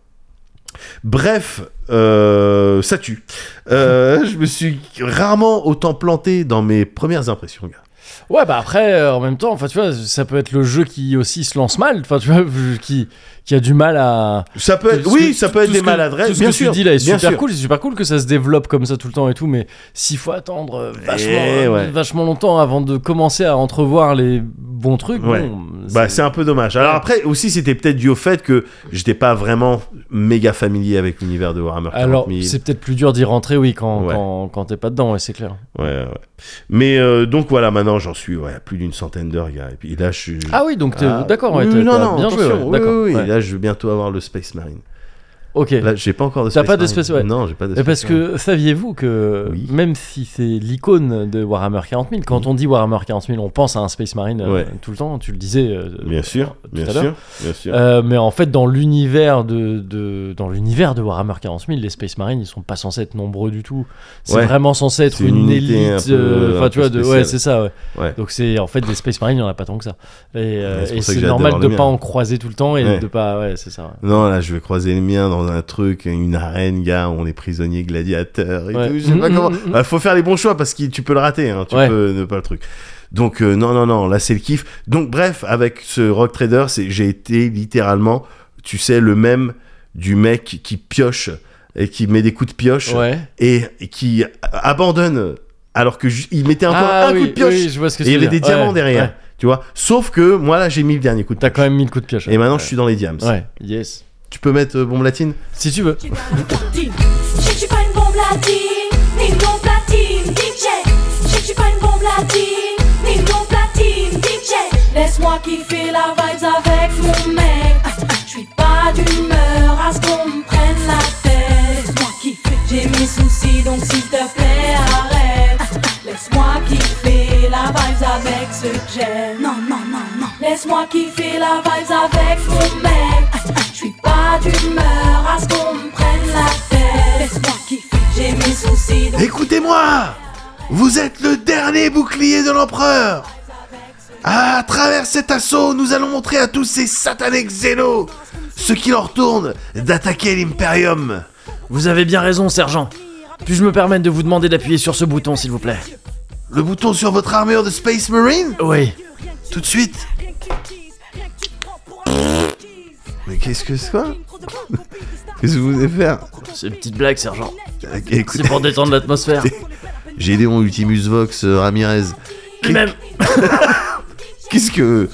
Bref, euh, ça tue. Euh, je me suis rarement autant planté dans mes premières impressions, gars. Ouais, bah après, euh, en même temps, enfin, tu vois, ça peut être le jeu qui aussi se lance mal, enfin, tu vois, qui, qui a du mal à. Ça peut être, Tout ce oui, que- ça tout peut être ce des que- maladresses, Tout ce bien que sûr. tu dis là est bien super sûr. cool, c'est super cool que ça se développe comme ça tout le temps et tout, mais s'il faut attendre euh, vachement, Eh ouais. vachement longtemps avant de commencer à entrevoir les bons trucs, Ouais. bon, Bah, c'est un peu dommage. Alors après, aussi, c'était peut-être dû au fait que j'étais pas vraiment méga familier avec l'univers de Warhammer 40 alors 000. c'est peut-être plus dur d'y rentrer, oui, quand, Ouais. quand, quand t'es pas dedans, ouais, c'est clair. Ouais, ouais. Mais euh, donc voilà, maintenant, j'en suis ouais, à plus d'une centaine d'heures, gars. Et puis là, je suis... Ah oui, donc t'es- Ah, d'accord, ouais, oui, t'as- non, t'as non, bien joué, attention, ouais, oui, d'accord. oui, oui. ouais. Là, je vais bientôt avoir le Space Marine. Ok. Là, j'ai pas encore de T'as Space pas de Marine. Space- ouais. Non, j'ai pas de Et Space Parce Marine. que saviez-vous que Oui. même si c'est l'icône de Warhammer 40 000, quand on dit Warhammer 40 000, on pense à un Space Marine euh, Ouais. tout le temps, tu le disais. euh, Bien sûr, tout bien à l'heure. sûr, bien sûr. Euh, mais en fait, dans l'univers de, de- dans l'univers de Warhammer 40 000, les Space Marines, ils sont pas censés être nombreux du tout. C'est Ouais. vraiment censé être C'est une, une unité un élite. peu- euh, Enfin, un tu peu vois, de, ouais, spéciale. c'est ça. Ouais. Ouais. Donc c'est en fait des Space Marines, il y en a pas tant que ça. Et, euh, Ouais, c'est pour et ça c'est que j'ai hâte normal d'avoir de les pas miens. en croiser tout le temps et Ouais. de pas. Ouais, c'est ça. ouais. Non, là, je vais croiser le mien dans un truc, une arène, gars, où on est prisonnier gladiateur et Ouais. tout. Je sais pas Mhm, comment. mhm, mhm. Bah, faut faire les bons choix parce que tu peux le rater, hein, tu Ouais. peux ne pas le truc. Donc, euh, non, non, non, là, c'est le kiff. Donc, bref, avec ce Rock Trader, c'est- j'ai été littéralement, tu sais, le même du mec qui pioche et qui met des coups de pioche Ouais. et et qui abandonne alors que ju- il mettait encore Ah un oui, coup de pioche oui, je vois ce que et il y tu avait veux des dire. Ouais, diamants derrière. ouais. Tu vois, sauf que moi là j'ai mis le dernier coup de T'as pioche. quand même mis le coup de pioche. Et maintenant ouais. je suis dans les diams. Ouais. Yes. Tu peux mettre euh, bombe latine Si tu veux. Je suis pas une bombe latine, ni une bombe platine, DJ. Je suis pas une bombe latine, ni une bombe platine, DJ. Laisse-moi kiffer la vibes avec mon mec. Ah, Je suis pas d'humeur à ce qu'on me prenne la tête. Laisse-moi kiffer. J'ai mes soucis donc s'il te plaît arrête. Laisse-moi kiffer la vibes avec ce que j'aime. Non, non, non, non. Laisse-moi kiffer la vibes avec mon mec. Je suis pas d'humeur à ce qu'on me prenne la tête. Laisse-moi kiffer. J'ai mes soucis donc Écoutez-moi Vous êtes le dernier bouclier de l'empereur À travers cet assaut, nous allons montrer à tous ces satanés xénos ce qui leur tourne d'attaquer l'Imperium. Vous avez bien raison, sergent. Puis-je me permettre de vous demander d'appuyer sur ce bouton, s'il vous plaît Le bouton sur votre armure de Space Marine Oui. Tout de suite Mais qu'est-ce que c'est quoi Qu'est-ce que vous voulez faire Euh, C'est une petite blague, sergent. Écoutez, C'est pour détendre l'atmosphère. j'ai aidé mon Ultimus Vox euh, Ramirez. Lui-même. Qu'est-ce que...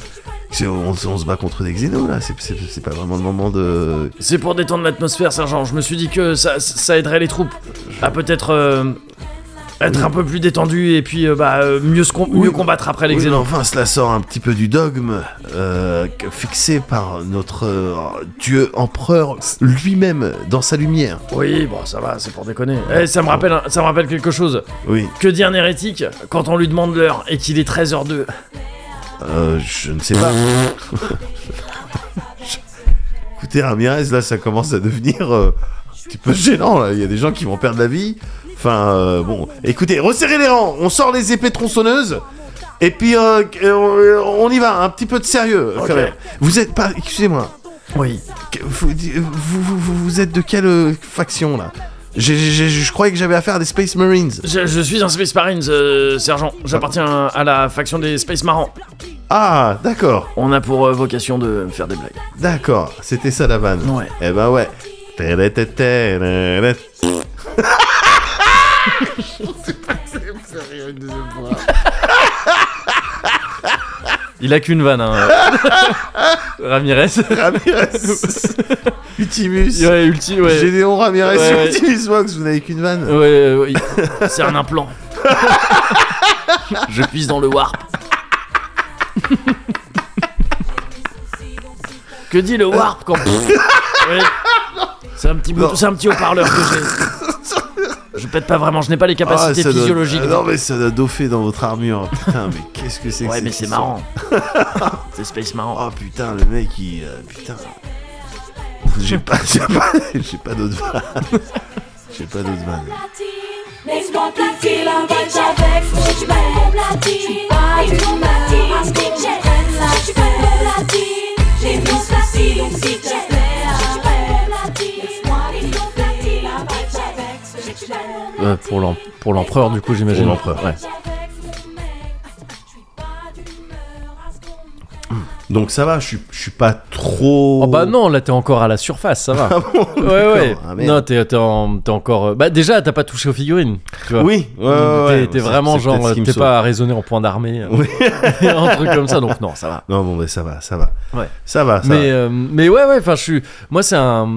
c'est- on, on se bat contre des xénos là, c'est- c'est c'est pas vraiment le moment de. C'est pour détendre l'atmosphère, sergent. Je me suis dit que ça, ça aiderait les troupes à peut-être euh, être un peu plus détendu et puis euh, bah, euh, mieux, se com- mieux combattre après les Oui, mais xénos. enfin, cela sort un petit peu du dogme euh, que- fixé par notre euh, dieu empereur lui-même dans sa lumière. Oui, bon, ça va, c'est pour déconner. Eh, ça, me rappelle, un- ça me rappelle quelque chose. Oui, Que dit un hérétique quand on lui demande l'heure et qu'il est 13h02 euh, je ne sais pas. Je- Écoutez, Ramirez, là, ça commence à devenir euh, un petit peu gênant. Là, il y a des gens qui vont perdre la vie. Enfin, euh, bon, écoutez, resserrez les rangs. On sort les épées tronçonneuses. Et puis, euh, on on y va. Un petit peu de sérieux. quand Ok. même. Vous êtes pas, excusez-moi. Oui. Que- Vous, vous, vous- vous- vous êtes de quelle euh, faction là J'ai- j'ai- j'ai- Je croyais que j'avais affaire à des Space Marines. Je, je suis un Space Marines, euh, sergent. J'appartiens à la faction des Space Marrants. Ah, d'accord, On a pour euh, vocation de faire des blagues. d'accord, c'était ça la vanne. Ouais. Eh ben ouais. Il a qu'une vanne, hein. Ramirez. Ramirez, Utimus, ouais, ulti, ouais. Gédéon Ramirez, Ouais, ouais. Utimus Vox, vous n'avez qu'une vanne. Ouais, ouais, ouais. C'est un implant. je puise dans le warp. que dit le warp quand Ouais. C'est un petit bout- Non. c'est un petit haut-parleur que j'ai. Je pète pas vraiment, je n'ai pas les Ah, capacités ça doit- physiologiques. Ah, non mais ça doit doffé dans votre armure. Putain, mais qu'est-ce que c'est que ouais, ces- mais c'est marrant. c'est space marrant. Oh putain, le mec il. euh, putain. J'ai pas, j'ai pas, j'ai pas d'autres vannes. J'ai pas d'autres vannes. Laisse-moi platine, la vibe avec Si tu veux mon platine, ils vont platine À ce que je prenne là Si tu veux mon platine, ils vont platine Donc s'il te plaît, si tu veux mon platine Laisse-moi ils vont platine, la vibe avec Si tu veux mon platine Euh, pour l'em- pour l'empereur, du coup, j'imagine. Pour l'empereur. Ouais. Donc ça va, je suis- je suis pas trop. Oh bah non, là t'es encore à la surface, ça va. Ah bon, ouais, d'accord. ouais. Ah, merde. non, t'es t'es en- t'es encore. euh, Bah déjà, t'as pas touché aux figurines, tu vois. Oui, ouais, ouais, T'es- ouais, T'es c'est- vraiment c'est peut-être genre, ce qui me t'es sauve. pas à raisonner en point d'armée, euh, Oui. un truc comme ça, donc non, ça va. Non, bon, mais ça va, ça va. Ouais. Ça va, ça mais, va. euh, mais ouais, ouais, enfin, je suis. Moi, c'est un.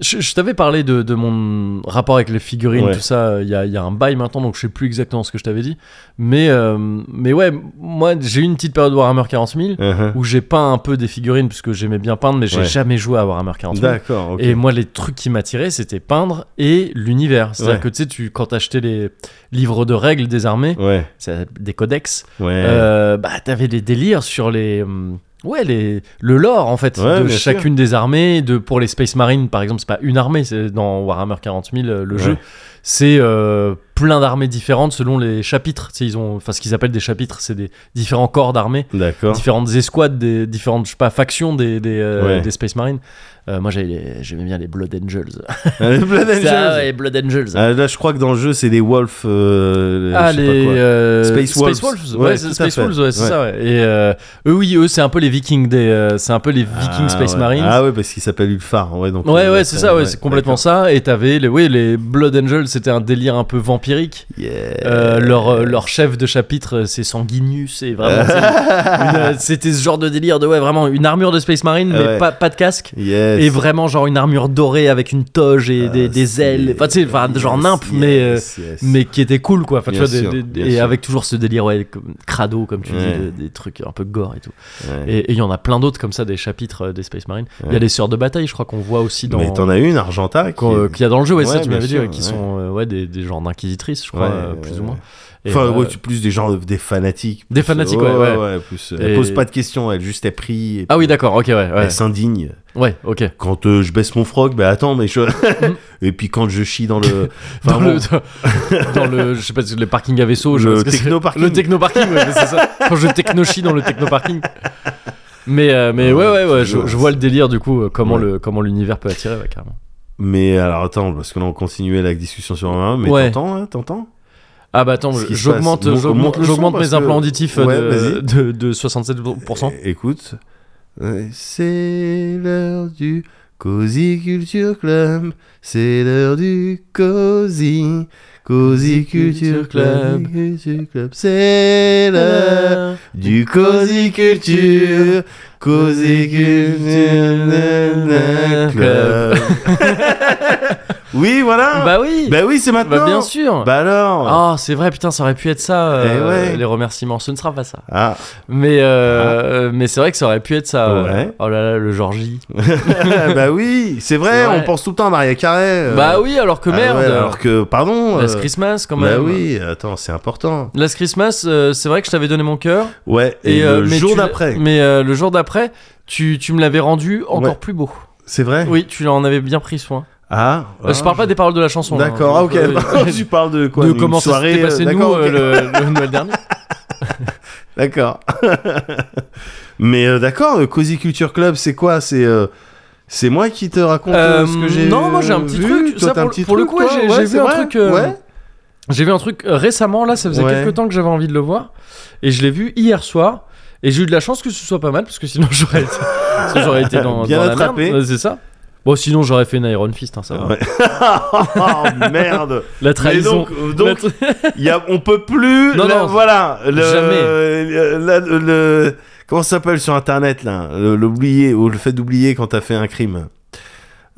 Je, je t'avais parlé de, de mon rapport avec les figurines, Ouais. tout ça, euh, il y a, il y a un bail maintenant, donc je sais plus exactement ce que je t'avais dit. Mais, euh, mais ouais, moi, j'ai eu une petite période Warhammer 40 000 Uh-huh. où j'ai peint un peu des figurines, puisque j'aimais bien peindre, mais j'ai Ouais. jamais joué à Warhammer 40 000. D'accord, ok. Et moi, les trucs qui m'attiraient, c'était peindre et l'univers. C'est-à-dire Ouais. que tu sais, tu- quand t'achetais les livres de règles des armées, Ouais, ça- des codex, ouais. euh, bah, t'avais des délires sur les. hum, Ouais, les, le lore en fait Ouais, de bien sûr. chacune des armées. De, pour les Space Marines, par exemple, c'est pas une armée, c'est dans Warhammer 40 000, euh, le Ouais. jeu. C'est euh, plein d'armées différentes selon les chapitres. Tu sais, ils ont, enfin, ce qu'ils appellent des chapitres, c'est des différents corps d'armées D'accord. différentes escouades, des différentes je sais pas, factions des, des, euh, Ouais. des Space Marines. Euh, moi j'avais les- j'aimais bien les Blood Angels. Ah, les Blood Angels. Ça, ouais, Blood Angels. Ah, là, je crois que dans le jeu, c'est les Wolf. euh, Ah, je sais pas les quoi. euh, Space Wolves. Ouais, Ouais, c'est tout à Space fait. Wolves, ouais, c'est Ouais. ça. ouais. Et euh, eux, oui, eux, c'est un peu les Vikings des, euh, c'est un peu les Vikings Ah, Space ouais. Marines. Ah ouais, parce qu'il s'appelle Ulfar. Ouais, donc, ouais, euh, ouais, c'est ça, ouais, c'est complètement d'accord. ça. Et t'avais, les, oui, les Blood Angels, c'était un délire un peu vampirique. Yeah. Euh, leur, euh, leur chef de chapitre, euh, c'est Sanguinus, c'est vraiment. c'est une- une, euh, C'était ce genre de délire de, ouais, vraiment, une armure de Space Marine, mais Ouais. pas, pas de casque. Yes. Et vraiment, genre une armure dorée avec une toge et Ah, des, des c'est- ailes. Enfin, tu sais, enfin, genre yes, nimp, mais, euh, yes, yes. mais qui était cool, quoi. Enfin, tu Bien vois, des- sûr, des- bien et sûr. avec toujours ce délire, ouais, comme- crado, comme tu Ouais. dis, de- des trucs un peu gore et tout. Ouais. Et et il y en a plein d'autres comme ça, des chapitres euh, des Space Marines. Il y Ouais. a les sœurs de bataille, je crois qu'on voit aussi dans. Mais t'en as une, Argenta. qui qu'on- euh, est- Qu'il y a dans le jeu, ouais, ça Ouais, tu bien m'avais dit, sûr, ouais, qui ouais. sont euh, ouais, des, des genres d'inquisitrices, je crois, Ouais, euh, plus ou moins. Et, Enfin, euh, ouais, tu- plus des gens, des fanatiques. Des plus, fanatiques, euh, ouais, ouais. plus, euh, Et- Elle pose pas de questions, elle juste est pris. et Ah puis, oui, d'accord, ok, ouais, ouais. Elle s'indigne. Ouais, ok. Quand euh, je baisse mon frog, bah attends, mais je. et puis quand je chie dans le. dans, Enfin, bon, le, dans le, je sais pas, le parking à vaisseau, je sais Le pas ce que c'est. techno-parking. Le techno parking, ouais, mais c'est ça. Quand je technochie dans le techno parking. Mais, euh, mais ouais, ouais, ouais, je, je vois le délire du coup, euh, comment Ouais. le comment l'univers peut attirer, ouais, carrément. Mais alors attends, parce que là on continuait la discussion sur un, mais Ouais. t'entends, hein, t'entends Ah bah attends, Ce qui se j'augmente passe. Mon- j'augmente monte le son j'augmente parce mes implants que- auditifs Ouais, de, vas-y. de, de 67%. É- Écoute, Ouais, c'est euh, l'heure du Cozy Culture Club, c'est l'heure du cozy. Cozy Culture Club, Culture Club, c'est l'heure Euh, du Cozy Culture. Cozy Culture na, na, Club. oui, voilà. Bah, Bah oui oui, c'est maintenant. Bah bien sûr Bah alors. Ah, c'est vrai, putain, ça aurait pu être ça, euh, Eh ouais. les remerciements. Ce ne sera pas ça. Ah, Mais, euh, mais c'est vrai que ça aurait pu être ça. euh. Ouais. Oh là là, le Georgie. bah oui, c'est vrai, C'est vrai. on pense tout le temps à Maria Carré. euh. Bah oui, alors que Ah merde. ouais, alors que, pardon. Last euh, Christmas, quand bah même. oui, attends, c'est important. Last Christmas, euh, c'est vrai que je t'avais donné mon cœur. Ouais, et, euh, le mais jour tu l'as- d'après, Mais euh, le jour d'après, tu, tu me l'avais rendu encore Ouais. plus beau. c'est vrai Oui, tu en avais bien pris soin. Ah, Euh, je parle pas des paroles de la chanson. là, D'accord, hein. ah, ok. Euh, tu parles de quoi de une comment ça soirée, s'était passé euh, nous d'accord, euh, ok. le, le Noël dernier. D'accord. Mais euh, d'accord, euh, Cozy Culture Club, c'est quoi C'est euh, c'est moi qui te raconte euh, Euh, ce que j'ai non, moi, j'ai un petit vu truc, Toi, ça, t'as un pour- petit pour le truc, coup, toi j'ai- Ouais, j'ai vu c'est un vrai truc, euh, Ouais. J'ai vu un truc euh, récemment là, ça faisait Ouais. quelques temps que j'avais envie de le voir et je l'ai vu hier soir et j'ai eu de la chance que ce soit pas mal parce que sinon j'aurais été, sinon, j'aurais été dans, Bien dans la attrapé. Ah merde. Ouais, c'est ça. Bon, sinon j'aurais fait une Iron Fist, hein, ça va. Ouais. oh merde La Mais trahison. donc, euh, donc La tra- il y a, on peut plus. Non, là, non, voilà. Le, jamais. euh, la- le, le- comment ça s'appelle sur internet là Le- L'oublier ou le fait d'oublier quand t'as fait un crime.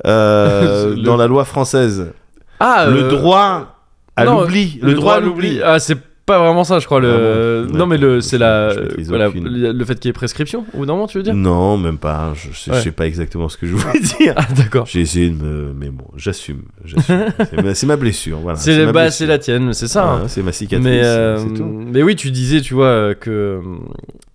Euh, Le- Dans la loi française. ah, le euh, droit à non, l'oubli. Le, droit à l'oubli. Ah, c'est pas vraiment ça, je crois. Le... Ah bon, non, mais le, ouais, c'est je- la, je maîtrise voilà, aucune. le fait qu'il y ait prescription ou non, tu veux dire Non, même pas. Je, je sais- je Ouais. sais pas exactement ce que je voulais dire. Ah, d'accord. J'ai essayé de me. Mais bon, j'assume. j'assume. c'est ma, Ah, c'est ma blessure. Voilà. C'est le- ma bah, blessure. c'est la tienne, c'est ça. hein. Voilà, c'est ma cicatrice. mais, euh, C'est tout. mais oui, tu disais, tu vois, euh, que,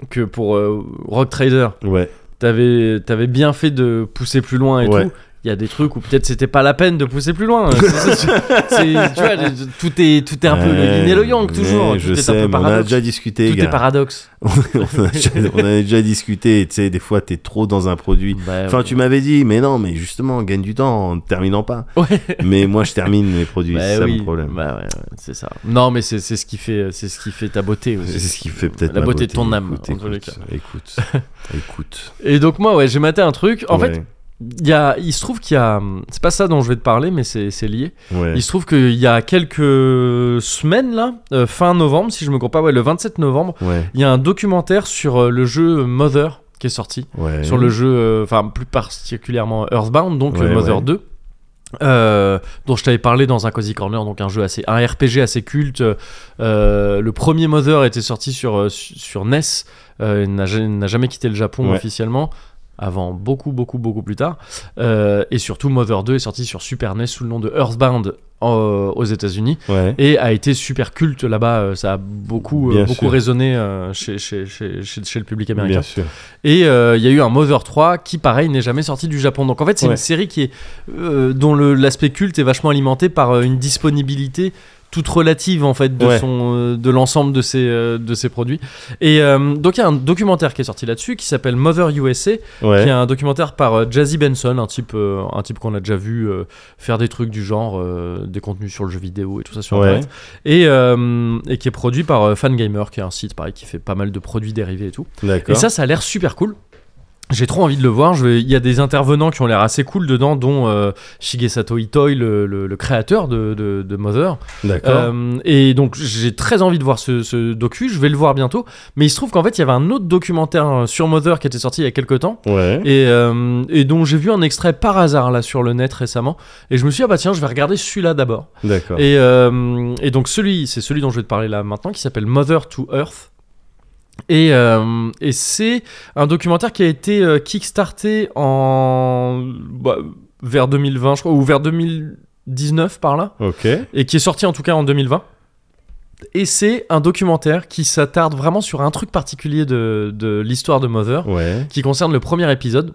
que pour euh, Rock Trader, Ouais. t'avais avais bien fait de pousser plus loin et Ouais. tout. Il y a des trucs où peut-être c'était pas la peine de pousser plus loin. hein. C'est- c'est- c'est- tu vois, les- tout est, tout est un peu le Ouais, yin et le yang, toujours. ouais, tout je est un sais, peu mais on a paradoxe. déjà discuté. tout gars. est paradoxe. on, a déjà, on a déjà discuté. Tu sais, des fois, t'es trop dans un produit. Bah Enfin, tu m'avais dit, mais non, mais justement, gagne du temps en ne terminant pas. Ouais. Mais moi, je termine mes produits. Bah c'est ça oui, le problème. bah ouais, ouais, c'est ça. Non, mais c'est c'est ce qui fait, c'est ce qui fait ta beauté aussi. c'est ce qui fait peut-être la ma beauté de ton âme. Écoute, en tous les écoute, cas. écoute, écoute. Et donc moi, ouais, j'ai maté un truc. En Ouais, fait, il y a, il se trouve qu'il y a, c'est pas ça dont je vais te parler, mais c'est c'est lié. ouais. Il se trouve qu'il y a quelques semaines là, euh, fin novembre, si je me trompe pas, ouais, le 27 novembre, ouais, il y a un documentaire sur euh, le jeu Mother qui est sorti, ouais. sur le jeu, euh, enfin plus particulièrement Earthbound, donc Ouais, euh, Mother ouais. 2. euh, dont je t'avais parlé dans un Cozy Corner, donc un jeu assez, un RPG assez culte. Euh, le premier Mother était sorti sur, euh, su- sur NES, euh, il n'a ja- il n'a jamais quitté le Japon Ouais. officiellement, avant beaucoup, beaucoup, beaucoup plus tard. Euh, et surtout, Mother 2 est sorti sur Super NES sous le nom de Earthbound euh, aux États-Unis Ouais. et a été super culte là-bas. euh, Ça a beaucoup, euh, Bien beaucoup sûr. résonné euh, chez, chez, chez, chez- chez le public américain. Bien sûr. Et euh, il y a eu un Mother 3 qui, pareil, n'est jamais sorti du Japon. Donc en fait, c'est une Ouais. série qui est, euh, dont le- l'aspect culte est vachement alimenté par euh, une disponibilité toute relative en fait de Ouais. son euh, de l'ensemble de ses euh, de ses produits et euh, donc il y a un documentaire qui est sorti là-dessus qui s'appelle Mother USA qui est Ouais. un documentaire par euh, Jazzy Benson, un type, euh, un type qu'on a déjà vu euh, faire des trucs du genre, euh, des contenus sur le jeu vidéo et tout ça sur Ouais. Internet, et, euh, et qui est produit par euh, Fangamer, qui est un site pareil qui fait pas mal de produits dérivés et tout. Et D'accord. ça, ça a l'air super cool. J'ai trop envie de le voir. Je vais- Il y a des intervenants qui ont l'air assez cool dedans, dont euh, Shigesato Itoi, le, le- le créateur de, de- de Mother. D'accord. Euh, et donc j'ai très envie de voir ce, ce docu. Je vais le voir bientôt. Mais il se trouve qu'en fait, il y avait un autre documentaire euh, sur Mother qui était sorti il y a quelques temps Ouais. et, euh, et dont j'ai vu un extrait par hasard là sur le net récemment et je me suis dit ah bah tiens je vais regarder celui-là d'abord D'accord. et, euh, et donc celui c'est celui dont je vais te parler là maintenant qui s'appelle Mother to Earth et, euh, et c'est un documentaire qui a été euh, kickstarté en bah, vers 2020 je crois ou vers 2019 par là Ok. et qui est sorti en tout cas en 2020. Et c'est un documentaire qui s'attarde vraiment sur un truc particulier de, de l'histoire de Mother Ouais. qui concerne le premier épisode.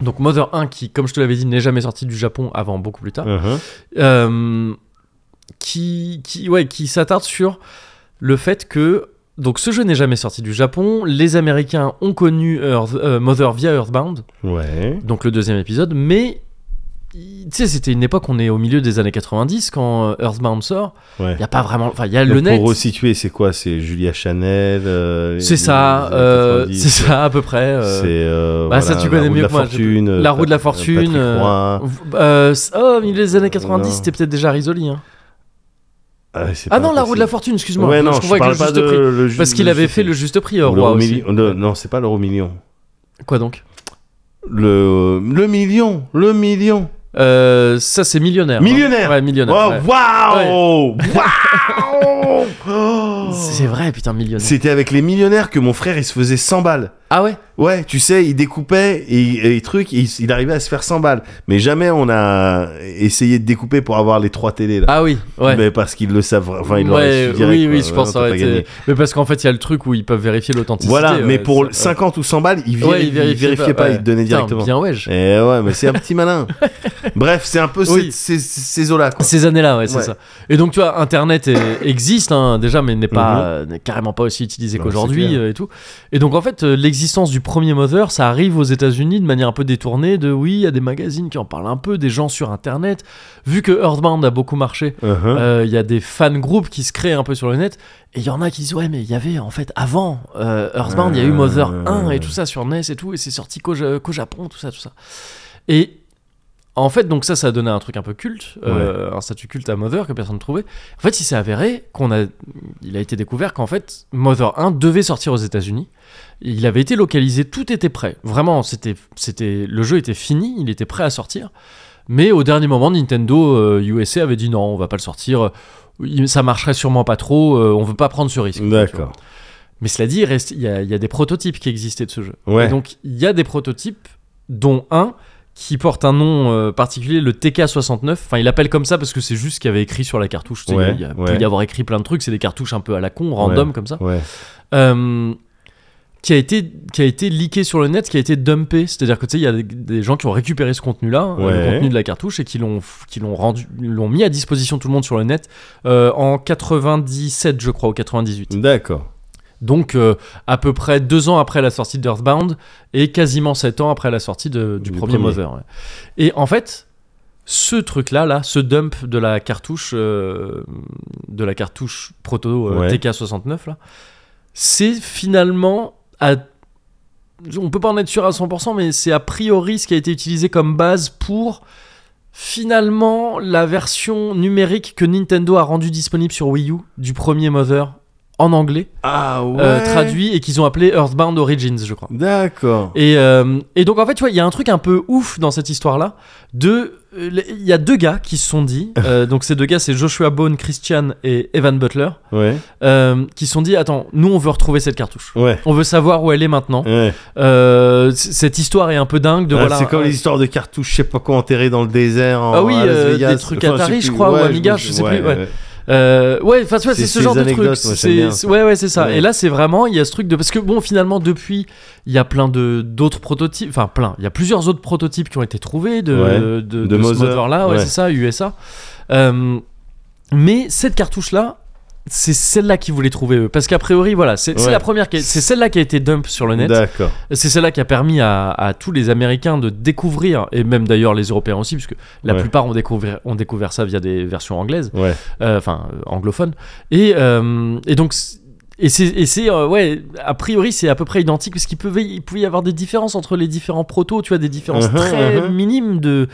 Donc Mother 1 qui, comme je te l'avais dit, n'est jamais sorti du Japon avant beaucoup plus tard. Uh-huh. Euh, qui qui, ouais, qui s'attarde sur le fait que donc ce jeu n'est jamais sorti du Japon. Les Américains ont connu Earth- euh, Mother via Earthbound, Ouais. donc le deuxième épisode, mais il- tu sais, c'était une époque, on est au milieu des années 90 quand euh, Earthbound sort. Ouais. Il y a pas vraiment. Enfin, il y a Donc, le net. Pour resituer, c'est quoi C'est Julia Chanel. euh, C'est les- ça, les années euh, 90, c'est ça à peu près. euh, C'est euh, bah, ça, tu connais la roue mieux de la que moi, je- fortune. euh, la roue de la Pat- fortune, Patrick euh, Roy. euh, c- oh, au milieu des années 90, Non. c'était peut-être déjà Risoli. hein. Ah, c'est Ah pas non, la roue de la possible. fortune, excuse-moi. Ouais, non, parce qu'on je voit que parle le pas juste de prix. le ju- Parce qu'il le avait juste fait prix. le juste prix, Ou au roi l'euro aussi. million. Le- Non, c'est pas l'euro million. Quoi donc Le, euh, le million, le million. Euh, ça, c'est millionnaire. hein. Millionnaire Ouais, millionnaire. Oh, ouais. Waouh Waouh Oh. C'est vrai, putain, millionnaire. C'était avec les millionnaires que mon frère il se faisait 100 balles. Ah ouais Ouais, tu sais, il découpait et, et truc, il, il arrivait à se faire 100 balles. Mais jamais on a essayé de découper pour avoir les trois télés là. Ah oui, ouais. Mais parce qu'ils le savent, enfin ils l'auraient ouais, su direct, oui, quoi. oui, je pense Ouais, que non, ça t'as aurait pas été- gagné. Mais parce qu'en fait, il y a le truc où ils peuvent vérifier l'authenticité. Voilà, ouais, mais pour ça- 50 ou 100 balles, ils Ouais, vérifiaient, ils vérifiaient pas, ouais. ils donnaient Putain, directement. Bien, wesh. Eh ouais, mais c'est un petit malin. Bref, c'est un peu Oui. ces, ces, ces eaux-là. quoi. Ces années-là, ouais, c'est Ouais. ça. Et donc, tu vois, Internet est- existe hein, déjà, mais n'est pas euh, n'est carrément pas aussi utilisé Non, qu'aujourd'hui Mhm. Bah, c'est clair. euh, et tout. Et donc, en fait, euh, l'existence du premier moteur, ça arrive aux États-Unis de manière un peu détournée. De oui, il y a des magazines qui en parlent un peu, des gens sur Internet. Vu que Earthbound a beaucoup marché, Uh-huh. euh, il y a des fan groupes qui se créent un peu sur le net. Et il y en a qui disent ouais, mais il y avait en fait avant euh, Earthbound, il y a eu Mother Euh. 1 et tout ça sur NES et tout, et c'est sorti qu'au Ja- qu'au Japon, tout ça, tout ça. Et en fait, donc ça, ça a donné un truc un peu culte, euh, un statut culte à Mother que personne ne trouvait. En fait, il s'est avéré qu'on a, il a été découvert qu'en fait, Mother 1 devait sortir aux États-Unis. Il avait été localisé, tout était prêt. Vraiment, c'était, c'était, le jeu était fini, il était prêt à sortir. Mais au dernier moment, Nintendo euh, USA avait dit non, on va pas le sortir. Il- Ça marcherait sûrement pas trop. euh, on veut pas prendre ce risque. Tu vois. D'accord. Mais cela dit, il, reste- il y a, il y a des prototypes qui existaient de ce jeu. Ouais. Et donc, il y a des prototypes, dont un qui porte un nom euh, particulier, le TK69. Enfin, il l'appelle comme ça parce que c'est juste ce qu'il y avait écrit sur la cartouche. Tu sais, Ouais, il y a ouais. pu y avoir écrit plein de trucs. C'est des cartouches un peu à la con, random comme ça. Ouais. Euh, qui a été qui a été leaké sur le net, qui a été dumpé. C'est-à-dire que tu sais, il y a des, des gens qui ont récupéré ce contenu-là, hein, Ouais. le contenu de la cartouche, et qui l'ont f- qui l'ont rendu, l'ont mis à disposition tout le monde sur le net euh, en 97, je crois, ou 98. D'accord. Donc euh, à peu près deux ans après la sortie d'Earthbound et quasiment sept ans après la sortie de- du, Du premier, premier. Mother. ouais. Et en fait, ce truc-là, là, ce dump de la cartouche, euh, de la cartouche proto euh, Ouais. TK69 là, c'est finalement à on peut pas en être sûr à 100%, mais c'est a priori ce qui a été utilisé comme base pour finalement la version numérique que Nintendo a rendue disponible sur Wii U du premier Mother en anglais Ah ouais. euh, traduit et qu'ils ont appelé Earthbound Origins, je crois. D'accord. Et, euh, et donc en fait, tu vois, il y a un truc un peu ouf dans cette histoire-là. De, euh, les- il y a deux gars qui se sont dit, euh, donc ces deux gars, c'est Joshua Bone, Christian et Evan Butler, Ouais. euh, qui se sont dit, attends, nous on veut retrouver cette cartouche. Ouais. On veut savoir où elle est maintenant. ouais. Euh, c- cette histoire est un peu dingue. De, Ah, voilà, c'est comme euh, les histoires de cartouches, je sais pas quoi, enterrées dans le désert. En, Ah oui, à Las euh, Vegas. des trucs Enfin, Atari, sais je plus. crois, ou Ouais, Amiga, je sais plus, ouais. Euh, ouais, enfin, tu vois, C'est c'est ce ces genre de anecdotes, truc. moi, j'aime C'est, bien. c'est- ouais, ouais, c'est ça. Ouais. Et là, c'est vraiment, il y a ce truc de parce que bon, finalement, depuis, il y a plein de d'autres prototypes, enfin plein. Il y a plusieurs autres prototypes qui ont été trouvés de Ouais. de, De ce Mother. moteur-là. Ouais, Ouais. c'est ça, USA. Euh, mais cette cartouche-là. C'est celle-là qu'ils voulaient trouver eux, parce qu'a priori, voilà, c'est, c'est Ouais. la première, qui a- c'est celle-là qui a été dump sur le net. D'accord. C'est celle-là qui a permis à, à tous les Américains de découvrir, et même d'ailleurs les Européens aussi, parce que la Ouais. plupart ont découvert, ont découvert ça via des versions anglaises, Ouais. euh, enfin euh, anglophones. Et, euh, et donc, c- et c'est, et c'est, euh, ouais, a priori c'est à peu près identique, parce qu'il pouvait, il pouvait y avoir des différences entre les différents protos, tu vois, des différences Mhm, très mhm. minimes de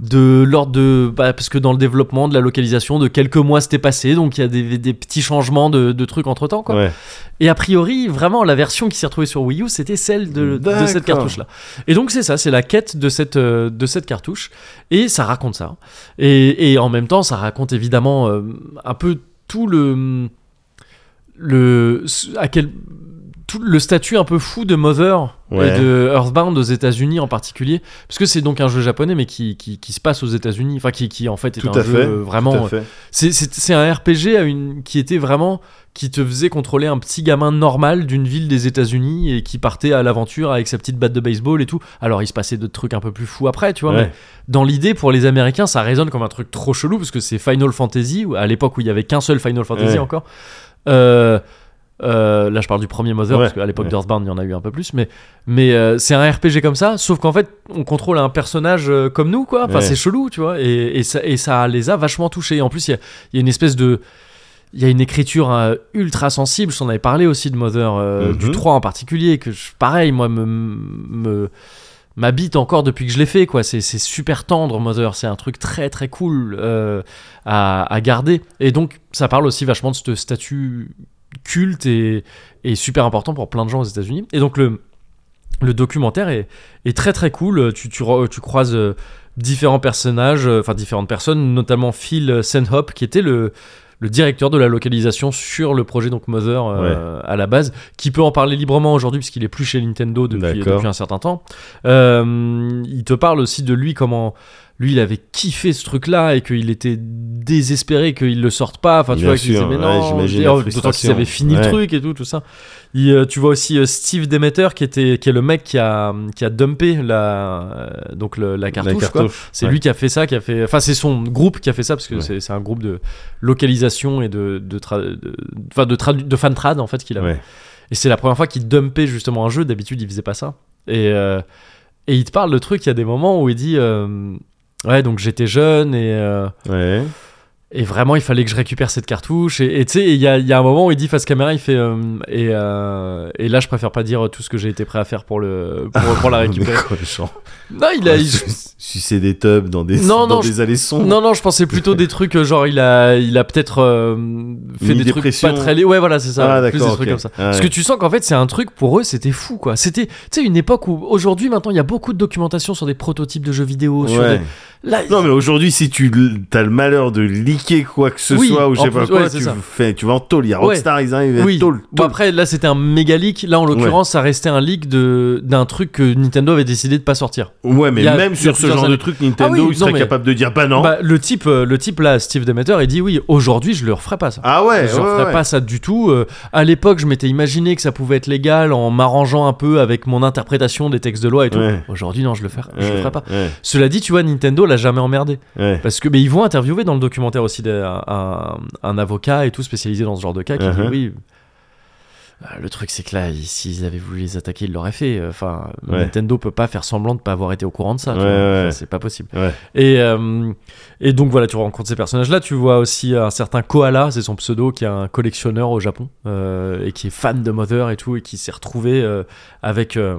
de l'ordre de bah, parce que dans le développement de la localisation de quelques mois c'était passé donc il y a des, des petits changements de, de trucs entre temps quoi Ouais. et a priori, vraiment, la version qui s'est retrouvée sur Wii U, c'était celle de, de D'accord. cette cartouche-là. Et donc, c'est ça, c'est la quête de cette, euh, de cette cartouche. Et ça raconte ça. Et, et en même temps, ça raconte évidemment euh, un peu tout le. le à quel, tout le statut un peu fou de Mother Ouais. et de Earthbound aux États-Unis en particulier. Parce que c'est donc un jeu japonais, mais qui, qui, qui se passe aux États-Unis. Enfin, qui, qui en fait est Tout un à jeu fait, euh, vraiment. Tout à fait. C'est- C'est c'est un RPG à une, qui était vraiment qui te faisait contrôler un petit gamin normal d'une ville des États-Unis et qui partait à l'aventure avec sa petite batte de baseball et tout. Alors il se passait d'autres trucs un peu plus fous après, tu vois. Ouais. Mais dans l'idée, pour les Américains, ça résonne comme un truc trop chelou parce que c'est Final Fantasy ou à l'époque où il y avait qu'un seul Final Fantasy Ouais. encore. Euh, euh, là je parle du premier Mother Ouais, parce qu'à l'époque ouais. d'Earthbound il y en a eu un peu plus mais, mais euh, c'est un RPG comme ça sauf qu'en fait on contrôle un personnage euh, comme nous quoi enfin Ouais. c'est chelou tu vois et, et ça, et ça les a vachement touchés en plus il y a, il y a une espèce de il y a une écriture euh, ultra sensible j'en avais parlé aussi de Mother euh, Mhm. du 3 en particulier que je- pareil moi me, me m'habite encore depuis que je l'ai fait quoi c'est c'est super tendre Mother c'est un truc très très cool euh, à, à garder et donc ça parle aussi vachement de ce statut culte et, et super important pour plein de gens aux États-Unis et donc le le documentaire est, est très très cool tu tu, re- tu croises euh, différents personnages euh, enfin différentes personnes notamment Phil Senhop qui était le le directeur de la localisation sur le projet donc Mother euh, à la base qui peut en parler librement aujourd'hui puisqu'il est plus chez Nintendo depuis, D'accord. depuis un certain temps euh, il te parle aussi de lui, comment lui il avait kiffé ce truc-là et qu'il était désespéré qu'il le sorte pas. Enfin, tu Bien vois, qu'il sûr, disait, mais ouais, non, j'imagine et, la oh, d'autant qu'ils frustration. avaient fini le Ouais. truc et tout, tout ça. Il, euh, tu vois aussi euh, Steve Demeter qui, était, qui est le mec qui a, qui a dumpé la, euh, donc le- la cartouche. la quoi. cartouche. C'est ouais. lui qui a fait ça, qui a fait. Enfin, c'est son groupe qui a fait ça parce que Ouais. c'est c'est un groupe de localisation et de de tra- de, enfin, de, tradu- de fan trad en fait qu'il a. Ouais. Et c'est la première fois qu'il dumpait justement un jeu. D'habitude, il faisait pas ça. Et, euh, et il te parle de truc. Il y a des moments où il dit euh, Ouais, donc j'étais jeune et, euh, Ouais. et vraiment il fallait que je récupère cette cartouche. Et et tu sais, il y a, il y a un moment où il dit face caméra Il fait euh, et, euh, et là, je préfère pas dire tout ce que j'ai été prêt à faire pour, le, pour, pour la Mais récupérer. quoi, les gens non, il a. il- Su- Sucer des tubs dans des, Non, dans non, des allées sombres. Non, non, je pensais plutôt des trucs euh, genre il a, il a peut-être euh, fait Une des trucs dépression. pas très lé- Ouais, voilà, c'est ça. Ah, plus des d'accord, trucs ok. comme ça. Ah, Parce que ouais. tu sens qu'en fait c'est un truc pour eux, c'était fou quoi. C'était, tu sais, une époque où aujourd'hui maintenant il y a beaucoup de documentation sur des prototypes de jeux vidéo. Sur Ouais. des... Là, Non, mais aujourd'hui, si tu l- t'as le malheur de liquer quoi que ce Oui, soit ou je en sais pas plus, quoi, ouais, c'est tu, ça. fais, tu vas en tôle. Il y a Ouais. Rockstar, ils arrivent oui. à tôle. Bon, après là c'était un méga leak. Là en l'occurrence ça restait un leak de d'un truc que Nintendo avait décidé de pas sortir. Ouais, mais Il y a- même il y a sur ce plusieurs genre années. de truc, Nintendo, Ah oui, ils seraient non, mais- capables de dire bah non. Bah, le type, euh, le type là, Steve Demeter, il dit oui. Aujourd'hui je le referai pas ça. ah ouais, je ouais, ferais ouais. pas ça du tout. Euh, à l'époque, je m'étais imaginé que ça pouvait être légal en m'arrangeant un peu avec mon interprétation des textes de loi et tout. Ouais. Aujourd'hui, non, je le ferai, je le Ouais, ferai pas. ouais, Cela dit, tu vois, Nintendo l'a jamais emmerdé. ouais. Parce que, mais ils vont interviewer dans le documentaire aussi des- un, un avocat et tout spécialisé dans ce genre de cas qui dit Uh-huh. oui. euh, Le truc, c'est que là, ils- s'ils avaient voulu les attaquer, ils l'auraient fait. Enfin, Ouais. Nintendo peut pas faire semblant de pas avoir été au courant de ça. tu Ouais, vois. ouais. Enfin, c'est pas possible. Ouais. Et, euh, et donc voilà, tu rencontres ces personnages-là. Tu vois aussi un certain Koala, c'est son pseudo, qui est un collectionneur au Japon euh, et qui est fan de Mother et tout, et qui s'est retrouvé euh, avec. euh,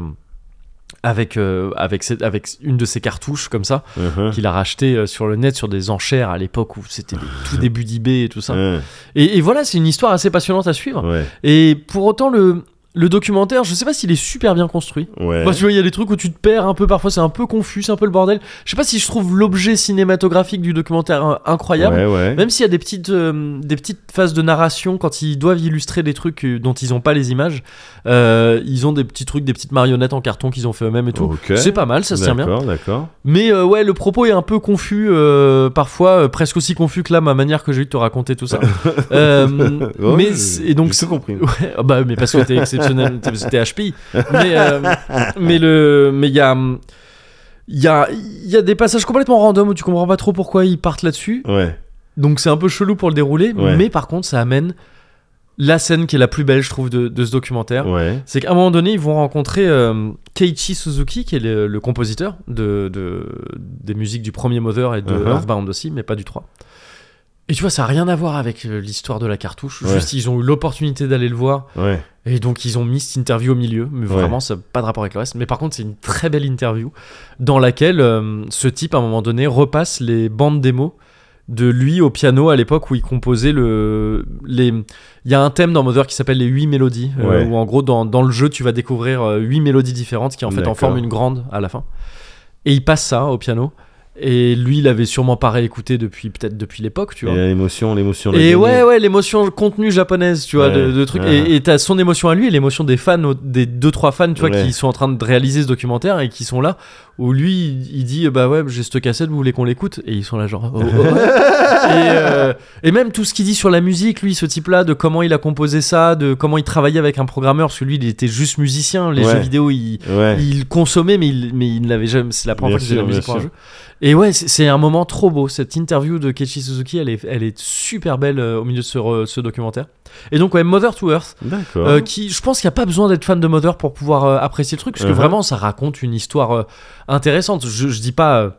avec, euh, avec, cette- avec une de ses cartouches comme ça Uh-huh. qu'il a racheté euh, sur le net sur des enchères à l'époque où c'était les tout début d'eBay et tout ça. Ouais, Et, et voilà, c'est une histoire assez passionnante à suivre. uh-huh. ouais, Et pour autant, le, le documentaire, je sais pas s'il est super bien construit. ouais. Moi, tu vois, il y a des trucs où tu te perds un peu, parfois c'est un peu confus, c'est un peu le bordel. Je sais pas si je trouve l'objet cinématographique du documentaire euh, incroyable. Ouais, ouais. Même s'il y a des petites, euh, des petites phases de narration, quand ils doivent illustrer des trucs euh, dont ils n'ont pas les images, euh, ils ont des petits trucs, des petites marionnettes en carton qu'ils ont fait eux-mêmes et tout. Ok. C'est pas mal, ça se tient bien. D'accord, d'accord. Mais euh, ouais, le propos est un peu confus, euh, parfois euh, presque aussi confus que là ma manière que j'ai eu de te raconter tout ça. Euh, Ouais, mais j'ai- c'est- et donc j'ai tout compris. Ouais, ah bah mais parce que t'es exceptionnel, t'es- t'es HPI. Mais euh, mais le mais il y a hum, il y a, il y a des passages complètement random où tu comprends pas trop pourquoi ils partent là-dessus. Ouais. Donc c'est un peu chelou pour le dérouler. Ouais. Mais par contre, ça amène la scène qui est la plus belle, je trouve, de, de ce documentaire. Ouais. C'est qu'à un moment donné, ils vont rencontrer euh, Keiichi Suzuki, qui est le, le compositeur de, de- des musiques du premier Mother et de Uh-huh. Earthbound aussi, mais pas du 3. Et tu vois, ça n'a rien à voir avec euh, l'histoire de la cartouche. Ouais. Juste, ils ont eu l'opportunité d'aller le voir. Ouais. Et donc, ils ont mis cette interview au milieu. Mais Ouais. vraiment, ça n'a pas de rapport avec le reste. Mais par contre, c'est une très belle interview dans laquelle euh, ce type, à un moment donné, repasse les bandes démos de lui au piano à l'époque où il composait le les il y a un thème dans Mother qui s'appelle les huit mélodies euh, Ouais. où en gros dans, dans le jeu tu vas découvrir euh, huit mélodies différentes qui en fait en D'accord. forment une grande à la fin et il passe ça au piano et lui il avait sûrement pas réécouté depuis peut-être depuis l'époque tu vois Et l'émotion, l'émotion. l'a et gagné. ouais, ouais, l'émotion contenue japonaise, tu vois, Ouais, de, de trucs. ouais. Et- Et t'as son émotion à lui et l'émotion des fans, au- des deux trois fans, tu vois, Ouais. qui sont en train de réaliser ce documentaire et qui sont là, où lui il, il dit bah ouais j'ai cette cassette vous voulez qu'on l'écoute et ils sont là genre oh, oh, ouais. et, euh, et même tout ce qu'il dit sur la musique lui ce type là de comment il a composé ça de comment il travaillait avec un programmeur parce que lui il était juste musicien les Ouais. jeux vidéo il, Ouais. il consommait mais il, mais il ne l'avait jamais c'est la première Bien fois qu'il faisait de la sûr, musique bien pour un jeu et ouais c'est- c'est un moment trop beau cette interview de Keiichi Suzuki elle est, elle est super belle euh, au milieu de ce, re- ce documentaire et donc ouais Mother to Earth D'accord. euh, qui, je pense qu'il n'y a pas besoin d'être fan de Mother pour pouvoir euh, apprécier le truc, parce que Mhm. vraiment, ça raconte une histoire euh, intéressante. Je, je dis pas. euh,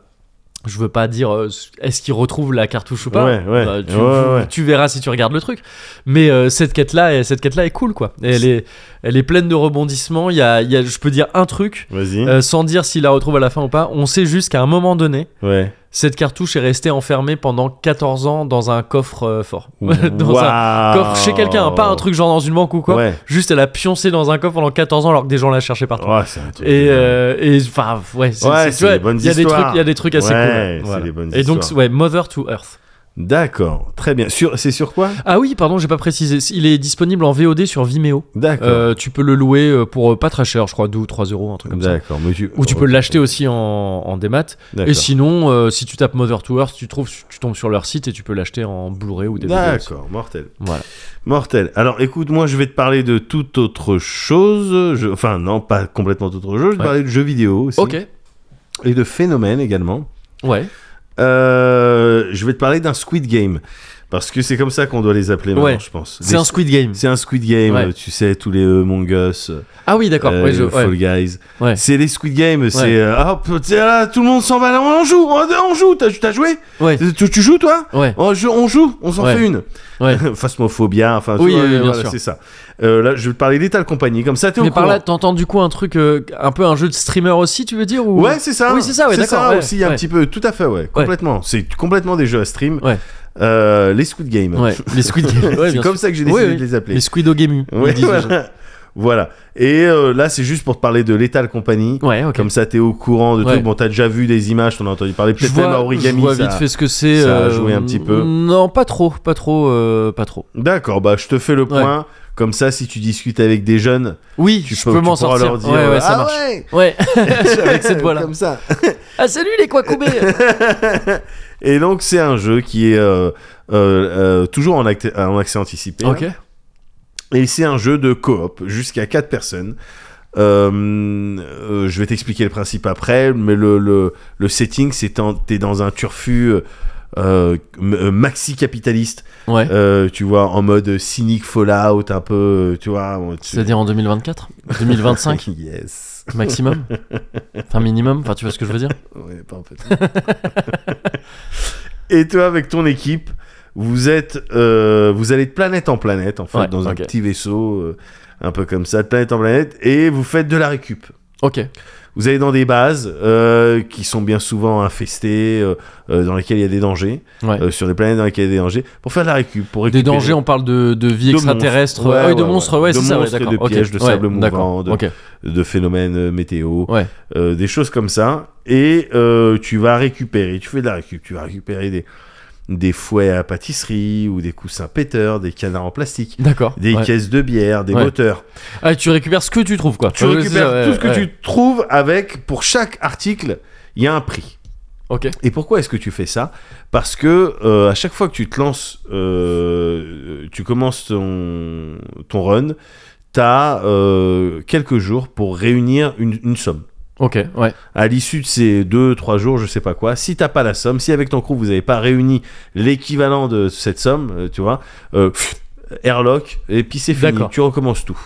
je veux pas dire euh, est-ce qu'il retrouve la cartouche ou pas. Ouais, ouais. Bah, tu, Ouais, ouais. tu verras si tu regardes le truc. Mais euh, cette quête là, cette quête là est cool quoi. Et Elle est, elle est pleine de rebondissements. Il y a, il y a- je peux dire un truc Vas-y. euh, sans dire s'il la retrouve à la fin ou pas. On sait juste qu'à un moment donné, ouais. cette cartouche est restée enfermée pendant 14 ans dans un coffre euh, fort, dans un Waouh. coffre chez quelqu'un, pas un truc genre dans une banque ou quoi. Ouais. Juste, elle a pioncé dans un coffre pendant 14 ans alors que des gens la cherchaient partout. Oh, c'est un truc. Et, euh, et, enfin, ouais, c'est Ouais, c'est- c'est tu vois, des bonnes il y a des histoires. trucs, il y a des trucs assez Ouais, cool. c'est des bonnes et donc, histoires. ouais, Mother to Earth. D'accord. Très bien. Sur... C'est sur quoi Ah oui, pardon, j'ai pas précisé. Il est disponible en VOD sur Vimeo. D'accord. Euh, tu peux le louer euh, pour euh, pas très cher, je crois, 2 ou 3 euros, un truc comme ça. D'accord. mais tu- Ou tu peux l'acheter aussi en, en démat. D'accord. Et sinon, euh, si tu tapes Mother to Earth, tu, trouves, tu tombes sur leur site et tu peux l'acheter en Blu-ray ou DVD. aussi. D'accord, mortel. Voilà. Mortel. Alors écoute, moi je vais te parler de toute autre chose. Je- Enfin, non, pas complètement toute autre chose. Je vais te Ouais. parler de jeux vidéo aussi. Ok. Et de phénomènes également. Ouais. Euh, je vais te parler d'un Squid Game. Parce que c'est comme ça qu'on doit les appeler maintenant, Ouais. je pense. C'est Les- un Squid Game. c'est un Squid Game, Ouais. tu sais, tous les euh, Among Us, euh, Ah oui, d'accord. ouais, je- les ouais. Fall Guys. Ouais. C'est les Squid Game, c'est. euh, hop, tu sais, là, tout le monde s'en va, on joue, on, on joue, t'as t'as joué Ouais. tu, tu joues toi Ouais. on, joue- on joue, on s'en Ouais. fait une. Ouais. Phasmophobia, enfin, tu Oui, vois, oui, oui, bien voilà, sûr. c'est ça. Euh, là, je vais te parler d'État Compagnie, comme ça, t'es au Mais par courant. là, t'entends du coup un truc, euh, un peu un jeu de streamer aussi, tu veux dire ou... Ouais, c'est ça. Oui, c'est ça, ouais, d'accord, ouais, aussi, un ouais. petit peu. Tout à fait, ouais. Complètement. C'est complètement des jeux à stream. Ouais. Euh, les Squid Game. Ouais, les Squid Game. Ouais, c'est bien comme sûr. ça que j'ai décidé Oui, oui. de les appeler. Les Squido Game. Ouais, voilà. Voilà. Et euh, là, c'est juste pour te parler de Lethal Company. ouais ok. Comme ça, t'es au courant de Ouais. tout. Bon, t'as déjà vu des images, t'en as entendu parler. je Peut-être même à vois, Origami. je vois ça. vite fait ce que c'est. euh, ça a joué un petit peu. Non, pas trop, pas trop, euh, pas trop. D'accord, bah, je te fais le point. Comme ça, si tu discutes avec des jeunes, Oui, tu, je peux, peux tu m'en pourras sortir. leur dire ouais, ouais, ça Ah marche. ouais Ouais, avec cette voix-là. Comme ça. Ah salut les Kwakoubés Et donc, c'est un jeu qui est euh, euh, euh, toujours en, acte- en accès anticipé. hein. Ok. Et c'est un jeu de coop jusqu'à 4 personnes. Euh, euh, je vais t'expliquer le principe après, mais le, le, le setting, c'est en- t'es dans un turfu euh, maxi capitaliste, euh, Ouais. tu vois, en mode cynique Fallout, un peu, euh, tu vois. bon, tu- C'est-à-dire en 2024, 2025 Yes. maximum, enfin minimum, enfin tu vois ce que je veux dire. Ouais, pas un peu. Et toi, avec ton équipe, vous êtes, euh, vous allez de planète en planète, en fait, Ouais, dans ok. un petit vaisseau, euh, un peu comme ça, de planète en planète, et vous faites de la récup. Ok. Vous allez dans des bases euh, qui sont bien souvent infestées, euh, euh, dans lesquelles il y a des dangers, Ouais. euh, sur des planètes dans lesquelles il y a des dangers, pour faire de la récup, pour Des récupérer. dangers, on parle de, de vie De extraterrestre, monstres, ouais, Ah oui, de ouais, monstres, ouais. ouais, De c'est ça, ouais, monstres et de d'accord. ok. pièges, de Ouais, sable mouvant, d'accord, de- ok. de phénomènes euh, météo, Ouais. euh, des choses comme ça, et euh, tu vas récupérer, tu fais de la récup, tu vas récupérer des, des fouets à pâtisserie ou des coussins péteurs, des canards en plastique, D'accord. des ouais. caisses de bière, des Ouais. moteurs. Ah, tu récupères ce que tu trouves, quoi. Tu Ouais, récupères c'est ça, tout ouais, ce que ouais. tu trouves avec, pour chaque article, il y a un prix. Ok. Et pourquoi est-ce que tu fais ça Parce que euh, à chaque fois que tu te lances, euh, tu commences ton, ton run, tu as quelques jours pour réunir une, une somme. Ok, ouais. À l'issue de ces 2-3 jours, je sais pas quoi, si t'as pas la somme, si avec ton crew vous n'avez pas réuni l'équivalent de cette somme, euh, tu vois, euh, pff, airlock, et puis c'est fini, D'accord. tu recommences tout.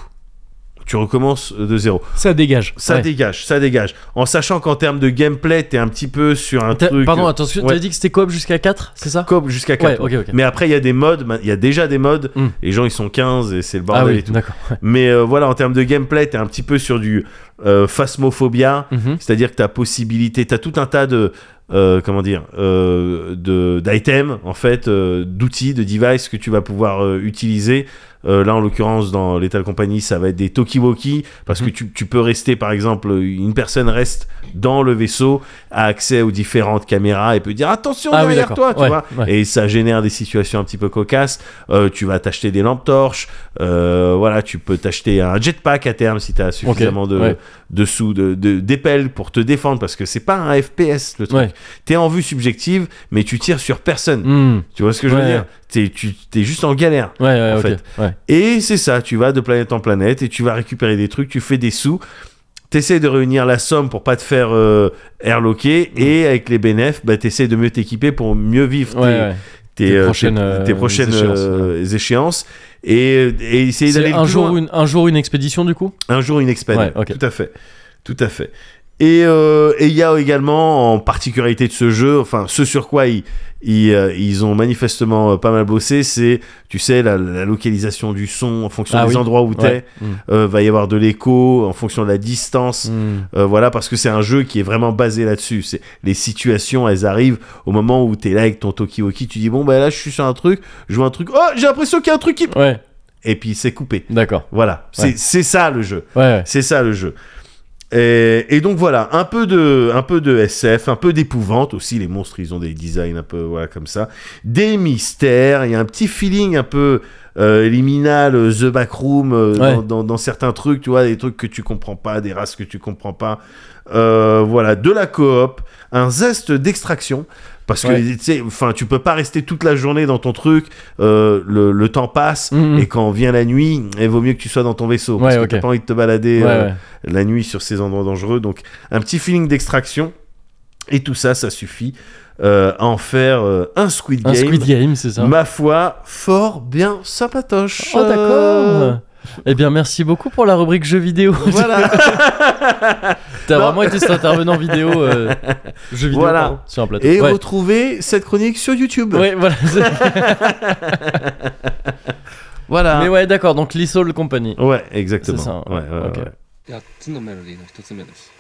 Tu recommences de zéro. Ça dégage. Ça Ouais. dégage, ça dégage. En sachant qu'en termes de gameplay, t'es un petit peu sur un T'as- truc. Pardon, euh, attention, ouais. t'as dit que c'était coop jusqu'à 4, c'est ça coop jusqu'à 4. Ouais, ok, ok. Mais après, il y a des modes, bah, il y a déjà des modes, Hmm. les gens ils sont 15 et c'est le Ah bordel et oui, tout. d'accord. ouais. Mais euh, voilà, en termes de gameplay, t'es un petit peu sur du euh, phasmophobia, Mhm. c'est-à-dire que t'as possibilité, t'as tout un tas de. euh, comment dire euh, de- d'items en fait euh, d'outils de devices que tu vas pouvoir euh, utiliser Euh, là, en l'occurrence, dans Lethal Company, ça va être des talkie-walkie, parce que Mhm. tu, tu peux rester, par exemple, une personne reste dans le vaisseau, a accès aux différentes caméras et peut dire attention Ah oui, derrière d'accord. toi, tu Ouais, vois. ouais. Et ça génère des situations un petit peu cocasses. Euh, tu vas t'acheter des lampes torches, euh, voilà, tu peux t'acheter un jetpack à terme si tu as suffisamment de, ouais. de sous, de, de- d'épelles pour te défendre, parce que c'est pas un FPS le truc. Ouais. T'es en vue subjective, mais tu tires sur personne. Hmm. Tu vois ce que je veux Ouais. dire T'es, tu, t'es juste en galère. Ouais, ouais, En ok. fait. Ouais. Et c'est ça, tu vas de planète en planète et tu vas récupérer des trucs, tu fais des sous, t'essaies de réunir la somme pour pas te faire euh, airlocker et avec les bénéfices, bah, t'essaies de mieux t'équiper pour mieux vivre Mm. Ouais, tes- ouais. tes, Tes euh, prochaines, euh, tes prochaines, échéances, euh, échéances et, et essayer C'est d'aller le un plus jour, loin. une, un jour une expédition du coup Un jour une expède. Ouais, ok. Tout à fait. Tout à fait. Et euh, et il y a également, en particularité de ce jeu, enfin, ce sur quoi ils, ils, euh, ils ont manifestement euh, pas mal bossé, c'est, tu sais, la, la localisation du son en fonction Ah des oui. endroits où t'es. Ouais. Euh, va y avoir de l'écho en fonction de la distance. Hmm. Euh, voilà, parce que c'est un jeu qui est vraiment basé là-dessus. C'est les situations, elles arrivent au moment où t'es là avec ton Tokiwoki, tu dis bon bah là je suis sur un truc, je vois un truc, oh j'ai l'impression qu'il y a un truc qui Ouais, et puis c'est coupé. d'accord. Voilà, c'est Ouais. c'est ça le jeu. Ouais, C'est ça le jeu. Et, et donc voilà, un peu de, un peu de SF, un peu d'épouvante aussi. Les monstres, ils ont des designs un peu voilà comme ça, des mystères. Il y a un petit feeling un peu euh, liminal, euh, The Backroom euh, Ouais. dans, dans- dans certains trucs, tu vois, des trucs que tu comprends pas, des races que tu comprends pas. Euh, voilà, de la coop, un zeste d'extraction. Parce Ouais. que tu sais, enfin, tu peux pas rester toute la journée dans ton truc. euh, le, le temps passe Mhm. et quand vient la nuit, il vaut mieux que tu sois dans ton vaisseau parce Ouais, que ok. t'as pas envie de te ouais. balader Ouais, euh, ouais. la nuit sur ces endroits dangereux. Donc un petit feeling d'extraction et tout ça, ça suffit euh, à en faire euh, un Squid Un Game. Squid Game, c'est ça Ma foi, fort bien sympatoche. Oh, Euh, d'accord. Eh bien, merci beaucoup pour la rubrique jeux vidéo. Voilà. T'as Non. vraiment été cet intervenant vidéo, euh, jeux vidéo Voilà. pardon, sur un plateau. Et ouais. retrouver cette chronique sur YouTube. Ouais, voilà. Voilà. Mais ouais, d'accord. Donc, Lissol Company. Ouais, exactement. C'est ça, hein. Ouais, ouais, ok. ouais. 8つのメロディーの1つ目です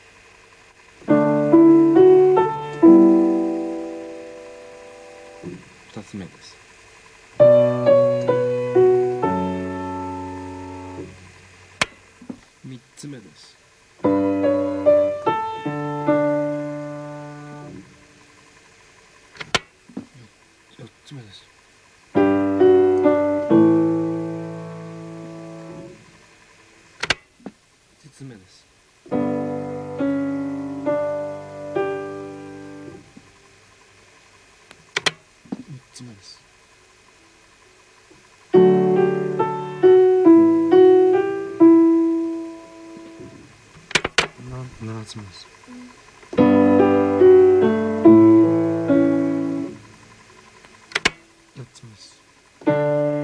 2つ目です3つ目です4つ目です5つ目です6つ目ですな7つ目です8つ目です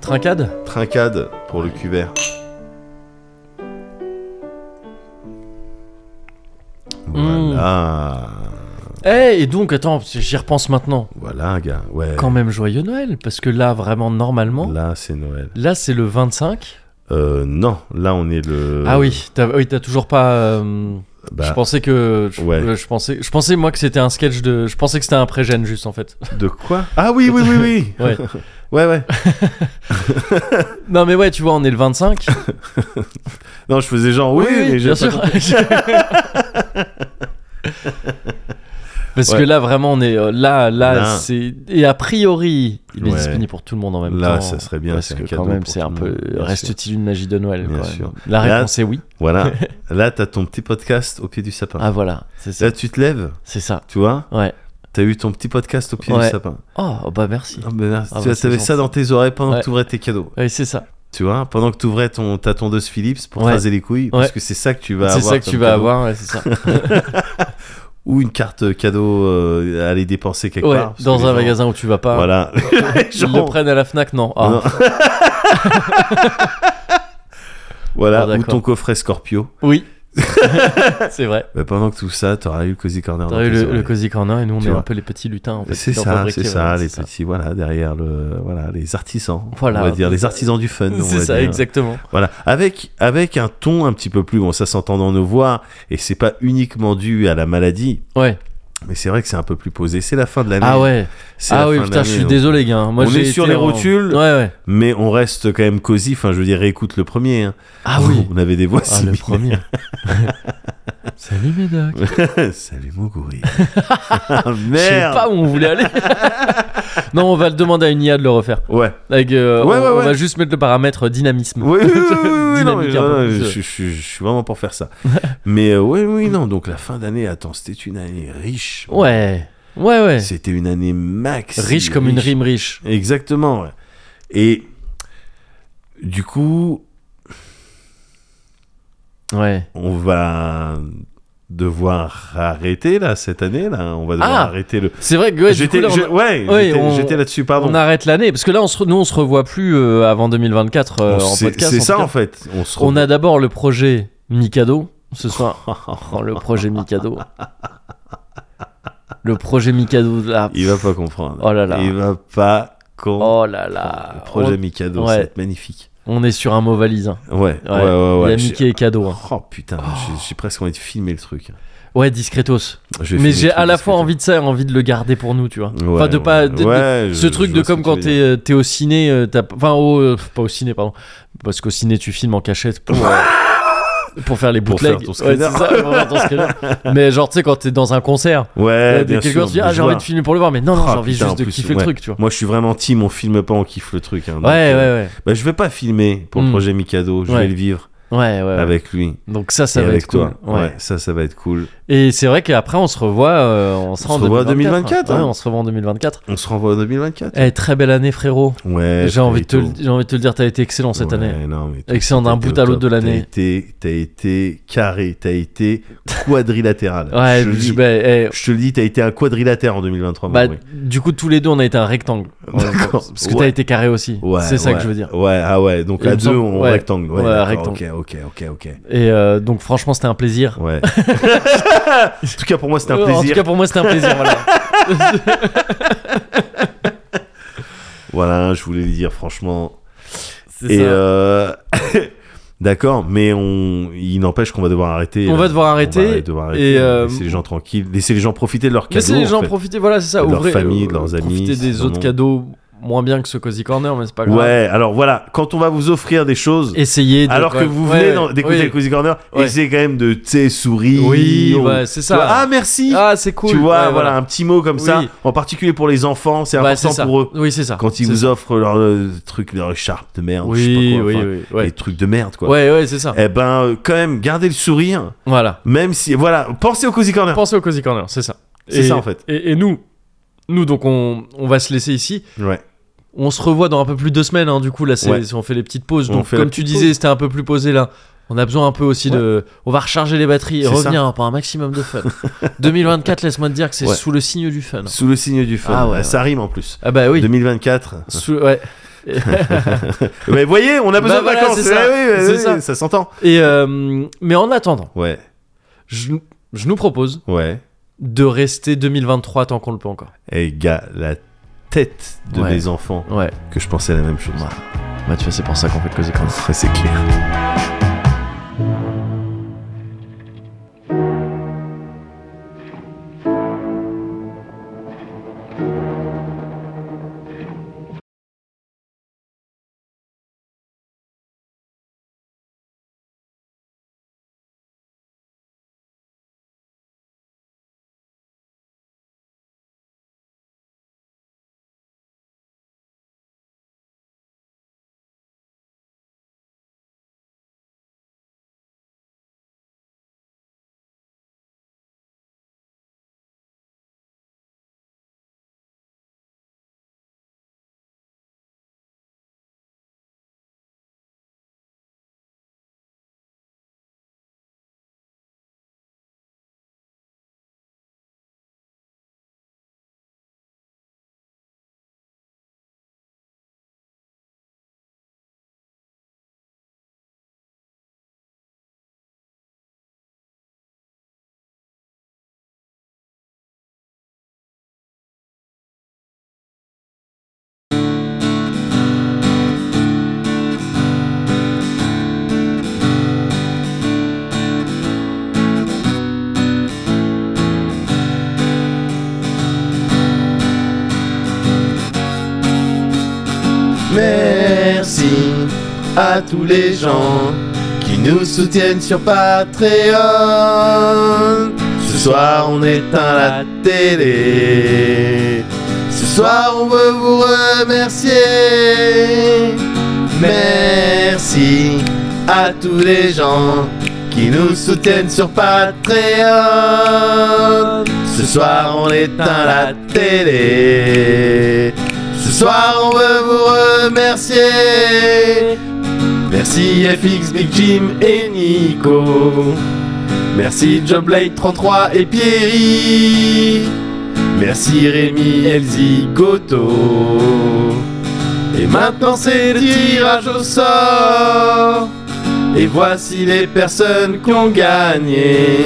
Trincade Trincade pour le cuvert. Mm. Voilà. Eh, et donc, attends, j'y repense maintenant. Voilà, gars. Ouais. Quand même joyeux Noël, parce que là, vraiment, normalement, là, Là, c'est Noël. c'est le 25. Euh, non, là, on est le. Ah oui, t'as oui, t'as toujours pas. euh, Bah, je pensais que. Je, ouais. euh, je pensais, je pensais, moi, que c'était un sketch de. Je pensais que c'était un pré-gène, juste, en fait. De quoi Ah oui, oui, oui, oui. Ouais. ouais, ouais. non, mais ouais, tu vois, on est le 25. Non, je faisais genre, oui, mais bien j'ai pas sûr. compris. Parce Ouais. que là, vraiment, on est euh, là, là, Là. c'est et a priori, il est Ouais. disponible pour tout le monde en même Là, temps. ça serait bien, Parce c'est un que cadeau quand même, pour c'est tout un le peu. monde, bien Reste-t-il une magie de Noël Bien quand même sûr. La Là- réponse est oui. Voilà. Là, t'as ton petit podcast au pied du sapin. Ah voilà, c'est ça. Là, tu te lèves, C'est ça. tu vois Ouais. T'as eu ton petit podcast au pied Ouais. du sapin. Oh oh, bah merci. Ah, mais là, Ah, tu bah, vois, c'est t'avais ça gentil. dans tes oreilles pendant Ouais. que t'ouvrais tes cadeaux. Oui, c'est ça. Tu vois Pendant que t'ouvrais ton, ta tondeuse Philips pour Ouais. raser les couilles. Parce Ouais. que c'est ça que tu vas C'est avoir. ça que comme tu vas cadeau. avoir. ouais, c'est ça. ou une carte cadeau euh, à aller dépenser quelque Ouais, part. parce que dans les un gens- magasin où tu vas pas. Voilà. Les Ils le gens- prennent à la Fnac, non. Ah. Non. Ah, voilà, ou d'accord. ton coffret Scorpio. Oui. c'est vrai. Mais pendant que tout ça, t'auras eu le Cozy Corner. dans T'aurais eu tes le, oreilles. le Cozy Corner et nous on Tu est vois. un peu les petits lutins en fait. C'est qui sont ça, fabriqués, c'est voilà, ça, les c'est ça. petits, voilà, derrière le, voilà, les artisans, Voilà. on va dire, les artisans du fun, on C'est va ça, dire. exactement. Voilà, avec avec un ton un petit peu plus, bon, ça s'entend dans nos voix, et c'est pas uniquement dû à la maladie, Ouais. mais c'est vrai que c'est un peu plus posé. C'est la fin de l'année. Ah ouais. C'est la Ah oui, fin de putain, je l'année, suis donc. désolé, gars. Moi, On j'ai est sur été les en- rotules. Ouais, ouais. Mais on reste quand même cosy. Enfin, je veux dire, réécoute le premier. hein. Ah oui. On avait des voix Ah, le similaires. premier. Salut, Médoc. Salut Moguri. Je sais Merde. pas où on voulait aller. non, on va le demander à une IA de le refaire. Ouais. Avec, euh, Ouais, on, ouais, on ouais. va juste mettre le paramètre euh, dynamisme. Oui, oui, oui, oui, oui, non, mais Dynamique un non, peu non, plus, je, je- je suis vraiment pour faire ça. mais euh, oui, oui, non. Donc la fin d'année, attends, c'était une année riche. Ouais. Ouais, ouais. C'était une année max. Riche comme une rime riche. Exactement. ouais. Et du coup, Ouais. on va devoir arrêter là cette année là. On va devoir Ah. arrêter le. C'est vrai que ouais, du j'étais, coup, là, on- je- ouais, ouais, j'étais, on- j'étais là-dessus. Pardon. On arrête l'année parce que là on se re- nous on se revoit plus euh, avant 2024 euh, On- en c'est, podcast. c'est en tout ça cas. en fait. On se On a d'abord le projet Mikado ce soir. Oh, le projet Mikado. Le projet Mikado là. Il va pas comprendre. Oh là là. Il va pas comprendre. Oh là là. Le projet Mikado, ouais. ça va être magnifique. On, on est sur un mot valise. hein. Ouais, ouais, ouais. ouais, Il y a J'ai- Mickey et Kado. hein. Oh putain, j'ai, j'ai presque envie de filmer le truc. Ouais, discretos. Je vais filmer Mais le j'ai truc à la fois discrètement. envie de ça et envie de le garder pour nous, tu vois. Ouais, enfin, de ouais. pas. de- de- Ouais, je- ce truc Euh, de je vois ce comme que quand tu veux t'es euh, t'es au ciné, euh, t'as- enfin, au, euh, pas au ciné, pardon. Parce qu'au ciné, tu filmes en cachette pour. euh, pour faire les Pour faire bootlegs. ton Ouais, c'est screener. ça, pour faire ton screener. Mais genre, tu sais, quand t'es dans un concert, Ouais, euh, Eh, bien quelqu'un sûr. tu dis, ah, mais j'ai je envie vois. de filmer pour le voir, mais non, non, Ah, j'ai envie putain, juste en de plus, kiffer le ouais. truc, tu vois. Moi, je suis vraiment team, on filme pas, on kiffe le truc. hein, donc, Ouais, euh, ouais, Bah, je vais pas filmer pour Mm. le projet Mikado, je Ouais. vais le vivre ouais. Ouais, ouais, ouais. avec lui Donc ça, ça et va avec être toi. cool. Ouais. Ouais, ça, ça va être cool. Et c'est vrai qu'après, on se revoit, euh, on se On rend se revoit en 2024, Ouais, hein. on se revoit en 2024. On se renvoie en 2024. Eh, très belle année, frérot. Ouais, J'ai envie, de te Frérito. le- j'ai envie de te le dire, t'as été excellent cette Eh, Ouais, année. non, mais toi, Excellent d'un t'as été bout au à l'autre top. de l'année. T'as été, t'as été carré, t'as été quadrilatéral. Ouais, je, te le je- dis- bah, eh, je te le dis, t'as été un quadrilatère en 2023. mon bah, bruit. du coup, tous les deux, on a été un rectangle. D'accord. Parce que t'as Ouais. été carré aussi. Ouais, c'est ça ouais, que je veux dire. Ouais, ah ouais, donc Il à me deux, semble- on ouais. rectangle. Ouais, Ouais, d'accord, rectangle. Ok, ok, ok, ok. Et euh, donc, franchement, c'était un plaisir. Ouais. en tout cas, pour moi, c'était un Euh, En tout plaisir. cas, pour moi, c'était un plaisir. voilà. Voilà, je voulais le dire, franchement. C'est Et ça. euh, D'accord, mais on... il n'empêche qu'on va devoir arrêter. On va là. devoir arrêter, euh, va devoir arrêter, et, euh, Laisser les gens tranquilles, laisser les gens profiter de leurs cadeaux. Laissez les en gens fait. profiter, voilà, c'est ça. De leur ouvrez, famille, de leurs amis, Profitez si des ils en autres ont. cadeaux moins bien que ce Cozy Corner, mais c'est pas grave. Ouais, alors voilà, quand on va vous offrir des choses, Essayez de- alors que ouais, vous ouais, venez ouais, d'en- d'écouter oui. le Cozy Corner, Ouais. essayez quand même de, tu sais, sourire. Oui, ou- ouais, c'est ça. tu vois, Ah, merci Ah, c'est cool. Tu vois, Ouais, voilà, un petit mot comme ça, Oui. en particulier pour les enfants, c'est Bah, c'est important ça. pour eux. Oui, c'est ça. Quand ils C'est vous ça. offrent leur euh, truc, leur écharpe de merde, je sais Oui, pas quoi, oui, enfin, oui. ouais. les trucs de merde, quoi. Ouais, ouais, c'est ça. Eh ben, euh, quand même, gardez le sourire, Voilà. même si. Voilà, pensez au Cozy Corner. Pensez au Cozy Corner, c'est ça. C'est Et- ça, en fait. Et, et nous, nous donc on, on va se laisser ici. Ouais. On se revoit dans un peu plus de deux semaines. hein, du coup, là, c'est- Ouais. on fait les petites pauses. On donc, fait la comme tu petite disais, c'était un peu plus posé là. On a besoin un peu aussi Ouais. de. On va recharger les batteries et C'est ça. revenir pour un maximum de fun. 2024, laisse-moi te dire que c'est Ouais. sous le signe du fun. Sous le signe du fun. Ah ouais, ça rime en plus. Ah bah oui. 2024. Sous- ouais. Mais voyez, on a besoin Bah de voilà, vacances. c'est ça. Eh oui, eh C'est oui, ça. ça. s'entend. Et euh, mais en attendant, Ouais, je, je nous propose ouais. de rester 2023 tant qu'on le peut encore. Et gars, la tête de Ouais. mes enfants Ouais. que je pensais la même chose. Bah tu vois, c'est pour ça qu'on fait le Cozy Corner. Ouais, c'est clair. à tous les gens qui nous soutiennent sur Patreon. Ce soir, on éteint la télé. Ce soir, on veut vous remercier. Merci à tous les gens qui nous soutiennent sur Patreon. Ce soir, on éteint la télé. Ce soir, on veut vous remercier. Merci FX, Big Jim et Nico. Merci Joblade33 et Pierry. Merci Rémi, Elsie, Goto. Et maintenant c'est le tirage au sort. Et voici les personnes qui ont gagné.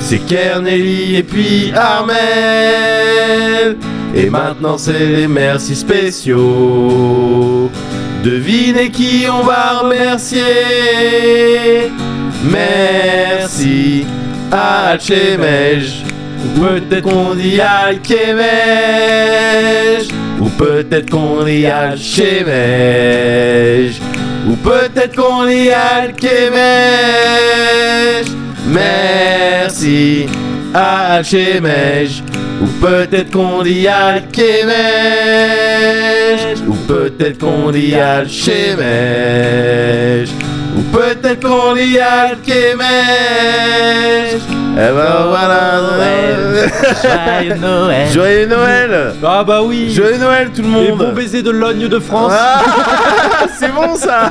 C'est Kernelli et puis Armel. Et maintenant c'est les merci spéciaux. Devinez qui on va remercier. Merci à Chemej. Ou peut-être qu'on dit à Chemej. Ou peut-être qu'on dit à Chemej. Ou peut-être qu'on dit à Chemej. Merci à Chemej. Ou peut-être qu'on dit à Chemej. Ou peut-être qu'on dit à Chemej. Ou peut-être qu'on dit à Chemej. Eh ben voilà. Joyeux Noël. Joyeux Noël Ah bah oui Joyeux Noël tout le Et monde bon baiser de l'ogne de France Ah, C'est bon ça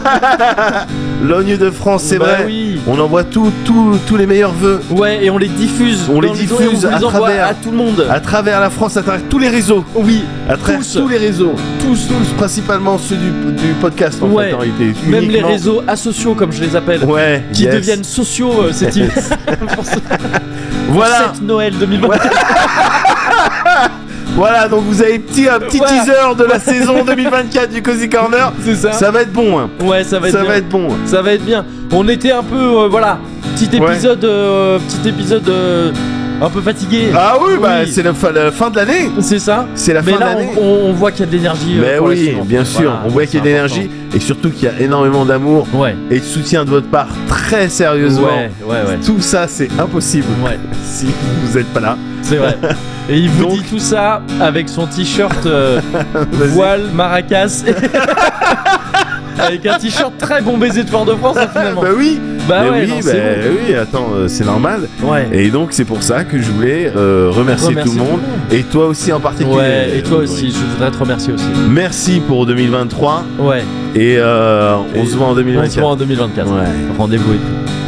L'ogne de France, c'est Bah vrai oui. On envoie tout, tout- tous les meilleurs vœux Ouais, et on les diffuse. On les Dans diffuse et on vous à les envoie travers. à tout le monde. à travers la France, à travers tous les réseaux Oui, À travers Tous. tous les réseaux Tous, tous, principalement ceux du, du podcast en Ouais. fait en réalité même les Uniquement- réseaux asociaux comme je les appelle, Ouais, qui yes. deviennent sociaux, euh, c'est pour ce- pour Voilà, cette Noël 2020. voilà, donc vous avez petit, un petit Voilà. teaser de la saison 2024 du Cozy Corner. C'est ça. Ça va être bon, hein. Ouais, ça va être ça bien. va être bon. hein. Ça va être bien. On était un peu euh, voilà, petit Ouais. épisode euh, petit épisode euh, un peu fatigué. Ah oui, bah Oui. c'est la, fin- la fin de l'année. C'est ça C'est la Mais fin de là, l'année. on, on- on voit qu'il y a de l'énergie. euh, Mais pour la oui, suivante. bien sûr, Voilà, on voit qu'il y a de c'est l'énergie et surtout qu'il y a énormément d'amour important. Ouais. et de soutien de votre part très sérieusement. Ouais, ouais, ouais. Tout ça, c'est impossible Ouais, si vous n'êtes pas là. c'est vrai. Et il vous Donc- dit tout ça avec son t-shirt euh, voile maracas. avec un t-shirt très bon baiser de Fort-de-France hein, finalement. Bah oui, Bah mais ouais, oui, non, bah c'est bon. oui, attends, euh, c'est normal. Ouais. Et donc, c'est pour ça que je voulais euh, remercier Remercie tout le monde et toi aussi en particulier. Ouais, et toi euh, aussi, Brice. je voudrais te remercier aussi. Merci pour 2023 Ouais, et euh, on Et se voit en on se voit 2024. en 2024. Ouais. Rendez-vous et tout.